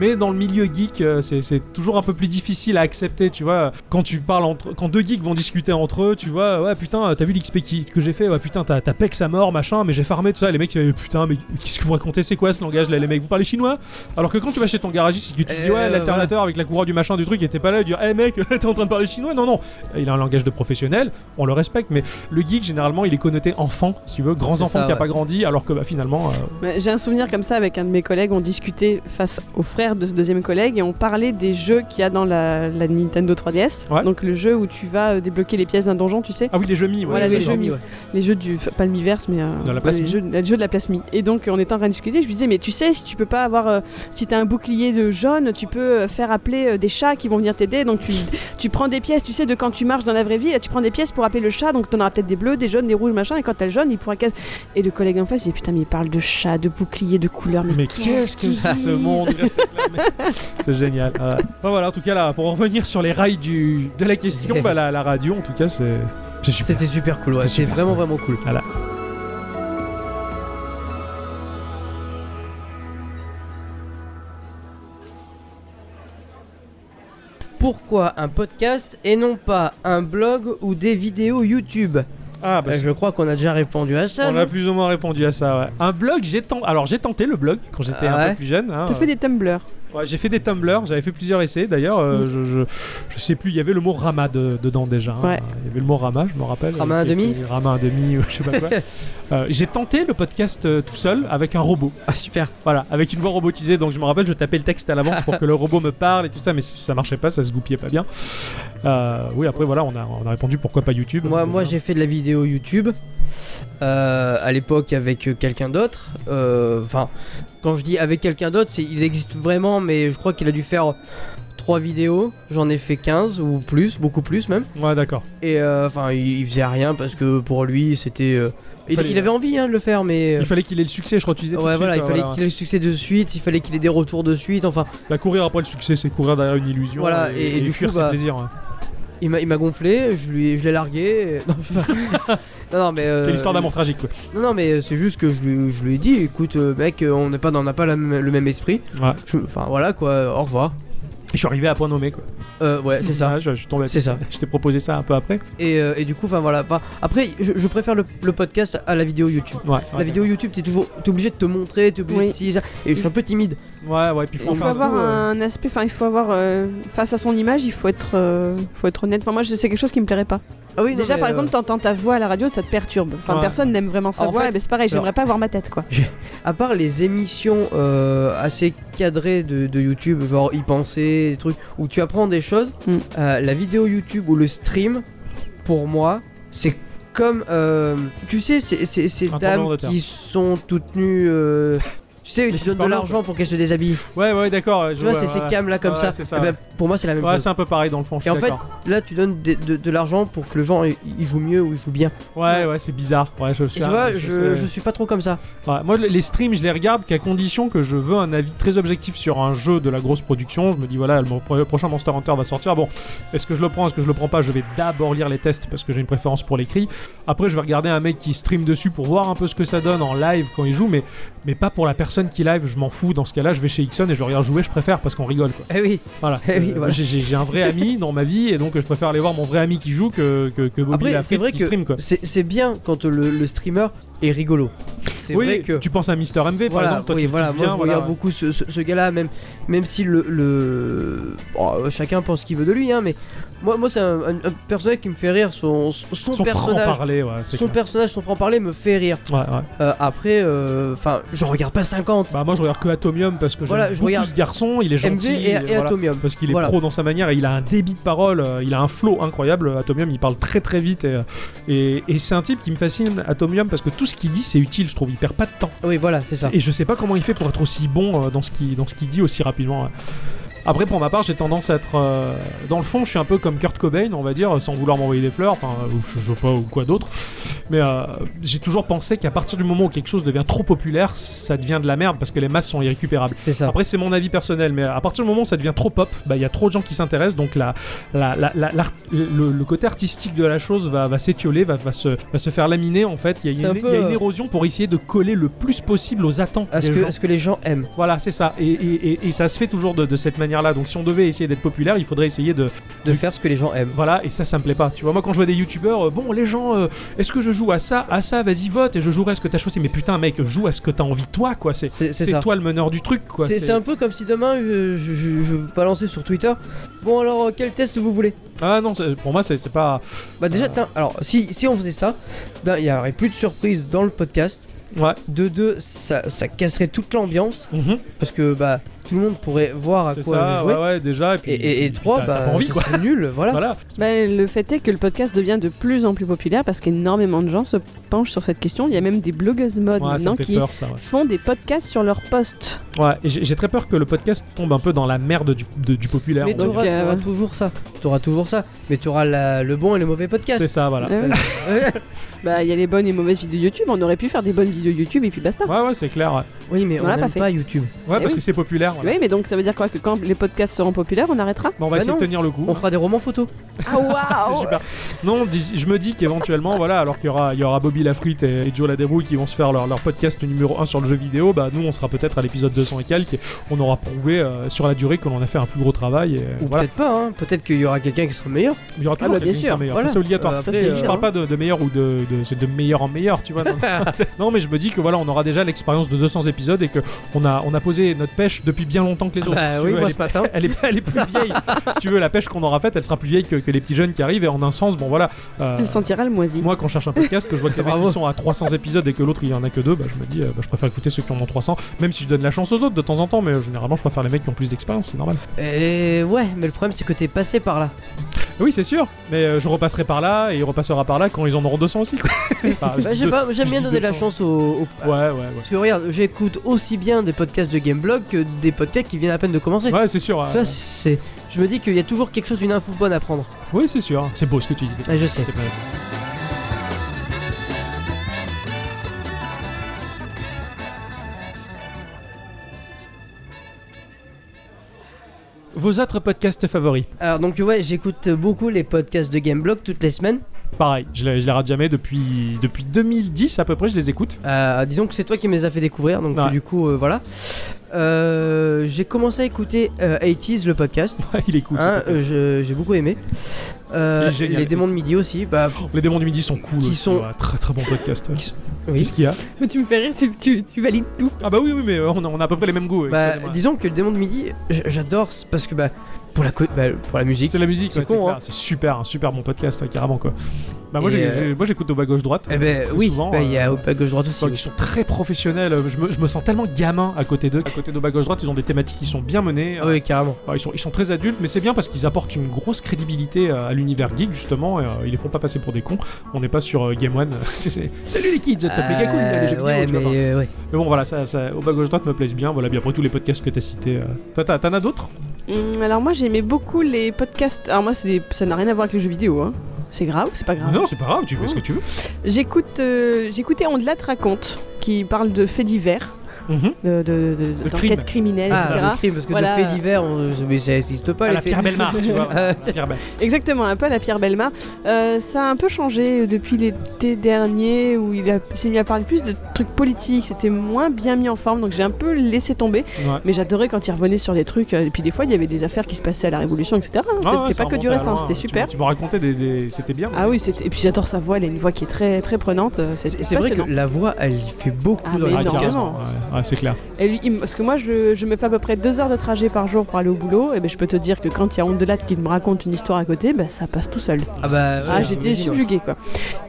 Speaker 1: Mais dans le milieu geek, euh, c'est c'est toujours un peu plus difficile à accepter, tu vois. Quand tu parles entre, quand deux geeks vont discuter entre eux, tu vois, euh, ouais putain, t'as vu l'XP qui- que j'ai fait, ouais putain, t'as t'as pex à mort, machin, mais j'ai farmé tout ça. Les mecs, ils disent, putain, mais qu'est-ce que vous racontez, c'est quoi ce langage là, les mecs, vous parlez chinois Alors que quand tu vas chez ton garagiste, tu te dis
Speaker 2: Euh,
Speaker 1: ouais,
Speaker 2: euh,
Speaker 1: l'alternateur avec la courroie du machin du truc, il était pas là, il dit, hey eh, mec, t'es en train de parler chinois Non non, il a un langage de professionnel, on le respecte, mais le geek généralement, il est connoté enfant, si tu veux, grands
Speaker 2: C'est
Speaker 1: enfants
Speaker 2: ça,
Speaker 1: qui a
Speaker 2: ouais.
Speaker 1: pas grandi, alors que bah, finalement. euh,
Speaker 3: Mais J'ai un souvenir comme ça avec un de mes collègues, on discutait face au frère de ce deuxième collègue et on parlait des jeux qu'il y a dans la, la Nintendo 3DS.
Speaker 1: Ouais.
Speaker 3: Donc le jeu où tu vas euh, débloquer les pièces d'un donjon, tu sais,
Speaker 1: Ah oui, les jeux mis, ouais.
Speaker 3: Voilà, les
Speaker 1: d'accord.
Speaker 3: jeux mis. les jeux du enfin, pas le miverse mais euh,
Speaker 1: Dans la
Speaker 3: les
Speaker 1: plasmie.
Speaker 3: jeux, les jeux de la plasmie. Et donc euh, on était en train de discuter, je lui disais mais tu sais si tu peux pas avoir euh, si t'as un bouclier de jaune, tu peux euh, faire appeler euh, des chats qui vont venir t'aider. Donc tu, tu prends des pièces, tu sais de quand tu marches dans la vraie vie, là, tu prends des pièces pour appeler le chat, donc t'en auras peut-être des bleus, des jaunes, des rouges, machin. Et quand t'as le jaune, il pourra casser. Et le collègue en face, il dit putain mais il parle de chat, de bouclier, de couleur, mais,
Speaker 1: Mais qu'est-ce que c'est ce monde là, cette merde. C'est génial. Ah. Enfin, voilà, en tout cas, là, pour en revenir sur les rails du, de la question, bah, la, la radio, en tout cas, c'est. C'est super.
Speaker 2: C'était super cool, ouais.
Speaker 1: C'est
Speaker 2: C'est
Speaker 1: super
Speaker 2: vraiment, vraiment cool.
Speaker 1: Voilà.
Speaker 2: Pourquoi un podcast et non pas un blog ou des vidéos YouTube
Speaker 1: Ah, bah,
Speaker 2: Bah, Je crois qu'on a déjà répondu à ça.
Speaker 1: on a
Speaker 2: non
Speaker 1: plus ou moins répondu à ça, ouais. Un blog, j'ai tenté. Alors, j'ai tenté le blog quand j'étais
Speaker 2: Ah
Speaker 1: un
Speaker 2: ouais
Speaker 1: peu plus jeune. hein.
Speaker 3: T'as fait des tumblers.
Speaker 1: Ouais, j'ai fait des Tumblr, j'avais fait plusieurs essais d'ailleurs.
Speaker 2: Mm.
Speaker 1: euh, je, je, je sais plus, il y avait le mot Rama de- dedans déjà. hein.
Speaker 3: Ouais.
Speaker 1: Il y avait le mot Rama, je me rappelle.
Speaker 2: Rama un
Speaker 1: Qui était-
Speaker 2: demi
Speaker 1: Rama un demi, ou je sais pas quoi. Euh, j'ai tenté le podcast euh, tout seul avec un robot.
Speaker 2: Ah, super.
Speaker 1: Voilà, avec une voix robotisée. Donc je me rappelle, je tapais le texte à l'avance pour que le robot me parle et tout ça, mais ça marchait pas, ça se goupillait pas bien. Euh, oui, après voilà, on a, on a répondu pourquoi pas YouTube.
Speaker 2: Moi, moi j'ai fait de la vidéo YouTube euh, à l'époque avec euh, quelqu'un d'autre. Euh, Enfin, quand je dis avec quelqu'un d'autre, c'est il existe vraiment, mais je crois qu'il a dû faire 3 vidéos. J'en ai fait 15 ou plus, beaucoup plus même.
Speaker 1: Ouais, d'accord.
Speaker 2: Et euh, enfin, il, il faisait rien parce que pour lui, c'était. euh, il,
Speaker 1: Fallait-
Speaker 2: il avait envie hein, de le faire, mais. euh,
Speaker 1: Il fallait qu'il ait le succès, je crois que tu disais tout de
Speaker 2: ouais,
Speaker 1: suite,
Speaker 2: voilà, il
Speaker 1: euh,
Speaker 2: fallait qu'il ait le succès de suite, il fallait qu'il ait des retours de suite. Enfin,
Speaker 1: La Bah, courir après le succès, c'est courir derrière une illusion.
Speaker 2: Voilà, et-
Speaker 1: et,
Speaker 2: et du
Speaker 1: fuir
Speaker 2: coup,
Speaker 1: ses
Speaker 2: bah,
Speaker 1: plaisirs. hein.
Speaker 2: il m'a il m'a gonflé, je lui, je l'ai largué. et- Non, enfin, non, non, mais. euh,
Speaker 1: C'est l'histoire d'amour tragique, quoi.
Speaker 2: Non, non, mais c'est juste que je lui, je lui ai dit, écoute, euh, mec, euh, on n'est pas, on n'a pas la même- le même esprit.
Speaker 1: Ouais.
Speaker 2: Je- Enfin, voilà quoi, au revoir.
Speaker 1: Je suis arrivé à point nommé, quoi.
Speaker 2: Euh, ouais, c'est ça.
Speaker 1: Ouais, je, je suis tombé.
Speaker 2: C'est ça.
Speaker 1: Je t'ai proposé ça un peu après.
Speaker 2: Et, euh, et du coup, enfin voilà. Enfin, après, je, je préfère le, le podcast à la vidéo YouTube.
Speaker 1: Ouais. ouais,
Speaker 2: La vidéo YouTube, t'es toujours t'es obligé de te montrer, t'es obligé
Speaker 3: Oui.
Speaker 2: de ci, ça. Et je suis un peu timide.
Speaker 1: d'accord. Ouais, ouais. Puis faut
Speaker 3: Il faut
Speaker 1: faire-
Speaker 3: avoir
Speaker 2: coup, euh,
Speaker 3: un aspect, enfin il faut avoir euh, face à son image, il faut être, euh, faut être honnête. Enfin moi je- c'est quelque chose qui me plairait pas.
Speaker 2: Ah oui, non,
Speaker 3: Déjà
Speaker 2: mais,
Speaker 3: par
Speaker 2: euh,
Speaker 3: exemple t'entends ta voix à la radio, ça te perturbe. Enfin
Speaker 1: Ouais.
Speaker 3: personne n'aime vraiment sa
Speaker 2: En
Speaker 3: voix,
Speaker 2: fait-
Speaker 3: et ben, c'est pareil, j'aimerais
Speaker 2: Alors-
Speaker 3: pas voir ma tête quoi.
Speaker 2: à part les émissions euh, assez cadrées de, de YouTube, genre y penser, des trucs où tu apprends des choses,
Speaker 3: Mm.
Speaker 2: euh, la vidéo YouTube ou le stream, pour moi, c'est comme euh, tu sais ces, ces- ces
Speaker 1: Un
Speaker 2: dames
Speaker 1: tournant de terre.
Speaker 2: qui sont toutes nues. euh, tu sais,
Speaker 1: Les
Speaker 2: tu donnes de
Speaker 1: supermans,
Speaker 2: l'argent pour qu'elles se déshabillent.
Speaker 1: Ouais, ouais, d'accord.
Speaker 2: Tu vois, c'est ces cams là comme
Speaker 1: Ouais,
Speaker 2: ça.
Speaker 1: c'est ça,
Speaker 2: Eh ben,
Speaker 1: ouais.
Speaker 2: pour moi, c'est la même
Speaker 1: Ouais,
Speaker 2: chose.
Speaker 1: c'est un peu pareil dans le fond. Je suis
Speaker 2: Et en fait,
Speaker 1: d'accord.
Speaker 2: là, tu donnes des- de, de l'argent pour que le gens il il joue mieux ou il joue bien.
Speaker 1: ouais, ouais, c'est bizarre. Ouais, je
Speaker 2: Et
Speaker 1: suis.
Speaker 2: tu
Speaker 1: un-
Speaker 2: vois,
Speaker 1: je-
Speaker 2: je,
Speaker 1: c'est-
Speaker 2: je suis pas trop comme ça.
Speaker 1: Ouais, moi, les streams, je les regarde qu'à condition que je veux un avis très objectif sur un jeu de la grosse production. Je me dis, voilà, le mo- le prochain Monster Hunter va sortir. Bon, est-ce que je le prends, est-ce que je le prends pas Je vais d'abord lire les tests parce que j'ai une préférence pour l'écrit. Après, je vais regarder un mec qui stream dessus pour voir un peu ce que ça donne en live quand il joue, mais, mais pas pour la personne qui live. Je m'en fous. Dans ce cas-là, je vais chez Ixon et je le regarde jouer. Je préfère parce qu'on rigole, quoi.
Speaker 2: Eh oui.
Speaker 1: Voilà.
Speaker 2: Eh oui,
Speaker 1: Euh,
Speaker 2: voilà.
Speaker 1: J'ai- J'ai j'ai un vrai ami dans ma vie et donc euh, je préfère aller voir mon vrai ami qui joue que, que, que Bobby
Speaker 2: Après,
Speaker 1: la
Speaker 2: c'est vrai
Speaker 1: qui
Speaker 2: que-
Speaker 1: stream, quoi.
Speaker 2: C'est c'est bien quand le, le streamer est rigolo. C'est
Speaker 1: Oui,
Speaker 2: vrai que.
Speaker 1: tu penses à Mister MV par
Speaker 2: voilà,
Speaker 1: exemple, toi
Speaker 2: oui,
Speaker 1: tu le
Speaker 2: voilà,
Speaker 1: kiffes
Speaker 2: moi
Speaker 1: bien,
Speaker 2: je
Speaker 1: voilà.
Speaker 2: regarde beaucoup ce, ce- ce gars-là, même, même si le. le... bon, euh, chacun pense ce qu'il veut de lui, hein, mais moi, moi c'est un, un- un personnage qui me fait rire. Son, son,
Speaker 1: son
Speaker 2: personnage.
Speaker 1: franc-parler, ouais, c'est
Speaker 2: Son
Speaker 1: clair.
Speaker 2: personnage, son franc-parler me fait rire.
Speaker 1: Ouais, ouais.
Speaker 2: Euh, après, enfin, je regarde pas 50.
Speaker 1: Bah moi je regarde que Atomium parce que j'aime
Speaker 2: Voilà, je
Speaker 1: beaucoup
Speaker 2: regarde
Speaker 1: ce garçon, il est
Speaker 2: MV
Speaker 1: gentil,
Speaker 2: et, et
Speaker 1: il est- voilà,
Speaker 2: Atomium.
Speaker 1: parce qu'il est
Speaker 2: Voilà.
Speaker 1: pro dans sa manière et il a un débit de parole, euh, il a un flow incroyable. Atomium, il parle très très vite et, euh, et, et c'est un type qui me fascine Atomium parce que tout ce qu'il dit c'est utile, je trouve. Il perd pas de temps
Speaker 2: Oui, voilà, c'est ça.
Speaker 1: et je sais pas comment il fait pour être aussi bon euh, dans ce qu'il dans ce qu'il dit aussi rapidement. ouais. Après, pour ma part, j'ai tendance à être. euh, Dans le fond, je suis un peu comme Kurt Cobain, on va dire, sans vouloir m'envoyer des fleurs, enfin, ou je, je sais pas, ou quoi d'autre. Mais euh, j'ai toujours pensé qu'à partir du moment où quelque chose devient trop populaire, ça devient de la merde parce que les masses sont irrécupérables.
Speaker 2: C'est ça.
Speaker 1: Après, c'est mon avis personnel, mais à partir du moment où ça devient trop pop, bah, il y a trop de gens qui s'intéressent, donc la, la- la- la- l'art- le, le côté artistique de la chose va, va s'étioler, va, va, se, va se faire laminer en fait. Il y a- il y, a
Speaker 2: C'est un
Speaker 1: une-
Speaker 2: peu,
Speaker 1: il y a une
Speaker 2: euh,
Speaker 1: érosion pour essayer de coller le plus possible aux attentes
Speaker 2: À ce,
Speaker 1: des
Speaker 2: que,
Speaker 1: gens.
Speaker 2: à ce que les gens aiment.
Speaker 1: Voilà, c'est ça. Et, et- et- et ça se fait toujours de, de cette manière-là. Donc si on devait essayer d'être populaire, il faudrait essayer de...
Speaker 2: De faire ce que les gens aiment.
Speaker 1: Voilà, et ça, ça me plaît pas. Tu vois, moi quand je vois des youtubeurs, euh, bon, les gens, euh, est-ce que je joue à ça, à ça, vas-y, vote, et je jouerai à ce que t'as choisi. Mais putain, mec, joue à ce que t'as envie, toi, quoi. C'est...
Speaker 2: C'est c'est
Speaker 1: C'est
Speaker 2: ça.
Speaker 1: toi le meneur du truc, quoi.
Speaker 2: C'est c'est un peu comme si demain euh, je, je, je balançais sur Twitter. Bon alors euh, quel test vous voulez
Speaker 1: Ah non, c'est- pour moi, c'est, c'est pas.
Speaker 2: Bah déjà t'as- alors si, si on faisait ça, d'un, il n'y aurait plus de surprise dans le podcast.
Speaker 1: Ouais.
Speaker 2: De deux, ça, ça casserait toute l'ambiance
Speaker 1: Mhm.
Speaker 2: parce que bah tout le monde pourrait voir à
Speaker 1: C'est
Speaker 2: Ah, quoi
Speaker 1: ça,
Speaker 2: je jouais.
Speaker 1: ouais, ouais, déjà. Et, puis,
Speaker 2: Et, et, et
Speaker 1: puis
Speaker 2: trois,
Speaker 1: t'as-
Speaker 2: bah
Speaker 1: t'as pas envie,
Speaker 2: ça
Speaker 1: quoi.
Speaker 2: serait nul, voilà.
Speaker 1: Voilà.
Speaker 3: Bah, le fait est que le podcast devient de plus en plus populaire parce qu'énormément de gens se penchent sur cette question. Il y a même des blogueuses mode
Speaker 1: Ouais, ça
Speaker 3: maintenant
Speaker 1: me fait
Speaker 3: qui
Speaker 1: peur, ça. ouais.
Speaker 3: font des podcasts sur leurs posts.
Speaker 1: Ouais, et j'ai j'ai très peur que le podcast tombe un peu dans la merde du, de- du populaire.
Speaker 2: Mais
Speaker 1: on va dire.
Speaker 2: t'auras,
Speaker 3: euh,
Speaker 2: t'auras toujours ça. T'auras toujours ça. Mais t'auras la- le bon et le mauvais podcast.
Speaker 1: C'est ça, voilà.
Speaker 3: Ouais, ouais. bah, il y a les bonnes et mauvaises vidéos YouTube. On aurait pu faire des bonnes vidéos YouTube et puis basta.
Speaker 1: Ouais, ouais, c'est clair. Ouais,
Speaker 2: Oui mais
Speaker 3: On
Speaker 2: on
Speaker 3: l'a pas
Speaker 2: n'aime
Speaker 3: fait.
Speaker 2: pas YouTube.
Speaker 1: Ouais, parce
Speaker 3: oui.
Speaker 1: que c'est populaire. voilà.
Speaker 3: Oui, mais donc ça veut dire quoi Que quand les podcasts seront populaires, on arrêtera
Speaker 1: Bon, on va
Speaker 2: Bah
Speaker 1: essayer de
Speaker 2: non.
Speaker 1: tenir le coup.
Speaker 2: On fera oh. des romans photos.
Speaker 3: Ah
Speaker 1: C'est
Speaker 3: waouh
Speaker 1: super. Non, dis- je me dis qu'éventuellement, voilà, alors qu'il y aura, il y aura Bobby Lafrite et, et Joe Ladebrouille qui vont se faire leur, leur podcast numéro 1 sur le jeu vidéo, bah nous on sera peut-être à l'épisode 200 et quelques et on aura prouvé euh, sur la durée que l'on a fait un plus gros travail. Et,
Speaker 2: Ou
Speaker 1: voilà.
Speaker 2: peut-être pas, hein. peut-être qu'il y aura quelqu'un qui sera meilleur.
Speaker 1: Il y aura toujours
Speaker 3: bah,
Speaker 1: quelqu'un
Speaker 3: bien
Speaker 1: qui sera
Speaker 3: sûr,
Speaker 1: meilleur,
Speaker 2: voilà.
Speaker 1: ça, c'est obligatoire.
Speaker 2: Euh,
Speaker 3: après,
Speaker 1: Mais,
Speaker 3: c'est
Speaker 1: euh, je
Speaker 3: évident,
Speaker 1: parle pas de, de meilleur ou de, de, c'est de meilleur en meilleur, tu vois. Non,
Speaker 2: Bah
Speaker 1: non, mais je me dis que voilà, on aura déjà l'expérience de 200 épisodes et que on a, on a posé notre pêche depuis bien longtemps que les autres. Si
Speaker 2: bah
Speaker 1: tu
Speaker 2: oui,
Speaker 1: veux,
Speaker 2: moi
Speaker 1: elle
Speaker 2: ce matin.
Speaker 1: elle est, elle est plus vieille. si tu veux, la pêche qu'on aura faite, elle sera plus vieille que, que les petits jeunes qui arrivent. Et en un sens, bon voilà. euh,
Speaker 3: Il sentira le moisi.
Speaker 1: moi, quand je cherche un podcast, que je vois qu'il y en a qui
Speaker 2: Bravo.
Speaker 1: sont à 300 épisodes et que l'autre il y en a que deux, bah, je me dis, euh, bah, je préfère écouter ceux qui en ont 300, même si je donne la chance aux autres de temps en temps, mais euh, généralement je préfère les mecs qui ont plus d'expérience, c'est normal.
Speaker 2: Et ouais, mais le problème c'est que t'es passé par là.
Speaker 1: Ah oui, c'est sûr, mais euh, je repasserai par là et il repassera par là quand ils en auront 200 aussi. Quoi. Enfin, je
Speaker 2: Bah,
Speaker 1: dis
Speaker 2: j'ai
Speaker 1: deux.
Speaker 2: pas- J'aime
Speaker 1: je
Speaker 2: bien
Speaker 1: dis
Speaker 2: donner la
Speaker 1: 200.
Speaker 2: chance aux. aux-
Speaker 1: Ouais, ouais, ouais.
Speaker 2: Parce que regarde, j'écoute aussi bien des podcasts de Gameblog que des podcasts qui viennent à peine de commencer.
Speaker 1: Ouais, c'est sûr.
Speaker 2: Tu
Speaker 1: euh,
Speaker 2: vois, c'est. Je me dis qu'il y a toujours quelque chose, une info bonne à prendre.
Speaker 1: Oui, c'est sûr. C'est beau ce que tu dis.
Speaker 2: Ouais, je sais.
Speaker 1: C'est pas- Vos autres podcasts favoris
Speaker 2: Alors donc ouais, j'écoute beaucoup les podcasts de Gameblog toutes les semaines.
Speaker 1: Pareil, je les, je les rate jamais depuis, depuis 2010 à peu près, je les écoute.
Speaker 2: Euh, disons que c'est toi qui me les as fait découvrir, donc
Speaker 1: Ouais.
Speaker 2: du coup euh, voilà. Euh, j'ai commencé à écouter euh, 80s le podcast.
Speaker 1: Ouais, il écoute.
Speaker 2: Hein, euh, je- j'ai beaucoup aimé. Euh,
Speaker 1: Il est génial.
Speaker 2: les démons de midi aussi, bah
Speaker 1: Les démons du midi sont cool.
Speaker 2: qui
Speaker 1: aussi,
Speaker 2: sont-
Speaker 1: ouais, très très bon podcast. ouais.
Speaker 2: qui- oui.
Speaker 1: Qu'est-ce qu'il y a
Speaker 3: Mais tu me fais rire, tu, tu- tu valides tout.
Speaker 1: Ah bah oui, oui, mais euh, on a, on a à peu près les mêmes goûts.
Speaker 2: Bah,
Speaker 1: excusez-moi.
Speaker 2: disons que le démon de midi, j- j'adore c'est parce que bah pour la co- bah, pour la musique.
Speaker 1: c'est la musique,
Speaker 2: c'est
Speaker 1: ouais, c'est
Speaker 2: con,
Speaker 1: clair,
Speaker 2: hein.
Speaker 1: c'est super, un super bon podcast, ouais, carrément quoi. Bah moi,
Speaker 2: Et,
Speaker 1: j'ai-
Speaker 2: euh,
Speaker 1: j'ai- moi, j'écoute au bas gauche droite.
Speaker 2: Eh ben
Speaker 1: Très
Speaker 2: oui,
Speaker 1: souvent,
Speaker 2: bah, il y a
Speaker 1: euh,
Speaker 2: au pas gauche droite aussi.
Speaker 1: Ils sont très professionnels, euh, je me, je me sens tellement gamin à côté d'eux. À côté d'Oba gauche droite, ils ont des thématiques qui sont bien menées.
Speaker 2: Ah Oui, carrément.
Speaker 1: Alors, ils, sont, ils sont très adultes, mais c'est bien parce qu'ils apportent une grosse crédibilité euh, à l'univers geek, justement. Et, euh, ils les font pas passer pour des cons. On n'est pas sur euh, Game One. c'est- c'est- Salut les kids, t'es méga cool, il y a les jeux
Speaker 2: Euh,
Speaker 1: vidéo,
Speaker 2: ouais,
Speaker 1: tu vois,
Speaker 2: mais
Speaker 1: enfin.
Speaker 2: euh, ouais.
Speaker 1: Mais bon, voilà, ça, ça, au bas gauche droite me plaisent bien. Voilà, bien après tous les podcasts que t'as cités. euh. Toi, t'as- t'en as d'autres
Speaker 3: Hum, alors moi j'aimais beaucoup les podcasts. Alors moi c'est des- ça n'a rien à voir avec les jeux vidéo. Hein. C'est grave, c'est pas grave.
Speaker 1: Non, c'est pas grave, tu fais ce que tu veux.
Speaker 3: J'écoute, euh, j'écoutais On de la te raconte qui parle de faits divers,
Speaker 2: Mm-hmm.
Speaker 1: Mhm.
Speaker 3: de, de, de-
Speaker 1: De
Speaker 3: d'enquêtes
Speaker 1: crimes.
Speaker 3: criminelles, etc.
Speaker 2: Ah, le crime parce que
Speaker 3: Voilà.
Speaker 2: de faits divers, on- mais ça n'existe pas
Speaker 1: À
Speaker 2: les
Speaker 1: la
Speaker 2: faits
Speaker 1: Pierre
Speaker 2: divers.
Speaker 1: Belmar, tu vois. voilà,
Speaker 2: Euh,
Speaker 1: la Pierre Bel-
Speaker 3: Exactement, un peu à la Pierre Belmar. Euh, ça a un peu changé depuis l'été dernier où il, a- il s'est mis à parler plus de trucs politiques, c'était moins bien mis en forme, donc j'ai un peu laissé tomber.
Speaker 1: Ouais.
Speaker 3: Mais j'adorais quand il revenait sur des trucs, euh, et puis des fois il y avait des affaires qui se passaient à la Révolution, etc. hein,
Speaker 1: Ah ouais,
Speaker 3: c'était
Speaker 1: ça
Speaker 3: pas que
Speaker 1: remonte
Speaker 3: du
Speaker 1: à
Speaker 3: récent,
Speaker 1: loin.
Speaker 3: c'était
Speaker 1: Tu
Speaker 3: super.
Speaker 1: m'en- Tu, me racontais des. des- C'était bien.
Speaker 3: Ah oui, c'était- et puis j'adore sa voix, elle a une voix qui est très très prenante. euh,
Speaker 2: C'est c'est vrai que
Speaker 3: passionnant.
Speaker 2: la voix, elle y fait beaucoup
Speaker 3: Ah,
Speaker 2: dans
Speaker 3: mais
Speaker 2: les
Speaker 1: Ah,
Speaker 3: énormément.
Speaker 2: podcasts.
Speaker 1: carrément, ouais, ouais, c'est clair.
Speaker 3: Et lui, il me- parce que moi, je, je me fais à peu près deux heures de trajet par jour pour aller au boulot. Et ben, je peux te dire que quand il y a Ondelat qui me raconte une histoire à côté, ben, ça passe tout seul.
Speaker 2: Ah bah,
Speaker 3: Ah,
Speaker 2: ouais,
Speaker 3: j'étais
Speaker 2: j'imagine, ouais.
Speaker 3: subjuguée, quoi.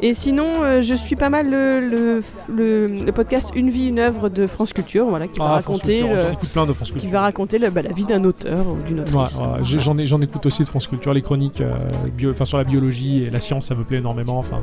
Speaker 3: Et sinon, euh, je suis pas mal le, le, le- le podcast Une vie, une œuvre de France Culture, voilà, qui va
Speaker 1: Ah, France
Speaker 3: raconter,
Speaker 1: Culture,
Speaker 3: le-
Speaker 1: J'en écoute plein de France Culture.
Speaker 3: qui va raconter le- bah, la vie d'un auteur ou d'une
Speaker 1: Ouais,
Speaker 3: autrice.
Speaker 1: ouais, j'ai- j'en ai- j'en écoute aussi de France Culture, les chroniques euh, bio- enfin, sur la biologie et la science, ça me plaît énormément. Enfin,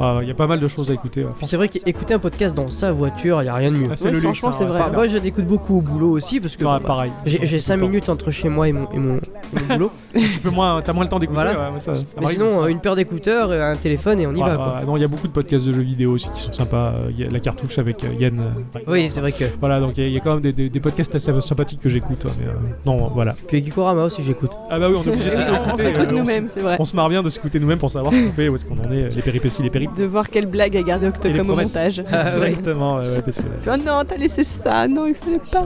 Speaker 1: euh, il y a pas mal de choses à écouter. ouais.
Speaker 2: Puis
Speaker 1: France-
Speaker 2: c'est vrai qu'écouter un podcast dans sa voiture, il y a rien de mieux.
Speaker 1: Ah, c'est
Speaker 3: Ouais,
Speaker 1: le
Speaker 3: c'est
Speaker 1: luxe,
Speaker 3: franchement, c'est vrai.
Speaker 2: Enfin, moi, je l'écoute beaucoup au boulot aussi parce que
Speaker 1: Ouais,
Speaker 2: bon, bah,
Speaker 1: pareil.
Speaker 2: j'ai j'ai
Speaker 1: Tout
Speaker 2: 5
Speaker 1: le temps.
Speaker 2: minutes entre chez moi et mon, et mon- et mon boulot.
Speaker 1: Tu peux moins, t'as moins le temps d'écouter.
Speaker 2: Voilà.
Speaker 1: ouais, mais ça- bah ça
Speaker 2: Mais
Speaker 1: m'arrive
Speaker 2: sinon,
Speaker 1: aussi.
Speaker 2: euh, une paire d'écouteurs, euh, un téléphone et on y
Speaker 1: Ouais,
Speaker 2: va. Quoi.
Speaker 1: ouais, non, il y a beaucoup de podcasts de jeux vidéo aussi qui sont sympas. Euh, il y a la cartouche avec euh, Yann. euh,
Speaker 2: Oui, c'est vrai que.
Speaker 1: Voilà, donc il y a- il y, a quand même des, des- des podcasts assez sympathiques que j'écoute. ouais, mais, euh, non, voilà.
Speaker 2: Puis Gikorama aussi, j'écoute.
Speaker 1: Ah bah oui, on est obligé de
Speaker 3: Oui, on on
Speaker 1: s'écouter, euh, on
Speaker 3: s'écoute
Speaker 1: s-
Speaker 3: nous-mêmes, c'est vrai.
Speaker 1: On se marre bien de s'écouter nous-mêmes pour savoir ce qu'on fait, où est-ce qu'on en est, euh, les péripéties, les péripéties.
Speaker 3: De voir quelle blague a gardé Octo
Speaker 1: Et les
Speaker 3: comme au
Speaker 1: promesses.
Speaker 3: montage.
Speaker 2: Ah, ouais.
Speaker 1: Exactement, ouais, ouais, parce que.
Speaker 3: Tu vois, non, t'as laissé ça, non, il fallait pas.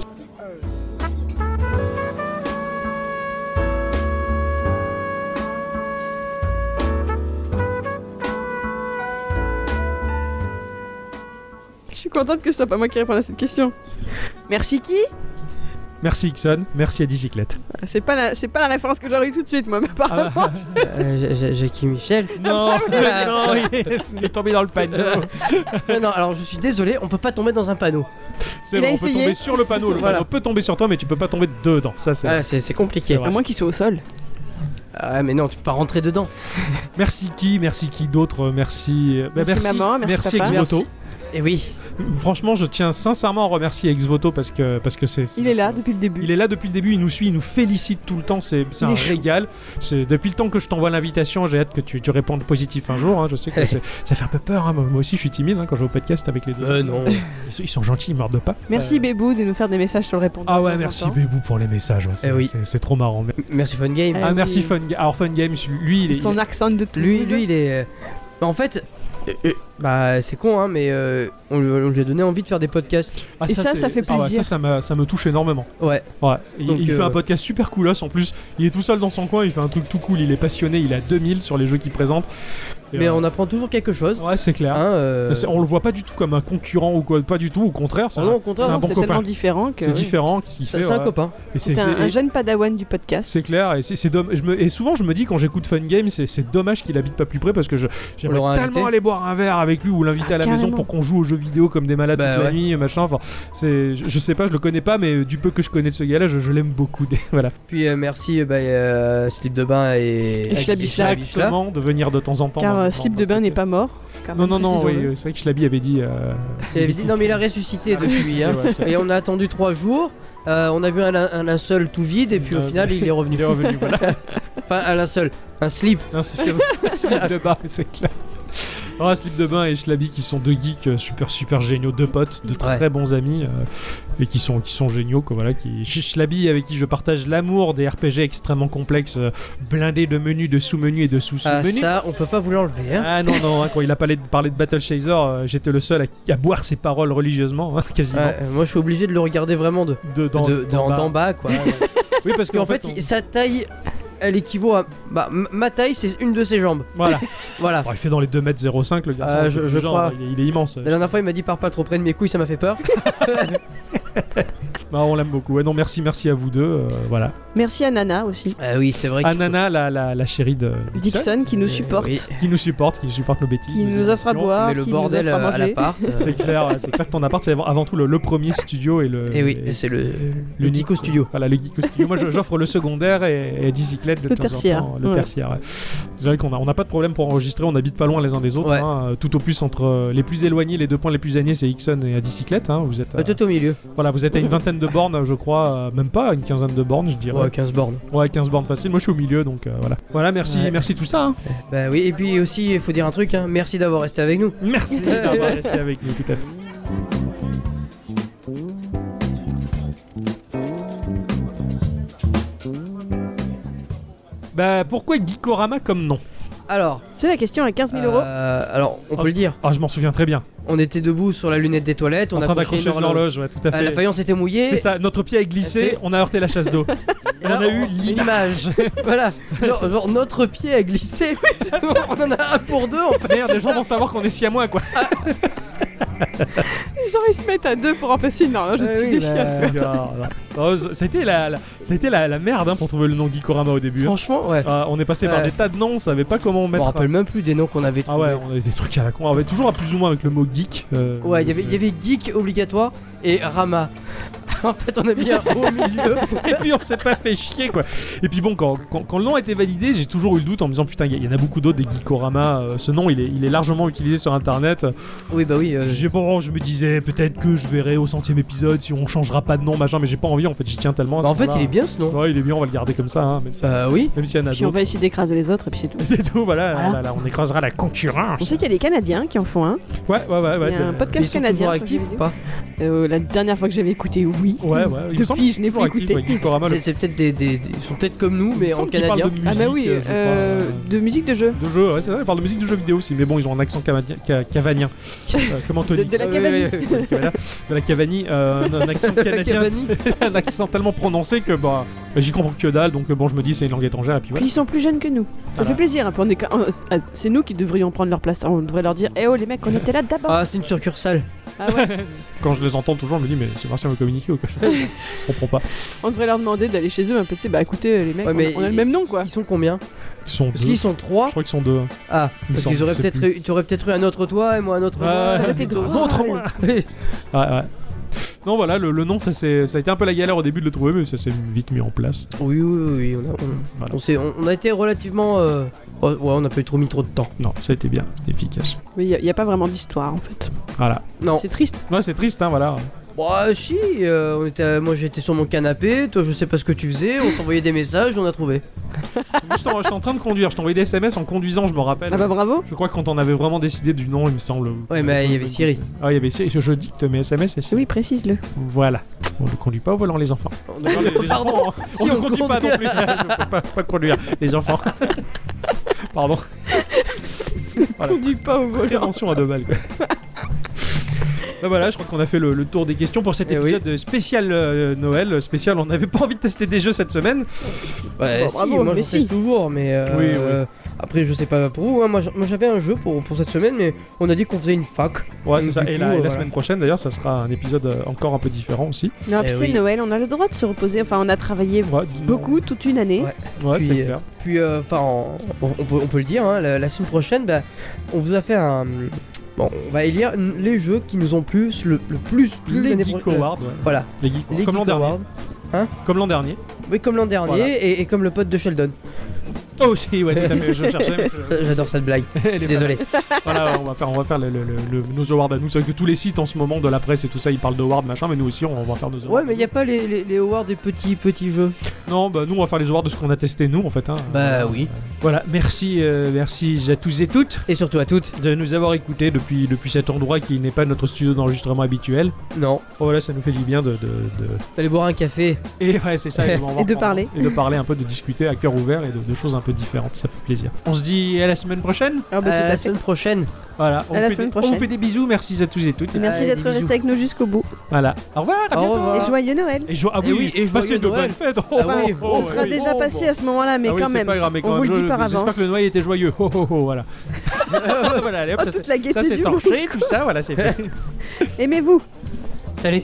Speaker 3: Je suis contente que ce soit pas moi qui réponde à cette question. Merci qui Euh,
Speaker 1: Merci Ixon, merci à Dicyclette.
Speaker 3: C'est pas, la, c'est pas la référence que j'aurais eue tout de suite, moi, mais apparemment.
Speaker 1: Ah,
Speaker 2: Euh, j'ai- j'ai- Jackie Michel.
Speaker 1: Non,
Speaker 2: Ah,
Speaker 1: non, il est, il est tombé dans le panneau.
Speaker 2: Non, non, alors je suis désolé, on peut pas tomber dans un panneau.
Speaker 1: C'est
Speaker 3: Il
Speaker 1: vrai,
Speaker 3: a
Speaker 1: on peut
Speaker 3: essayé.
Speaker 1: tomber sur le panneau. Le
Speaker 2: Voilà.
Speaker 1: panneau peut tomber sur toi, mais tu peux pas tomber dedans. Ça, c'est.
Speaker 2: Ah, c'est c'est compliqué.
Speaker 1: C'est vrai.
Speaker 3: À moins qu'il soit au sol.
Speaker 2: Ah, mais non, tu peux pas rentrer dedans.
Speaker 1: Merci qui Merci qui d'autre Merci. euh, bah,
Speaker 3: Merci maman, merci papa.
Speaker 1: Exvoto.
Speaker 2: Et Eh oui,
Speaker 1: Franchement, je tiens sincèrement à remercier Exvoto parce que parce que c'est.
Speaker 3: Il est là depuis le début.
Speaker 1: Il est là depuis le début, il nous suit, il nous félicite tout le temps, c'est c'est
Speaker 3: Il
Speaker 1: un
Speaker 3: est chou.
Speaker 1: régal. C'est depuis le temps que je t'envoie l'invitation, j'ai hâte que tu, tu répondes positif un jour. hein, Je sais que c'est- ça fait un peu peur, hein, moi moi aussi je suis timide hein, quand je vais au podcast avec les deux.
Speaker 2: Euh, non.
Speaker 1: Ils, sont- ils sont gentils, ils mordent pas.
Speaker 3: Merci Bébou de nous faire des messages sur le répondeur.
Speaker 1: Ah
Speaker 3: de
Speaker 1: ouais,
Speaker 3: temps en
Speaker 1: merci
Speaker 3: temps.
Speaker 1: Bébou pour les messages, ouais, c'est
Speaker 2: Eh oui.
Speaker 1: c'est- c'est trop marrant. Mais-
Speaker 2: merci Fun Game.
Speaker 3: Ah,
Speaker 1: Ah,
Speaker 3: oui.
Speaker 1: merci Fun, Ga- alors, Fun Games, lui il est.
Speaker 3: Son
Speaker 1: il est-
Speaker 3: accent de Toulouse.
Speaker 2: Lui, lui, il est. Bah, en fait, euh, euh, bah c'est con, hein, mais euh, on, lui, on lui a donné envie de faire des podcasts.
Speaker 1: ah,
Speaker 3: et ça,
Speaker 1: c'est-
Speaker 3: ça fait
Speaker 1: ah ouais,
Speaker 3: plaisir.
Speaker 1: ça, ça, me- ça me touche énormément.
Speaker 2: Ouais.
Speaker 1: Ouais, et
Speaker 2: Donc,
Speaker 1: il fait
Speaker 2: euh,
Speaker 1: un podcast super coolos en plus. Il est tout seul dans son coin, il fait un truc tout cool, il est passionné, il a 2000 sur les jeux qu'il présente. Et,
Speaker 2: Mais
Speaker 1: euh,
Speaker 2: on apprend toujours quelque chose.
Speaker 1: Ouais, c'est clair.
Speaker 2: Hein, euh,
Speaker 1: C'est- On le voit pas du tout comme un concurrent ou quoi, pas du tout, au contraire, c'est
Speaker 2: oh
Speaker 1: un,
Speaker 2: non, au contraire,
Speaker 1: c'est un
Speaker 3: Non,
Speaker 1: bon
Speaker 3: c'est
Speaker 1: copain.
Speaker 3: tellement différent que.
Speaker 1: c'est hein. différent. ce qu'il
Speaker 2: c'est
Speaker 1: fait,
Speaker 2: c'est un
Speaker 1: ouais.
Speaker 2: copain.
Speaker 1: Et
Speaker 3: C'est
Speaker 1: c'est,
Speaker 3: un,
Speaker 1: c'est-
Speaker 3: un jeune padawan du podcast.
Speaker 1: c'est clair, et, c'est, c'est domm- je me, et souvent je me dis quand j'écoute Fun Game, c'est, c'est dommage qu'il habite pas plus près parce que je, j'aimerais
Speaker 2: l'aura
Speaker 1: tellement
Speaker 2: invité.
Speaker 1: aller boire un verre avec lui ou l'inviter
Speaker 3: Ah,
Speaker 1: à la maison
Speaker 3: carrément.
Speaker 1: pour qu'on joue aux jeux vidéo comme des malades
Speaker 2: Bah
Speaker 1: toute la
Speaker 2: ouais.
Speaker 1: nuit, machin. Enfin, c'est, je, je sais pas, je le connais pas, mais du peu que je connais de ce gars-là, je, je l'aime beaucoup. voilà.
Speaker 2: Puis euh, merci euh, bah, euh, Slip de Bain et,
Speaker 3: Et Schlabisla.
Speaker 2: et Schlabisla.
Speaker 1: Exactement, de venir de temps en temps.
Speaker 3: Car
Speaker 1: dans-
Speaker 3: euh,
Speaker 1: dans-
Speaker 3: Slip
Speaker 1: dans
Speaker 3: de
Speaker 1: le
Speaker 3: Bain n'est pas
Speaker 1: podcast.
Speaker 3: mort. quand
Speaker 1: Non,
Speaker 3: même,
Speaker 1: non, non, oui,
Speaker 3: précisons-le.
Speaker 1: euh, c'est vrai que Schlabi avait dit. euh,
Speaker 2: Il avait dit non, mais il a ressuscité depuis. hein.
Speaker 1: Ouais, c'est-
Speaker 2: Et on a attendu trois jours. euh, on a vu un, un linceul tout vide et puis au
Speaker 1: Euh,
Speaker 2: final il est revenu.
Speaker 1: Il est revenu, voilà.
Speaker 2: Enfin un linceul, un slip.
Speaker 1: Un slip, slip de bain, c'est clair. Ah, slip de bain et Schlabi qui sont deux geeks euh, super super géniaux, deux potes, de
Speaker 2: Ouais.
Speaker 1: très bons amis euh, et qui sont qui sont géniaux quoi, voilà qui Ch- Schlabi avec qui je partage l'amour des RPG extrêmement complexes euh, blindés de menus, de sous-menus et de
Speaker 2: Ah
Speaker 1: sous-sous-menus.
Speaker 2: ça on peut pas vous l'enlever. Hein.
Speaker 1: Ah non non, hein, quand il a parlé de, parlé de Battle Chaser, euh, j'étais le seul à, à boire ses paroles religieusement hein, quasiment
Speaker 2: Ouais, euh, moi je suis obligé de le regarder vraiment de,
Speaker 1: de dans,
Speaker 2: de- d'en-
Speaker 1: d'en bas.
Speaker 2: d'en bas quoi.
Speaker 1: Oui parce
Speaker 2: Et
Speaker 1: qu'en
Speaker 2: en fait
Speaker 1: on-
Speaker 2: il- sa taille elle équivaut à bah, m- ma taille c'est une de ses jambes.
Speaker 1: voilà,
Speaker 2: Voilà.
Speaker 1: Bon, il fait dans les 2m05 le garçon.
Speaker 2: Ah,
Speaker 1: un
Speaker 2: je-
Speaker 1: peu
Speaker 2: je
Speaker 1: du genre,
Speaker 2: crois.
Speaker 1: il, est, il est immense.
Speaker 2: La dernière fois il m'a dit pars pas trop près de mes couilles ça m'a fait peur.
Speaker 1: Bah, on l'aime beaucoup. Ouais, non merci merci à vous deux euh, voilà.
Speaker 3: Merci à Nana aussi.
Speaker 2: Ah oui c'est vrai. qu'il faut-
Speaker 1: Anana, la, la, la chérie de
Speaker 3: Dixon qui nous
Speaker 2: Euh,
Speaker 3: supporte.
Speaker 2: oui.
Speaker 1: qui nous supporte, qui supporte nos bêtises.
Speaker 3: Qui
Speaker 1: nos
Speaker 3: nous offre à
Speaker 1: émissions.
Speaker 3: boire.
Speaker 2: Mais
Speaker 3: qui
Speaker 2: le
Speaker 3: nous offre
Speaker 2: bordel
Speaker 3: à
Speaker 2: euh, à
Speaker 3: manger.
Speaker 2: l'appart. euh,
Speaker 1: C'est clair, ouais, c'est clair que ton appart, c'est avant, avant tout le, le premier studio et le.
Speaker 2: Eh oui, et c'est le- le
Speaker 1: l'unique,
Speaker 2: Geeko
Speaker 1: quoi.
Speaker 2: Studio.
Speaker 1: Voilà, le Geeko Studio. Moi, je- j'offre le secondaire et, et Dicyclette de
Speaker 3: Le
Speaker 1: temps en
Speaker 3: tertiaire,
Speaker 1: temps, Le
Speaker 3: ouais.
Speaker 1: tertiaire. ouais. C'est vrai qu'on n'a on n'a pas de problème pour enregistrer, on habite pas loin les uns des autres.
Speaker 2: Ouais.
Speaker 1: hein. Tout au plus, entre euh, les plus éloignés, les deux points les plus éloignés, c'est Ixon et à Dicyclette. hein. Vous, êtes à,
Speaker 2: euh, tout au milieu.
Speaker 1: voilà, vous êtes à une vingtaine de bornes, je crois, euh, même pas, une quinzaine de bornes, je dirais.
Speaker 2: Ouais 15 bornes.
Speaker 1: Ouais, 15 bornes facile. Moi, je suis au milieu, donc euh, voilà. Voilà, merci,
Speaker 2: Ouais.
Speaker 1: merci tout ça. hein.
Speaker 2: Bah oui et puis aussi il faut dire un truc hein, merci d'avoir resté avec nous.
Speaker 1: Merci d'avoir resté avec nous, tout à fait. Bah pourquoi Geekorama comme nom
Speaker 2: Alors.
Speaker 3: C'est la question à 15 000 euros.
Speaker 2: Euh, alors, on
Speaker 1: Hop.
Speaker 2: peut le dire.
Speaker 1: Ah je m'en souviens très bien.
Speaker 2: On était debout sur la lunette des toilettes, on
Speaker 1: en
Speaker 2: a
Speaker 1: train d'accrocher une horloge, ouais, tout à
Speaker 2: Euh, la
Speaker 1: fait.
Speaker 2: faïence était mouillée.
Speaker 1: c'est ça, notre pied a glissé,
Speaker 2: C'est-
Speaker 1: on a heurté la chasse d'eau.
Speaker 2: et
Speaker 1: on
Speaker 2: là,
Speaker 1: a eu l'image.
Speaker 2: Voilà, genre, genre notre pied a glissé. on en a un pour deux. En fait.
Speaker 1: Merde, les gens vont savoir qu'on est si à moi quoi.
Speaker 3: Genre, ils se mettent à deux pour remplacer une horloge
Speaker 2: Ah
Speaker 3: au-dessus
Speaker 2: oui,
Speaker 3: des
Speaker 2: bah,
Speaker 3: chiottes.
Speaker 1: Regarde. Oh, C'était la, la- c'était la, la merde hein, pour trouver le nom Geekorama au début. hein.
Speaker 2: Franchement, ouais.
Speaker 1: Ah, on est passé par
Speaker 2: Ouais.
Speaker 1: des tas de noms, on savait pas comment
Speaker 2: je me
Speaker 1: mettre.
Speaker 2: rappelle même plus des noms qu'on avait
Speaker 1: Ah
Speaker 2: trouvés.
Speaker 1: ouais, on avait des trucs à la con. On avait toujours à plus ou moins avec le mot geek. euh,
Speaker 2: Ouais, il y avait- il
Speaker 1: le-
Speaker 2: y avait geek obligatoire et Rama. en fait, on a mis un haut au milieu.
Speaker 1: Et puis on s'est pas fait chier quoi. Et puis bon, quand, quand, quand le nom a été validé, j'ai toujours eu le doute en me disant putain, il y, il y en a beaucoup d'autres des Geekorama. euh, ce nom, il est, il est largement utilisé sur internet.
Speaker 2: Oui, bah oui. euh,
Speaker 1: J'ai bon, je me disais peut-être que je verrai au centième épisode si on changera pas de nom machin, mais j'ai pas envie en fait, j'y tiens tellement. à
Speaker 2: bah,
Speaker 1: ce
Speaker 2: en fait,
Speaker 1: nom-là.
Speaker 2: il est bien ce nom.
Speaker 1: Ouais, il est bien, on va le garder comme ça, hein, même si-
Speaker 2: Bah oui.
Speaker 1: même s'il y en a
Speaker 3: Puis on
Speaker 1: d'autres.
Speaker 3: va essayer d'écraser les autres et puis c'est tout.
Speaker 1: C'est tout, voilà, Ah
Speaker 3: Voilà.
Speaker 1: là, là, on écrasera la concurrence.
Speaker 3: On sait qu'il y a des Canadiens qui en font un.
Speaker 1: Ouais, ouais, ouais, ouais.
Speaker 3: il y a un
Speaker 1: c'est-
Speaker 2: Ils
Speaker 3: podcast
Speaker 2: sont
Speaker 3: canadien.
Speaker 2: toujours
Speaker 3: je crois que
Speaker 2: actifs
Speaker 3: j'ai
Speaker 2: ou pas
Speaker 3: vu. Euh, la dernière fois que j'avais écouté, oui.
Speaker 1: Ouais, ouais, il me
Speaker 3: Depuis,
Speaker 1: semble
Speaker 3: je
Speaker 1: qu'ils sont
Speaker 3: n'ai
Speaker 1: toujours
Speaker 3: plus
Speaker 1: actifs,
Speaker 3: écouté.
Speaker 1: ouais, Geekorama, le-
Speaker 2: C'est c'est peut-être des, des- des- Ils sont peut-être comme nous,
Speaker 1: il me
Speaker 2: mais en
Speaker 1: semble qu'ils parlent
Speaker 2: canadien.
Speaker 1: de
Speaker 3: ah bah oui,
Speaker 1: musique, euh, je crois.
Speaker 3: euh, de musique de jeu.
Speaker 1: De jeu, ouais, c'est vrai, ils parlent de musique de jeux vidéo aussi, mais bon, ils ont un accent cavanien. ca- cavanien. Euh, comme
Speaker 3: De,
Speaker 1: Anthony.
Speaker 3: de la
Speaker 2: Ah oui,
Speaker 3: cavanie.
Speaker 2: oui, oui.
Speaker 1: Voilà, de la Cavani, euh, un- un accent canadien,
Speaker 2: Cavani.
Speaker 1: un accent tellement prononcé que bah, bah, j'y comprends que dalle, donc euh, bon, je me dis c'est une langue étrangère, et puis
Speaker 3: Puis
Speaker 1: voilà.
Speaker 3: ils sont plus jeunes que nous. Ça
Speaker 1: Voilà.
Speaker 3: fait plaisir. hein, puis on est ca- euh, ah, C'est nous qui devrions prendre leur place. On devrait leur dire Eh oh les mecs, on était là d'abord.
Speaker 2: Ah, c'est une succursale.
Speaker 3: Ah ouais.
Speaker 1: Quand je les entends toujours, je me dis, mais c'est Martien me communiquer ou quoi Je comprends pas.
Speaker 3: on devrait leur demander d'aller chez eux un peu. Tu sais, bah écoutez, les mecs,
Speaker 2: Ouais,
Speaker 3: on,
Speaker 2: mais
Speaker 3: a, on a le même nom quoi.
Speaker 2: Ils sont combien
Speaker 1: Ils sont
Speaker 2: Parce
Speaker 1: deux.
Speaker 2: qu'ils sont trois.
Speaker 1: Je crois qu'ils sont deux.
Speaker 2: Ah,
Speaker 1: Il me
Speaker 2: parce
Speaker 1: semble,
Speaker 2: qu'ils auraient
Speaker 1: je sais
Speaker 2: peut-être
Speaker 1: plus.
Speaker 2: eu, tu aurais peut-être eu un autre toi et moi un autre moi.
Speaker 3: Ça aurait été drôle.
Speaker 1: Autre moi.
Speaker 2: Oui.
Speaker 1: Ouais, Ah, ouais. Non, voilà, le, le nom, ça, c'est- ça a été un peu la galère au début de le trouver, mais ça s'est vite mis en place.
Speaker 2: Oui, oui, oui, on a, on,
Speaker 1: Voilà.
Speaker 2: on s'est- on- on a été relativement. euh, oh, ouais, on n'a pas eu trop mis trop de temps.
Speaker 1: Non, ça a été bien, c'était efficace.
Speaker 3: Mais il n'y a, pas vraiment d'histoire en fait.
Speaker 1: Voilà.
Speaker 2: Non.
Speaker 3: C'est triste.
Speaker 1: Ouais, c'est triste, hein, voilà.
Speaker 2: Bah, si, euh, on était, moi j'étais sur mon canapé, toi je sais pas ce que tu faisais, on s'envoyait des messages, on a trouvé.
Speaker 1: J'étais en, euh, j'étais en train de conduire, je t'envoyais des SMS en conduisant, je me rappelle.
Speaker 3: Ah bah bravo.
Speaker 1: Je crois que quand on avait vraiment décidé du nom, il me semble.
Speaker 2: Ouais, mais il y avait Siri.
Speaker 1: Ah, il y avait Siri. Je, je dicte mes SMS et Siri.
Speaker 3: Ah Oui, précise-le.
Speaker 1: Voilà. On ne conduit pas au volant, les enfants.
Speaker 2: On
Speaker 1: Non, les- les
Speaker 2: Pardon,
Speaker 1: enfants, on
Speaker 2: si
Speaker 1: ne
Speaker 2: on
Speaker 1: conduit pas non plus. Je peux pas, pas conduire, les enfants. Pardon. Voilà.
Speaker 3: Du pain au volant.
Speaker 1: Prévention à deux balles. Quoi. Ben voilà, je crois qu'on a fait le, le tour des questions pour cet
Speaker 2: Eh oui.
Speaker 1: épisode spécial euh, Noël. Spécial, on n'avait pas envie de tester des jeux cette semaine.
Speaker 2: Ouais,
Speaker 3: Bon,
Speaker 2: Bah, si,
Speaker 3: bravo,
Speaker 2: moi
Speaker 3: mais
Speaker 2: j'en
Speaker 3: si.
Speaker 2: teste toujours, mais euh,
Speaker 1: Oui, oui.
Speaker 2: euh, après je sais pas pour vous. hein, moi j'a- moi, j'avais un jeu pour, pour cette semaine, mais on a dit qu'on faisait une fac.
Speaker 1: Ouais, c'est
Speaker 2: Donc,
Speaker 1: ça.
Speaker 2: du
Speaker 1: Et,
Speaker 2: coup,
Speaker 1: la, et la
Speaker 2: euh, voilà.
Speaker 1: semaine prochaine, d'ailleurs, ça sera un épisode euh, encore un peu différent aussi.
Speaker 3: Non,
Speaker 2: Eh
Speaker 3: puis c'est
Speaker 2: oui.
Speaker 3: Noël, on a le droit de se reposer. Enfin, on a travaillé
Speaker 1: Ouais, dis-
Speaker 3: beaucoup toute une année.
Speaker 2: Ouais.
Speaker 1: Ouais,
Speaker 2: Puis,
Speaker 1: c'est
Speaker 2: euh,
Speaker 1: clair.
Speaker 2: Puis, enfin, on, on peut, on peut le dire, hein, la, la semaine prochaine, bah, on vous a fait un. Bon, on va élire n- les jeux qui nous ont plus, le, le plus, plus
Speaker 1: Les
Speaker 2: l'année
Speaker 1: Geek
Speaker 2: pro- euh,
Speaker 1: Awards, ouais.
Speaker 2: Voilà,
Speaker 1: Les Geek Awards.
Speaker 2: les
Speaker 1: Comme l'an
Speaker 2: Geek
Speaker 1: dernier.
Speaker 2: Awards.
Speaker 1: Comme l'an dernier.
Speaker 2: Oui, comme l'an dernier
Speaker 1: Voilà.
Speaker 2: et, et comme le pote de Sheldon. Euh,
Speaker 1: Oh, aussi, ouais, tout à fait. Je cherchais. mais je-
Speaker 2: J'adore cette blague,
Speaker 1: Elle est
Speaker 2: désolé.
Speaker 1: Voilà, on va faire, on va faire le- le- le- le- nos awards à nous. C'est vrai que tous les sites en ce moment de la presse et tout ça, ils parlent d'awards machin, mais nous aussi, on va faire nos awards.
Speaker 2: Ouais, mais il n'y a pas les, les, les awards des petits petits jeux.
Speaker 1: Non, bah nous, on va faire les awards de ce qu'on a testé nous, en fait. Hein.
Speaker 2: Bah oui.
Speaker 1: Voilà, merci, euh, merci à tous et toutes
Speaker 2: Et surtout à toutes.
Speaker 1: de nous avoir écoutés depuis, depuis cet endroit qui n'est pas notre studio d'enregistrement habituel.
Speaker 2: Non,
Speaker 1: Oh, voilà, ça nous fait du bien de. de, de-
Speaker 2: d'aller boire un café.
Speaker 1: Et ouais, c'est ça. on va
Speaker 3: Et de
Speaker 1: reprendre- hein.
Speaker 3: parler.
Speaker 1: Et de parler un peu, de discuter à cœur ouvert et de, de choses un peu différentes. Ça fait plaisir. On se dit à la semaine prochaine.
Speaker 3: Ah
Speaker 2: à
Speaker 3: bah, tout à
Speaker 2: Euh, la
Speaker 3: fait.
Speaker 2: semaine prochaine.
Speaker 1: Voilà, on, vous
Speaker 3: À la
Speaker 1: fait
Speaker 3: semaine
Speaker 1: des, on vous
Speaker 3: prochaine.
Speaker 1: fait des bisous. Merci à tous et toutes.
Speaker 3: Et Merci
Speaker 2: Allez,
Speaker 3: d'être
Speaker 2: bisous.
Speaker 3: resté avec nous jusqu'au bout.
Speaker 1: Voilà, au revoir, à
Speaker 2: Au
Speaker 1: bientôt.
Speaker 2: revoir.
Speaker 3: Et joyeux Noël.
Speaker 1: Et, jo- ah
Speaker 2: Et
Speaker 1: oui,
Speaker 2: oui, et
Speaker 1: passez
Speaker 2: joyeux
Speaker 1: de
Speaker 2: Noël.
Speaker 1: bonnes fêtes. Oh,
Speaker 2: Ah oui,
Speaker 1: oh,
Speaker 2: ce
Speaker 1: oh,
Speaker 3: Ce sera
Speaker 1: oui.
Speaker 3: déjà
Speaker 1: Oh,
Speaker 3: passé
Speaker 1: bon.
Speaker 3: à ce moment-là, mais
Speaker 1: Ah oui,
Speaker 3: quand
Speaker 1: c'est
Speaker 3: même. Oh,
Speaker 1: pas grave, mais quand
Speaker 3: on vous
Speaker 1: même,
Speaker 3: le
Speaker 1: je-
Speaker 3: dit par
Speaker 1: J'espère
Speaker 3: avance.
Speaker 1: que le Noël était joyeux. Oh, oh, oh, voilà. voilà allez, hop,
Speaker 3: Oh,
Speaker 1: ça,
Speaker 3: toute
Speaker 1: c'est-
Speaker 3: la gaieté
Speaker 1: ça c'est
Speaker 3: du monde.
Speaker 1: torché, tout ça, voilà, c'est fait.
Speaker 3: Aimez-vous.
Speaker 2: Salut.